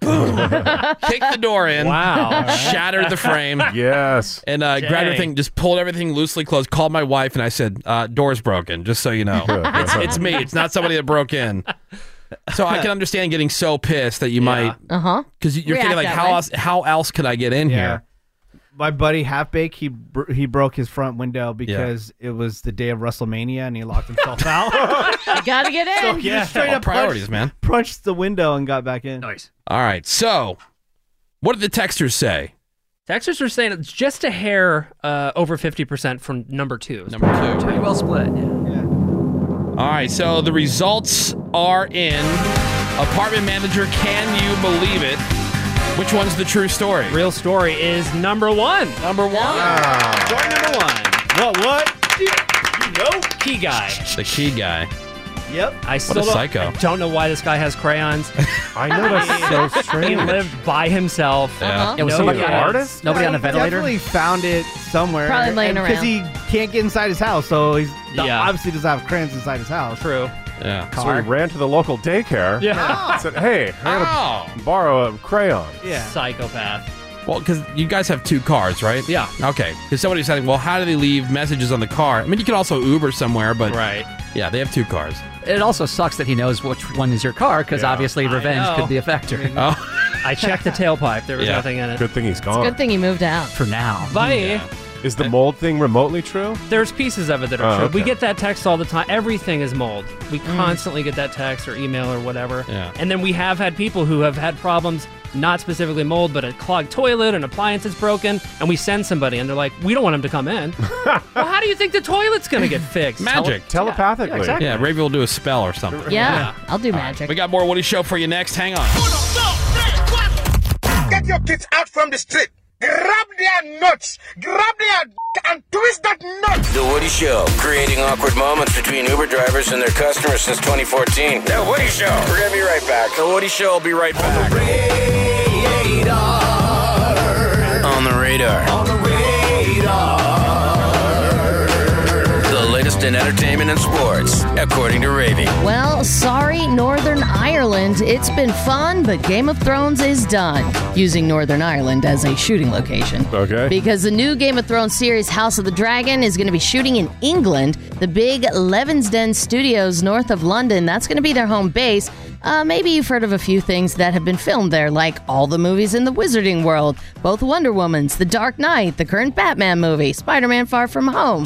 Speaker 5: [laughs]
Speaker 4: Boom. kicked the door [laughs] in. [laughs]
Speaker 5: Wow.
Speaker 4: Shattered the frame.
Speaker 6: Yes.
Speaker 4: And uh, grabbed
Speaker 3: Dang.
Speaker 4: everything, just pulled everything loosely closed, called my wife, and I said, uh, door's broken, just so you know. it's, it's me. It's not somebody that broke in. So I can understand getting so pissed that you might,
Speaker 5: Uh
Speaker 11: Uh-huh.
Speaker 5: huh.
Speaker 4: because you're thinking, like, how else, how else could I get in here?
Speaker 8: My buddy Half Bake, he br- he broke his front window because it was the day of WrestleMania and he locked himself [laughs] out.
Speaker 5: Gotta get in.
Speaker 8: So he just straight
Speaker 4: All
Speaker 8: up
Speaker 4: priorities,
Speaker 8: punched,
Speaker 4: man.
Speaker 8: Punched the window and got back in.
Speaker 7: Nice.
Speaker 4: All right. So what did the texters say?
Speaker 11: Texters are saying it's just a hair uh, over 50% from number two.
Speaker 4: Number two.
Speaker 7: Pretty well split.
Speaker 4: All right, so the results are in. Apartment manager, can you believe it? Which one's the true story?
Speaker 11: Real story is number one.
Speaker 4: Number one.
Speaker 11: Point number one.
Speaker 8: What? What?
Speaker 11: No key guy.
Speaker 4: The key guy.
Speaker 8: Yep.
Speaker 11: I still
Speaker 4: a
Speaker 11: don't-
Speaker 4: psycho.
Speaker 11: I don't know why this guy has crayons.
Speaker 6: [laughs] I know that's so
Speaker 11: [laughs]
Speaker 6: strange.
Speaker 11: He lived by himself.
Speaker 8: Uh-huh.
Speaker 11: No
Speaker 8: He's
Speaker 11: guys.
Speaker 8: an artist? Yeah, he Definitely found it somewhere.
Speaker 11: Probably laying
Speaker 8: Because
Speaker 11: around.
Speaker 8: he can't get inside his house, so he's
Speaker 11: Yeah.
Speaker 8: obviously doesn't have crayons inside his house.
Speaker 11: True.
Speaker 4: Yeah.
Speaker 6: So he ran to the local daycare.
Speaker 8: Yeah.
Speaker 6: Said, hey, I gotta
Speaker 11: Um,
Speaker 6: borrow a crayon.
Speaker 8: Yeah.
Speaker 11: Psychopath.
Speaker 4: Well, because you guys have two cars, right? Yeah. Okay. Because somebody's saying, well, how do they leave messages on the car? I mean, you could also Uber somewhere, but.
Speaker 11: Right.
Speaker 4: Yeah, they have two cars.
Speaker 7: It also sucks that he knows which one is your car because obviously revenge
Speaker 11: know.
Speaker 7: could be a factor.
Speaker 4: [laughs] Oh.
Speaker 11: I checked the tailpipe. There was
Speaker 6: Yeah.
Speaker 11: nothing in it.
Speaker 6: Good thing he's gone.
Speaker 5: Good thing he moved out.
Speaker 7: For now.
Speaker 11: Bye.
Speaker 6: Is the mold thing remotely true?
Speaker 11: There's pieces of it that are
Speaker 6: Oh,
Speaker 11: true. We
Speaker 6: okay.
Speaker 11: get that text all the time. Everything is mold. We
Speaker 5: Mm.
Speaker 11: constantly get that text or email or whatever.
Speaker 4: Yeah.
Speaker 11: And then we have had people who have had problems, not specifically mold, but a clogged toilet, an appliance is broken, and we send somebody and they're like, we don't want him to
Speaker 6: [laughs]
Speaker 11: come in. well, how do you think the toilet's going to get fixed?
Speaker 4: Magic.
Speaker 11: Tele- yeah. Yeah, exactly.
Speaker 4: Yeah, Ravi will do a spell or something.
Speaker 5: Yeah, I'll do magic.
Speaker 4: We got more Woody Show for you next. Hang on.
Speaker 2: Get your kids out from the street. Grab their nuts. Grab their dick and twist that nut.
Speaker 10: The Woody Show, creating awkward moments between Uber drivers and their customers since 2014. The Woody Show. We're going to be right back. The Woody Show will be right back. On the radar. On the radar. The latest in entertainment and sports, according to Ravy.
Speaker 5: Well, sorry, Northern Ireland. It's been fun, but Game of Thrones is done. Using Northern Ireland as a shooting location.
Speaker 6: Okay.
Speaker 5: Because the new Game of Thrones series, House of the Dragon, is going to be shooting in England, the big Levensden Studios north of London. That's going to be their home base. Uh, maybe you've heard of a few things that have been filmed there, like all the movies in the Wizarding World, both Wonder Woman's, The Dark Knight, the current Batman movie, Spider Man Far From Home.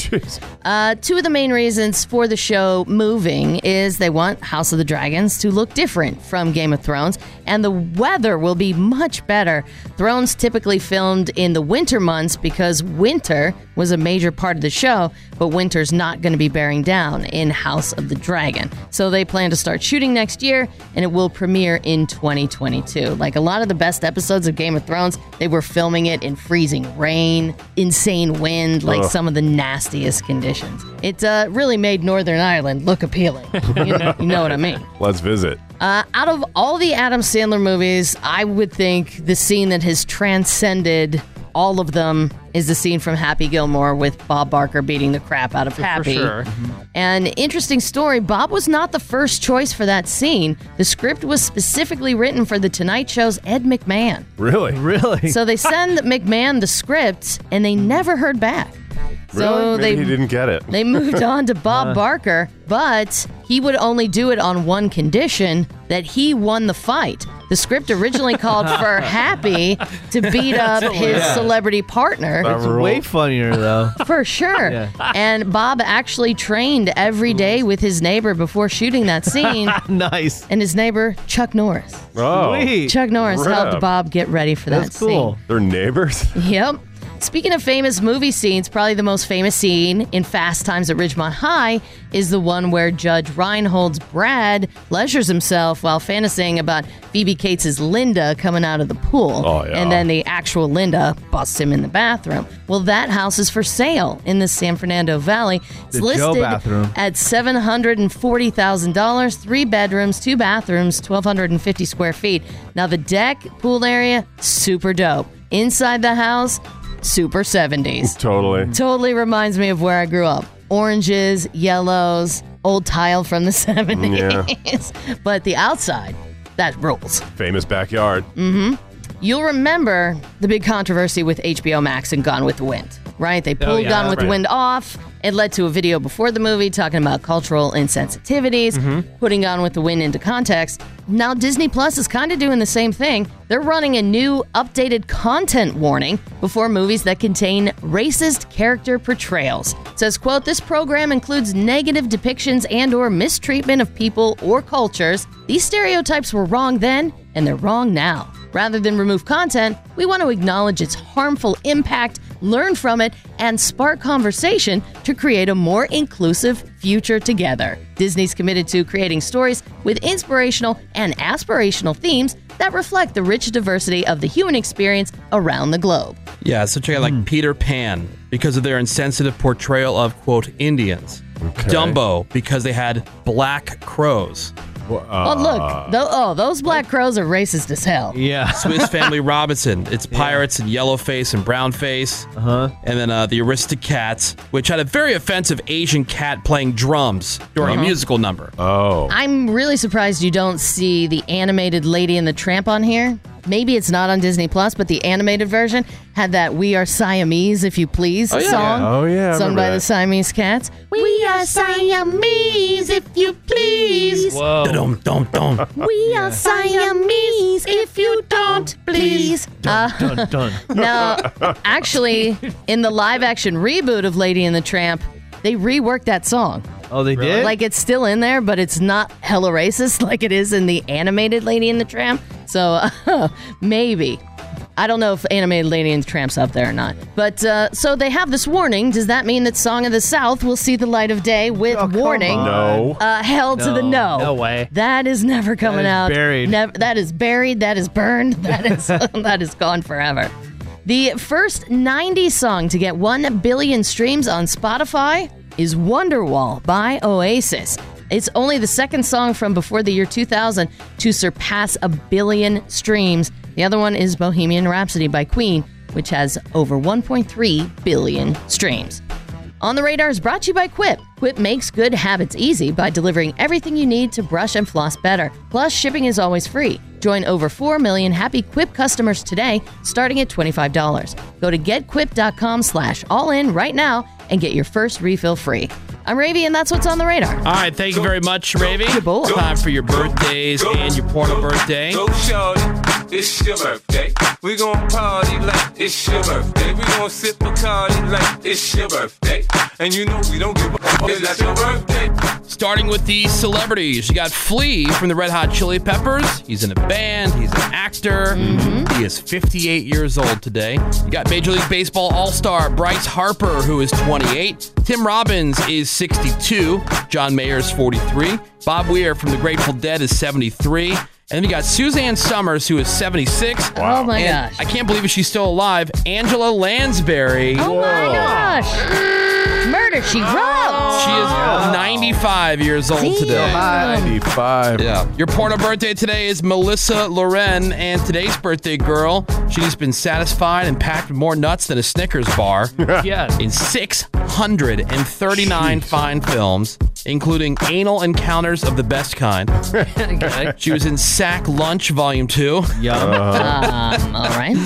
Speaker 5: Uh, two of the main reasons for the show moving is they want House of the Dragons to look different from Game of Thrones, and the weather will be much better. Thrones typically filmed in the winter months because winter was a major part of the show, but winter's not going to be bearing down in House of the Dragon. So they plan to start shooting next year, and it will premiere in 2022. Like a lot of the best episodes of Game of Thrones, they were filming it in freezing rain, insane wind, like
Speaker 12: Ugh.
Speaker 5: some of the nastiest conditions. It uh, really made Northern Ireland look appealing.
Speaker 6: [laughs]
Speaker 5: you, know, you know what I mean?
Speaker 6: Let's visit.
Speaker 5: Uh, out of all the Adam Sandler movies, I would think the scene that has transcended all of them is the scene from Happy Gilmore with Bob Barker beating the crap out of Happy. Mm-hmm.
Speaker 11: sure.
Speaker 5: An interesting story Bob was not the first choice for that scene. The script was specifically written for The Tonight Show's Ed McMahon.
Speaker 6: Really?
Speaker 4: [laughs]
Speaker 8: Really?
Speaker 5: So they
Speaker 6: [laughs]
Speaker 5: send McMahon the script, and they never heard back. So
Speaker 6: really? Maybe
Speaker 5: they
Speaker 6: he didn't get it. Uh.
Speaker 5: they moved
Speaker 6: [laughs]
Speaker 5: on to Bob Barker, but he would only do it on one condition that he won the fight. The script originally
Speaker 6: [laughs]
Speaker 5: called for Happy to beat up
Speaker 8: That's
Speaker 5: his
Speaker 8: hilarious.
Speaker 5: celebrity partner.
Speaker 8: It's way funnier though.
Speaker 5: For sure.
Speaker 6: [laughs]
Speaker 8: Yeah.
Speaker 5: And Bob actually trained every day with his neighbor before shooting
Speaker 6: [laughs]
Speaker 5: that scene.
Speaker 8: nice.
Speaker 5: And his neighbor, Chuck Norris.
Speaker 6: Oh. Sweet.
Speaker 5: Chuck Norris
Speaker 6: Crap.
Speaker 5: helped Bob get ready for
Speaker 6: That's
Speaker 5: that scene.
Speaker 6: cool. They're neighbors. [laughs]
Speaker 5: Yep. Speaking of famous movie scenes, probably the most famous scene in Fast Times at Ridgemont High is the one where Judge Reinhold's Brad leisures himself while fantasizing about Phoebe Cates' Linda coming out of the pool.
Speaker 12: Oh, yeah.
Speaker 5: And then the actual Linda busts him in the bathroom. Well, that house is for sale in the San Fernando Valley. It's
Speaker 8: The Joe
Speaker 5: listed
Speaker 8: bathroom.
Speaker 5: at $740,000, three bedrooms, two bathrooms, 1,250 square feet. Now, the deck, pool area, super dope. Inside the house, super 70s.
Speaker 6: Totally.
Speaker 5: Totally reminds me of where I grew up oranges, yellows, old tile from the [laughs] 70s. but the outside, that rules.
Speaker 6: Famous backyard.
Speaker 5: hmm You'll remember the big controversy with HBO Max and Gone with the Wind, right? They pulled
Speaker 12: Oh, yeah,
Speaker 5: Gone with the
Speaker 12: right.
Speaker 5: Wind off. It led to a video before the movie talking about cultural insensitivities, putting Gone with the Wind into context. Now Disney Plus is kind of doing the same thing. They're running a new updated content warning before movies that contain racist character portrayals. It says, quote, this program includes negative depictions and or mistreatment of people or cultures. These stereotypes were wrong then and they're wrong now. Rather than remove content, we want to acknowledge its harmful impact, learn from it, and spark conversation to create a more inclusive future together. Disney's committed to creating stories with inspirational and aspirational themes that reflect the rich diversity of the human experience around the globe.
Speaker 4: Yeah, so check out like Peter Pan because of their insensitive portrayal of quote Indians. Dumbo because they had black crows.
Speaker 12: Ah.
Speaker 5: oh, look. Tho- oh, those black crows are racist as hell.
Speaker 4: Yeah. [laughs] Swiss Family Robinson. It's pirates and yellowface and brownface. Uh-huh. And then uh, the Aristocats, which had a very offensive Asian cat playing drums during a
Speaker 5: Uh-huh.
Speaker 4: musical number. Oh.
Speaker 5: I'm really surprised you don't see the animated Lady and the Tramp on here. Maybe it's not on Disney Plus, but the animated version had that "We Are Siamese, if you please"
Speaker 12: Oh, yeah.
Speaker 5: song.
Speaker 12: Yeah. Oh, yeah, I
Speaker 5: sung by
Speaker 12: remember
Speaker 5: the
Speaker 12: that.
Speaker 5: Siamese Cats. We are Siamese, if you please.
Speaker 4: Whoa. Dum dum dum.
Speaker 5: We are Siamese, if you don't please. Uh, [laughs]
Speaker 4: dun, dun.
Speaker 5: now, actually, in the live-action reboot of Lady and the Tramp, they reworked that song.
Speaker 8: Oh, they did.
Speaker 5: Like it's still in there, but it's not hella racist [laughs] like it is in the animated Lady and the Tramp. So [laughs] maybe. I don't know if animated Lady and the Tramp's up there or not. But uh, so they have this warning. Does that mean that Song of the South will see the light of day with warning?
Speaker 12: on. No.
Speaker 5: Uh, hell to the
Speaker 12: No.
Speaker 5: no.
Speaker 12: No way.
Speaker 5: That is never
Speaker 12: is
Speaker 5: coming out.
Speaker 12: buried.
Speaker 5: Nev- that is buried. That is burned. [laughs] That is that is gone forever. The first 90 song to get 1 billion streams on Spotify is Wonderwall by Oasis. It's only the second song from before the year 2000 to surpass a billion streams. The other one is Bohemian Rhapsody by Queen, which has over 1.3 billion streams. On the Radar is brought to you by Quip. Quip makes good habits easy by delivering everything you need to brush and floss better. Plus, shipping is always free. Join over 4 million happy Quip customers today, starting at $25. Go to getquip.com slash all in right now and get your first refill free. I'm Ravy, and that's what's on the radar.
Speaker 4: All right, thank you very much, Ravy. Time for your birthdays and your porno birthday.
Speaker 11: Go, shawty, it's your birthday. We gon' party like it's your birthday. We gon' sip a party like it's your birthday. And you know we don't give a fuck. It's not your birthday.
Speaker 4: Starting with the celebrities, you got Flea from the Red Hot Chili Peppers. He's in a band, he's an actor.
Speaker 5: Mm-hmm.
Speaker 4: He is 58 years old today. You got Major League Baseball All Star Bryce Harper, who is 28. Tim Robbins is 62. John Mayer is 43. Bob Weir from the Grateful Dead is 73. And then you got Suzanne Summers, who is 76.
Speaker 5: Wow. Oh my
Speaker 4: and I can't believe she's still alive. Angela Lansbury.
Speaker 5: Oh my gosh! Murder, she wrote!
Speaker 4: Oh. She is 95 years old today.
Speaker 6: 95.
Speaker 4: Yeah. Your porno birthday today is Melissa Loren, and today's birthday girl, she's been satisfied and packed with more nuts than a Snickers bar.
Speaker 11: Yes.
Speaker 4: In 639 fine films, including Anal Encounters of the Best [laughs] Kind. She was in Sack Lunch Volume 2. Yum. Ah.
Speaker 5: Um, all right.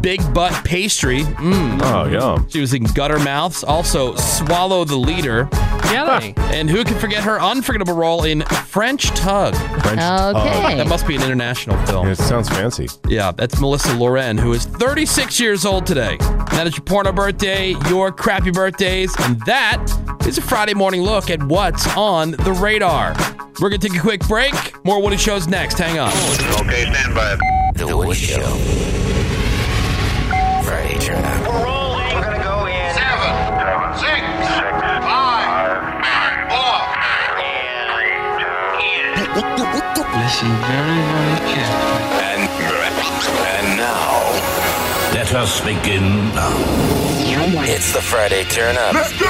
Speaker 4: Big Butt Pastry. Mm.
Speaker 6: Oh, yum.
Speaker 4: She was in Gutter Mouths. Also, Swallow the Leader.
Speaker 11: Yelling.
Speaker 4: and who can forget her unforgettable role in French Tug? French
Speaker 5: Tug. Okay.
Speaker 4: That must be an international film.
Speaker 6: it sounds fancy.
Speaker 4: Yeah, that's Melissa Loren, who is 36 years old today. And That is your porno birthday, your crappy birthdays, and that is a Friday morning look at what's on the radar. We're going to take a quick break. More Woody Shows next. Hang on.
Speaker 1: Okay, stand by. The Woody Show. Friday, turn up. We're rolling. We're gonna go in. Seven. Seven. Six. Six. Five. Nine. Four.
Speaker 15: Listen very, very carefully. And, and now, let us begin
Speaker 10: It's the Friday Turn Up. Let's go!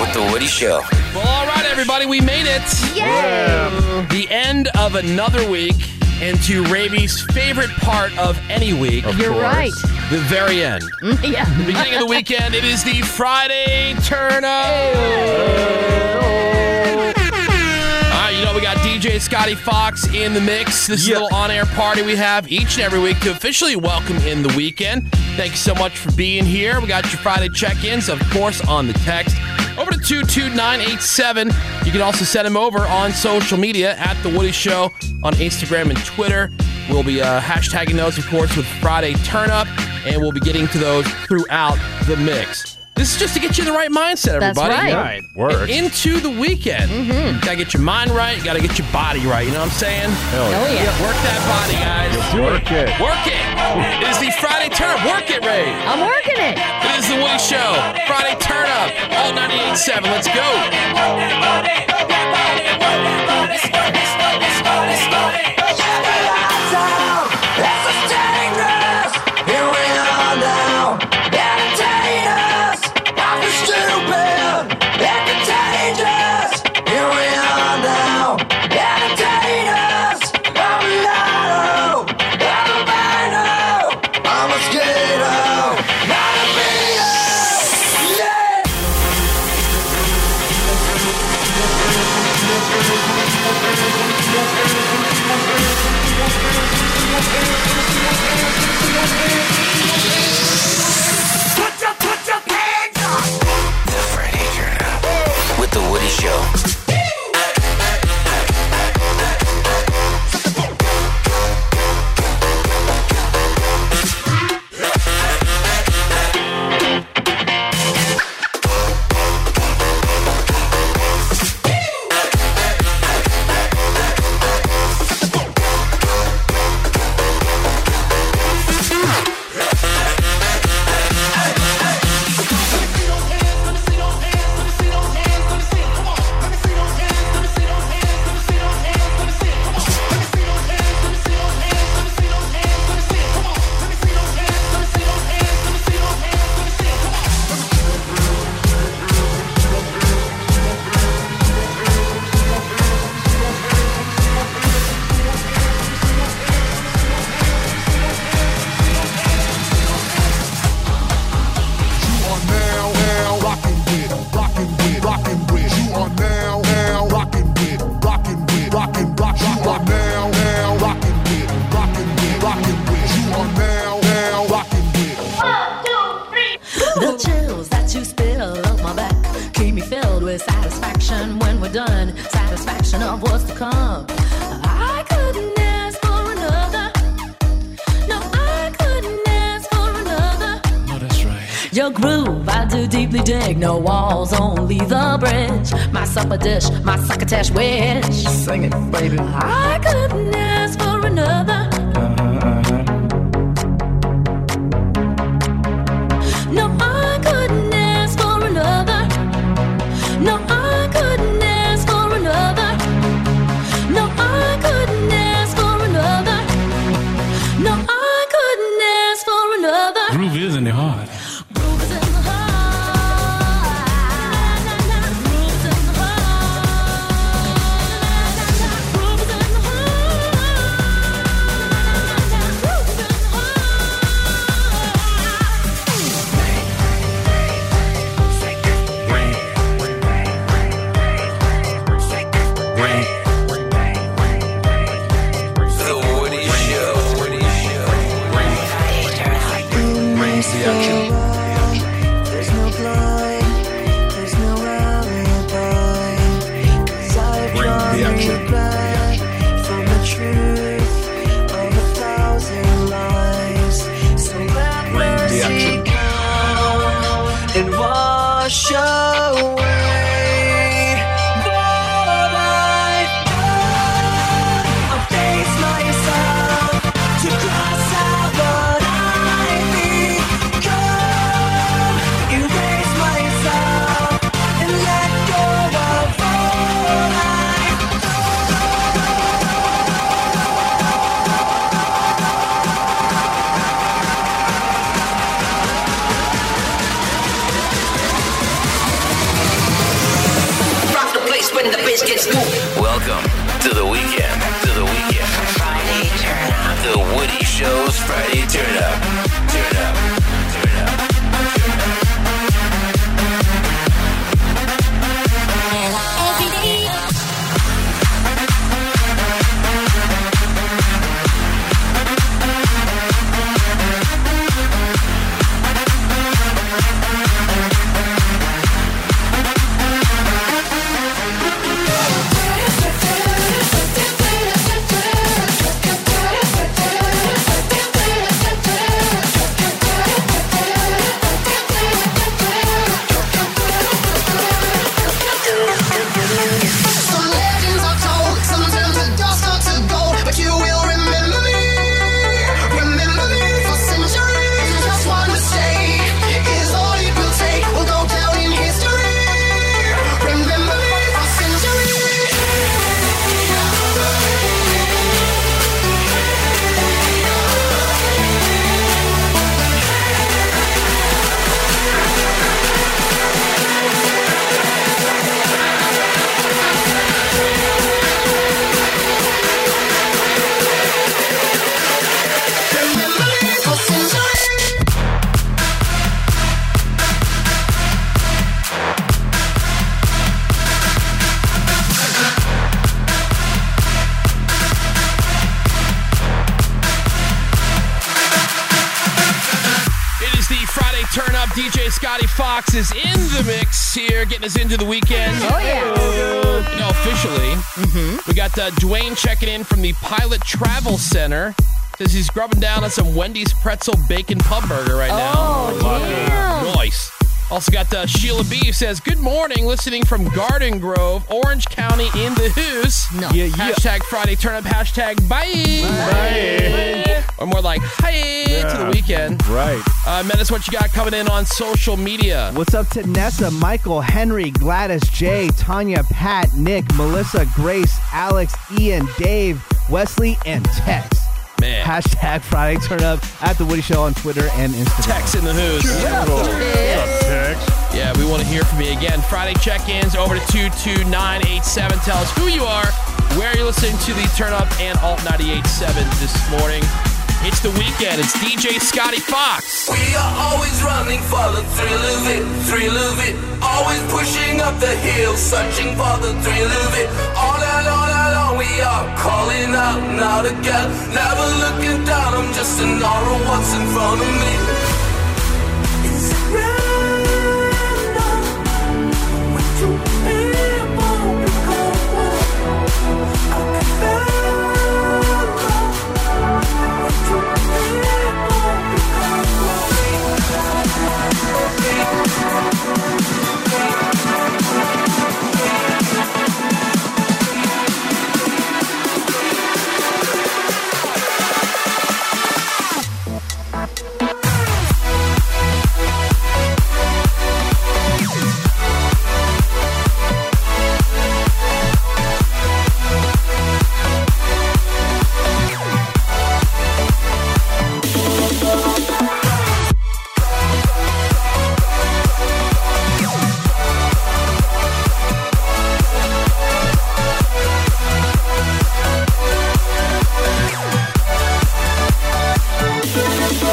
Speaker 10: With The Woody Show.
Speaker 4: Well, all right, everybody, we made it. Yeah. The end of another week into Raby's favorite part of any week.
Speaker 5: You're
Speaker 4: course,
Speaker 5: right.
Speaker 4: The very end.
Speaker 5: [laughs] yeah.
Speaker 4: The beginning of the weekend, it is the Friday turn up. All right, you know, we got DJ Scotty Fox in the mix. This is a little on air party we have each and every week to officially welcome in the weekend. Thank you so much for being here. We got your Friday check ins, of course, on the text. Over to 22987. You can also send them over on social media at The Woody Show on Instagram and Twitter. We'll be uh, hashtagging those, of course, with Friday Turn Up, and we'll be getting to those throughout the mix. This is just to get you in the right mindset,
Speaker 5: That's
Speaker 4: everybody.
Speaker 5: right. Mm-hmm. Yeah, it works.
Speaker 4: Into the weekend. Gotta get your mind right. Gotta get your body right. You know what I'm saying?
Speaker 6: Hell yeah.
Speaker 5: Oh, yeah.
Speaker 4: Work that body, guys.
Speaker 6: Work it.
Speaker 4: Work it. It is the Friday Turn Up. Work it, Ray.
Speaker 5: I'm working it.
Speaker 4: It is the Woody Show. Friday Turn Up. All 98.7. Let's go.
Speaker 10: The Friday Turn Up. With The Woody Show.
Speaker 21: You are now, now rocking with, rocking with, rocking with. You are now, now rocking with, rocking with, rocking, rock. You are now, now rocking with, rocking with, rocking with. You are now, now rocking with.
Speaker 22: The chills that you spill up my back keep me filled with satisfaction when we're done. Satisfaction of what's to come. I couldn't ask for another. No, I couldn't ask for another. Your groove, I do deeply dig. No walls, only the bridge. My supper dish, my succotash wish. Sing it, baby. I couldn't ask for another. No, I couldn't ask for another. No, I couldn't ask for another. No, I couldn't ask for another. No, I couldn't ask for another.
Speaker 15: Groove is in the heart.
Speaker 23: when the bitch gets moved.
Speaker 3: Welcome to the weekend. To the weekend. Friday turn up. The Woody Show's Friday turn up. Turn up. Turn up.
Speaker 24: Some legends are told, sometimes the dust turns to gold, but you will remember me, remember me for centuries. Just one mistake is all it will take. We'll go down in history. Remember me for centuries.
Speaker 4: It is the Friday turn up. DJ Scotty Fox is in the mix here, getting us into the weekend. Oh, yeah. You know, officially, we got uh, Dwayne checking in from the Pilot Travel Center. Says he's grubbing down on some Wendy's pretzel bacon pub burger right now. Oh, Nice. Also got uh, Sheila B who says, Good morning, listening from Garden Grove, Orange County in the Hoos. No. Yeah, yeah. Hashtag Friday turn up, hashtag bye. Bye. Or more like, hi to the
Speaker 25: Yeah.
Speaker 4: weekend.
Speaker 25: Right.
Speaker 4: Uh, Menace, what you got coming in on social media?
Speaker 8: What's up to Nessa, Michael, Henry, Gladys, Jay, Tanya, Pat, Nick, Melissa, Grace, Alex, Ian, Dave, Wesley, and Tex.
Speaker 4: Man.
Speaker 8: Hashtag Friday Turn Up at The Woody Show on Twitter and Instagram.
Speaker 4: Tex in the Who's. Yeah, we want to hear from you again. Friday check ins over to 22987. Tell us who you are, where you're listening to the Turn Up and Alt 987 this morning. It's the weekend. It's DJ Scotty Fox.
Speaker 3: We are always running for the thrill of it, thrill of it. Always pushing up the hill, searching for the thrill of it. All night, all night long, we are calling out, not again. Never looking down, I'm just an aura, what's in front of me?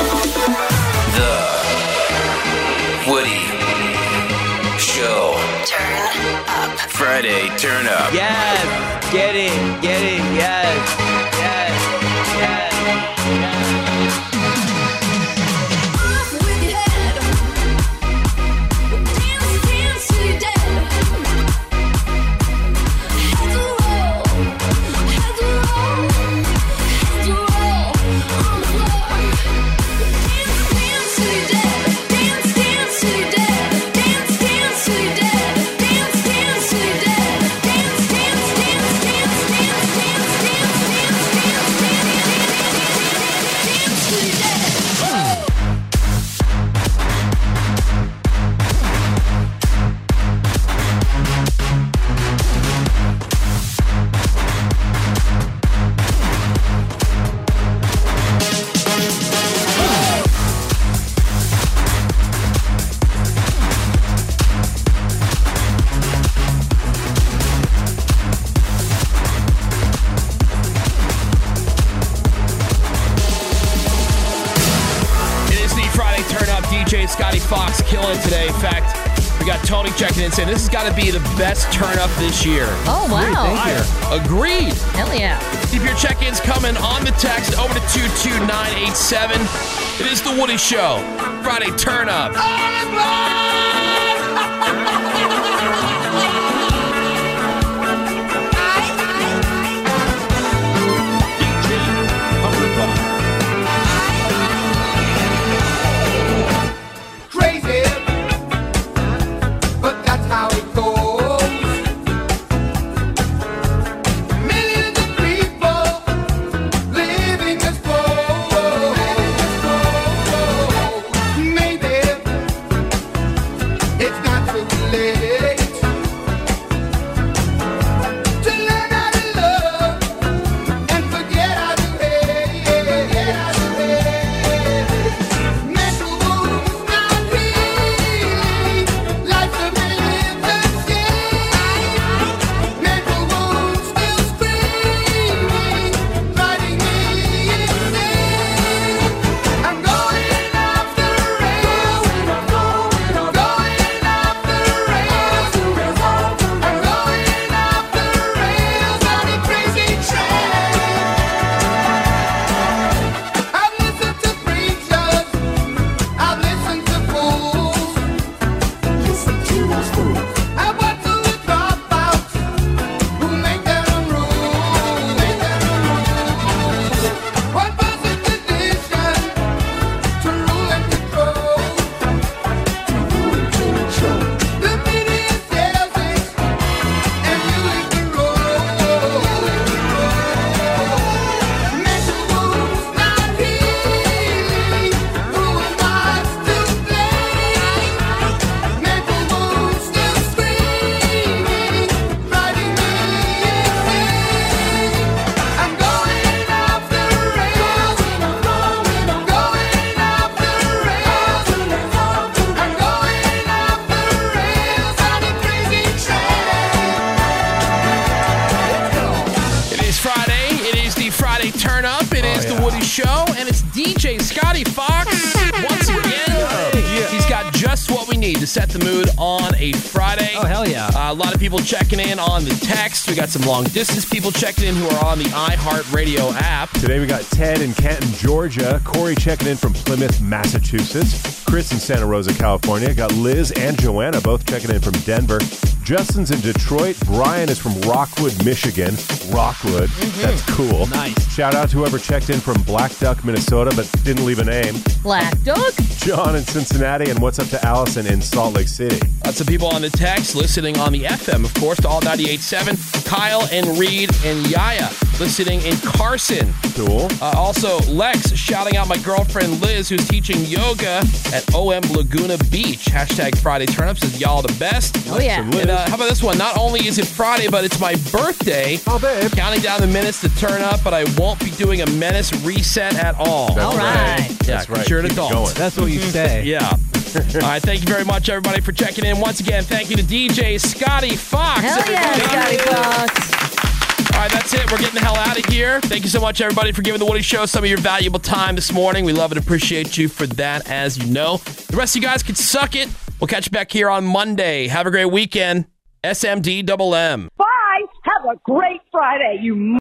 Speaker 3: The Woody Show. Turn up. Friday, turn up.
Speaker 10: Yes, get it, get it, yes, yes, yes, yes. Off with your head. Dance, dance till you're dead. Heads will roll, heads will roll, heads will roll on the floor. Dance, dance till you're dead. Dance, dance till you're dead. Dance, dance till you're dead. Dance, dance till you're dead. Dance, dance, dance, dance, dance, dance, dance, dance.
Speaker 4: killing it today. In fact, we got Tony checking in saying this has got to be the best turn up this year.
Speaker 5: Oh, wow.
Speaker 4: Fire. Agreed.
Speaker 5: Hell yeah.
Speaker 4: Keep your check ins coming on the text over to 22987. It is The Woody Show. Friday Turn Up.
Speaker 3: Crazy, but that's how it goes. Millions of people living this world. Maybe it's not too late to learn how to love and forget how to hate. Mental wounds not healing, life's a million game. Mental wounds still screaming, driving me insane. I'm going off the rails. I'm going off the rails. I'm going off the rails on a crazy train. I've listened to preachers. I've listened to fools. Listen to those fools. I want to the dropouts who make their own rules. Make their own rules. What was the tradition? To rule and control. To rule and control. The media sells it, and you in control. Mental wounds not healing, ruin lives to blame. Mental wounds still screaming, driving me insane. I'm going off the rails. I'm going off the rails. I'm going off the rails on a crazy train.
Speaker 4: It is Friday. It is the Friday Turn Up. It is the Woody Show, and it's DJ Scotty Fox once again. He's got just what we need to set the mood on a Friday. Oh hell yeah! Uh, a lot of people checking in on the text. We got some long distance people checking in who are on the iHeartRadio app.
Speaker 6: Today we got Ted in Canton, Georgia. Corey checking in from Plymouth, Massachusetts. Chris in Santa Rosa, California. Got Liz and Joanna both checking in from Denver. Justin's in Detroit. Brian is from Rockwood, Michigan. Rockwood. That's cool. Nice. Shout out to whoever checked in from Black Duck, Minnesota, but didn't leave a name.
Speaker 5: Black Dog.
Speaker 6: John in Cincinnati. And what's up to Allison in Salt Lake City?
Speaker 4: Lots of Uh, people on the text listening on the FM, of course, to all 98.7. Kyle and Reed and Yaya listening in Carson.
Speaker 6: Cool.
Speaker 4: Uh, also, Lex shouting out my girlfriend Liz, who's teaching yoga at OM Laguna Beach. Hashtag Friday Turnips is y'all the best.
Speaker 5: Oh, yeah.
Speaker 4: And, uh, how about this one? Not only is it Friday, but it's my birthday. Oh, babe. Counting down the minutes to turn up, but I won't be doing a menace reset at all.
Speaker 6: That's All right. right.
Speaker 4: Yeah,
Speaker 6: That's right.
Speaker 4: You're an
Speaker 6: Keep
Speaker 4: adult.
Speaker 6: going. That's what you
Speaker 4: Mhm.
Speaker 6: say.
Speaker 4: [laughs] yeah. All right, thank you very much, everybody, for checking in. Once again, thank you to DJ Scotty Fox.
Speaker 5: Hell yeah, Scotty
Speaker 4: everybody.
Speaker 5: Fox.
Speaker 4: All right, that's it. We're getting the hell out of here. Thank you so much, everybody, for giving the Woody Show some of your valuable time this morning. We love and appreciate you for that, as you know. The rest of you guys can suck it. We'll catch you back here on Monday. Have a great weekend. SMD double M.
Speaker 8: Bye. Have a great Friday, you.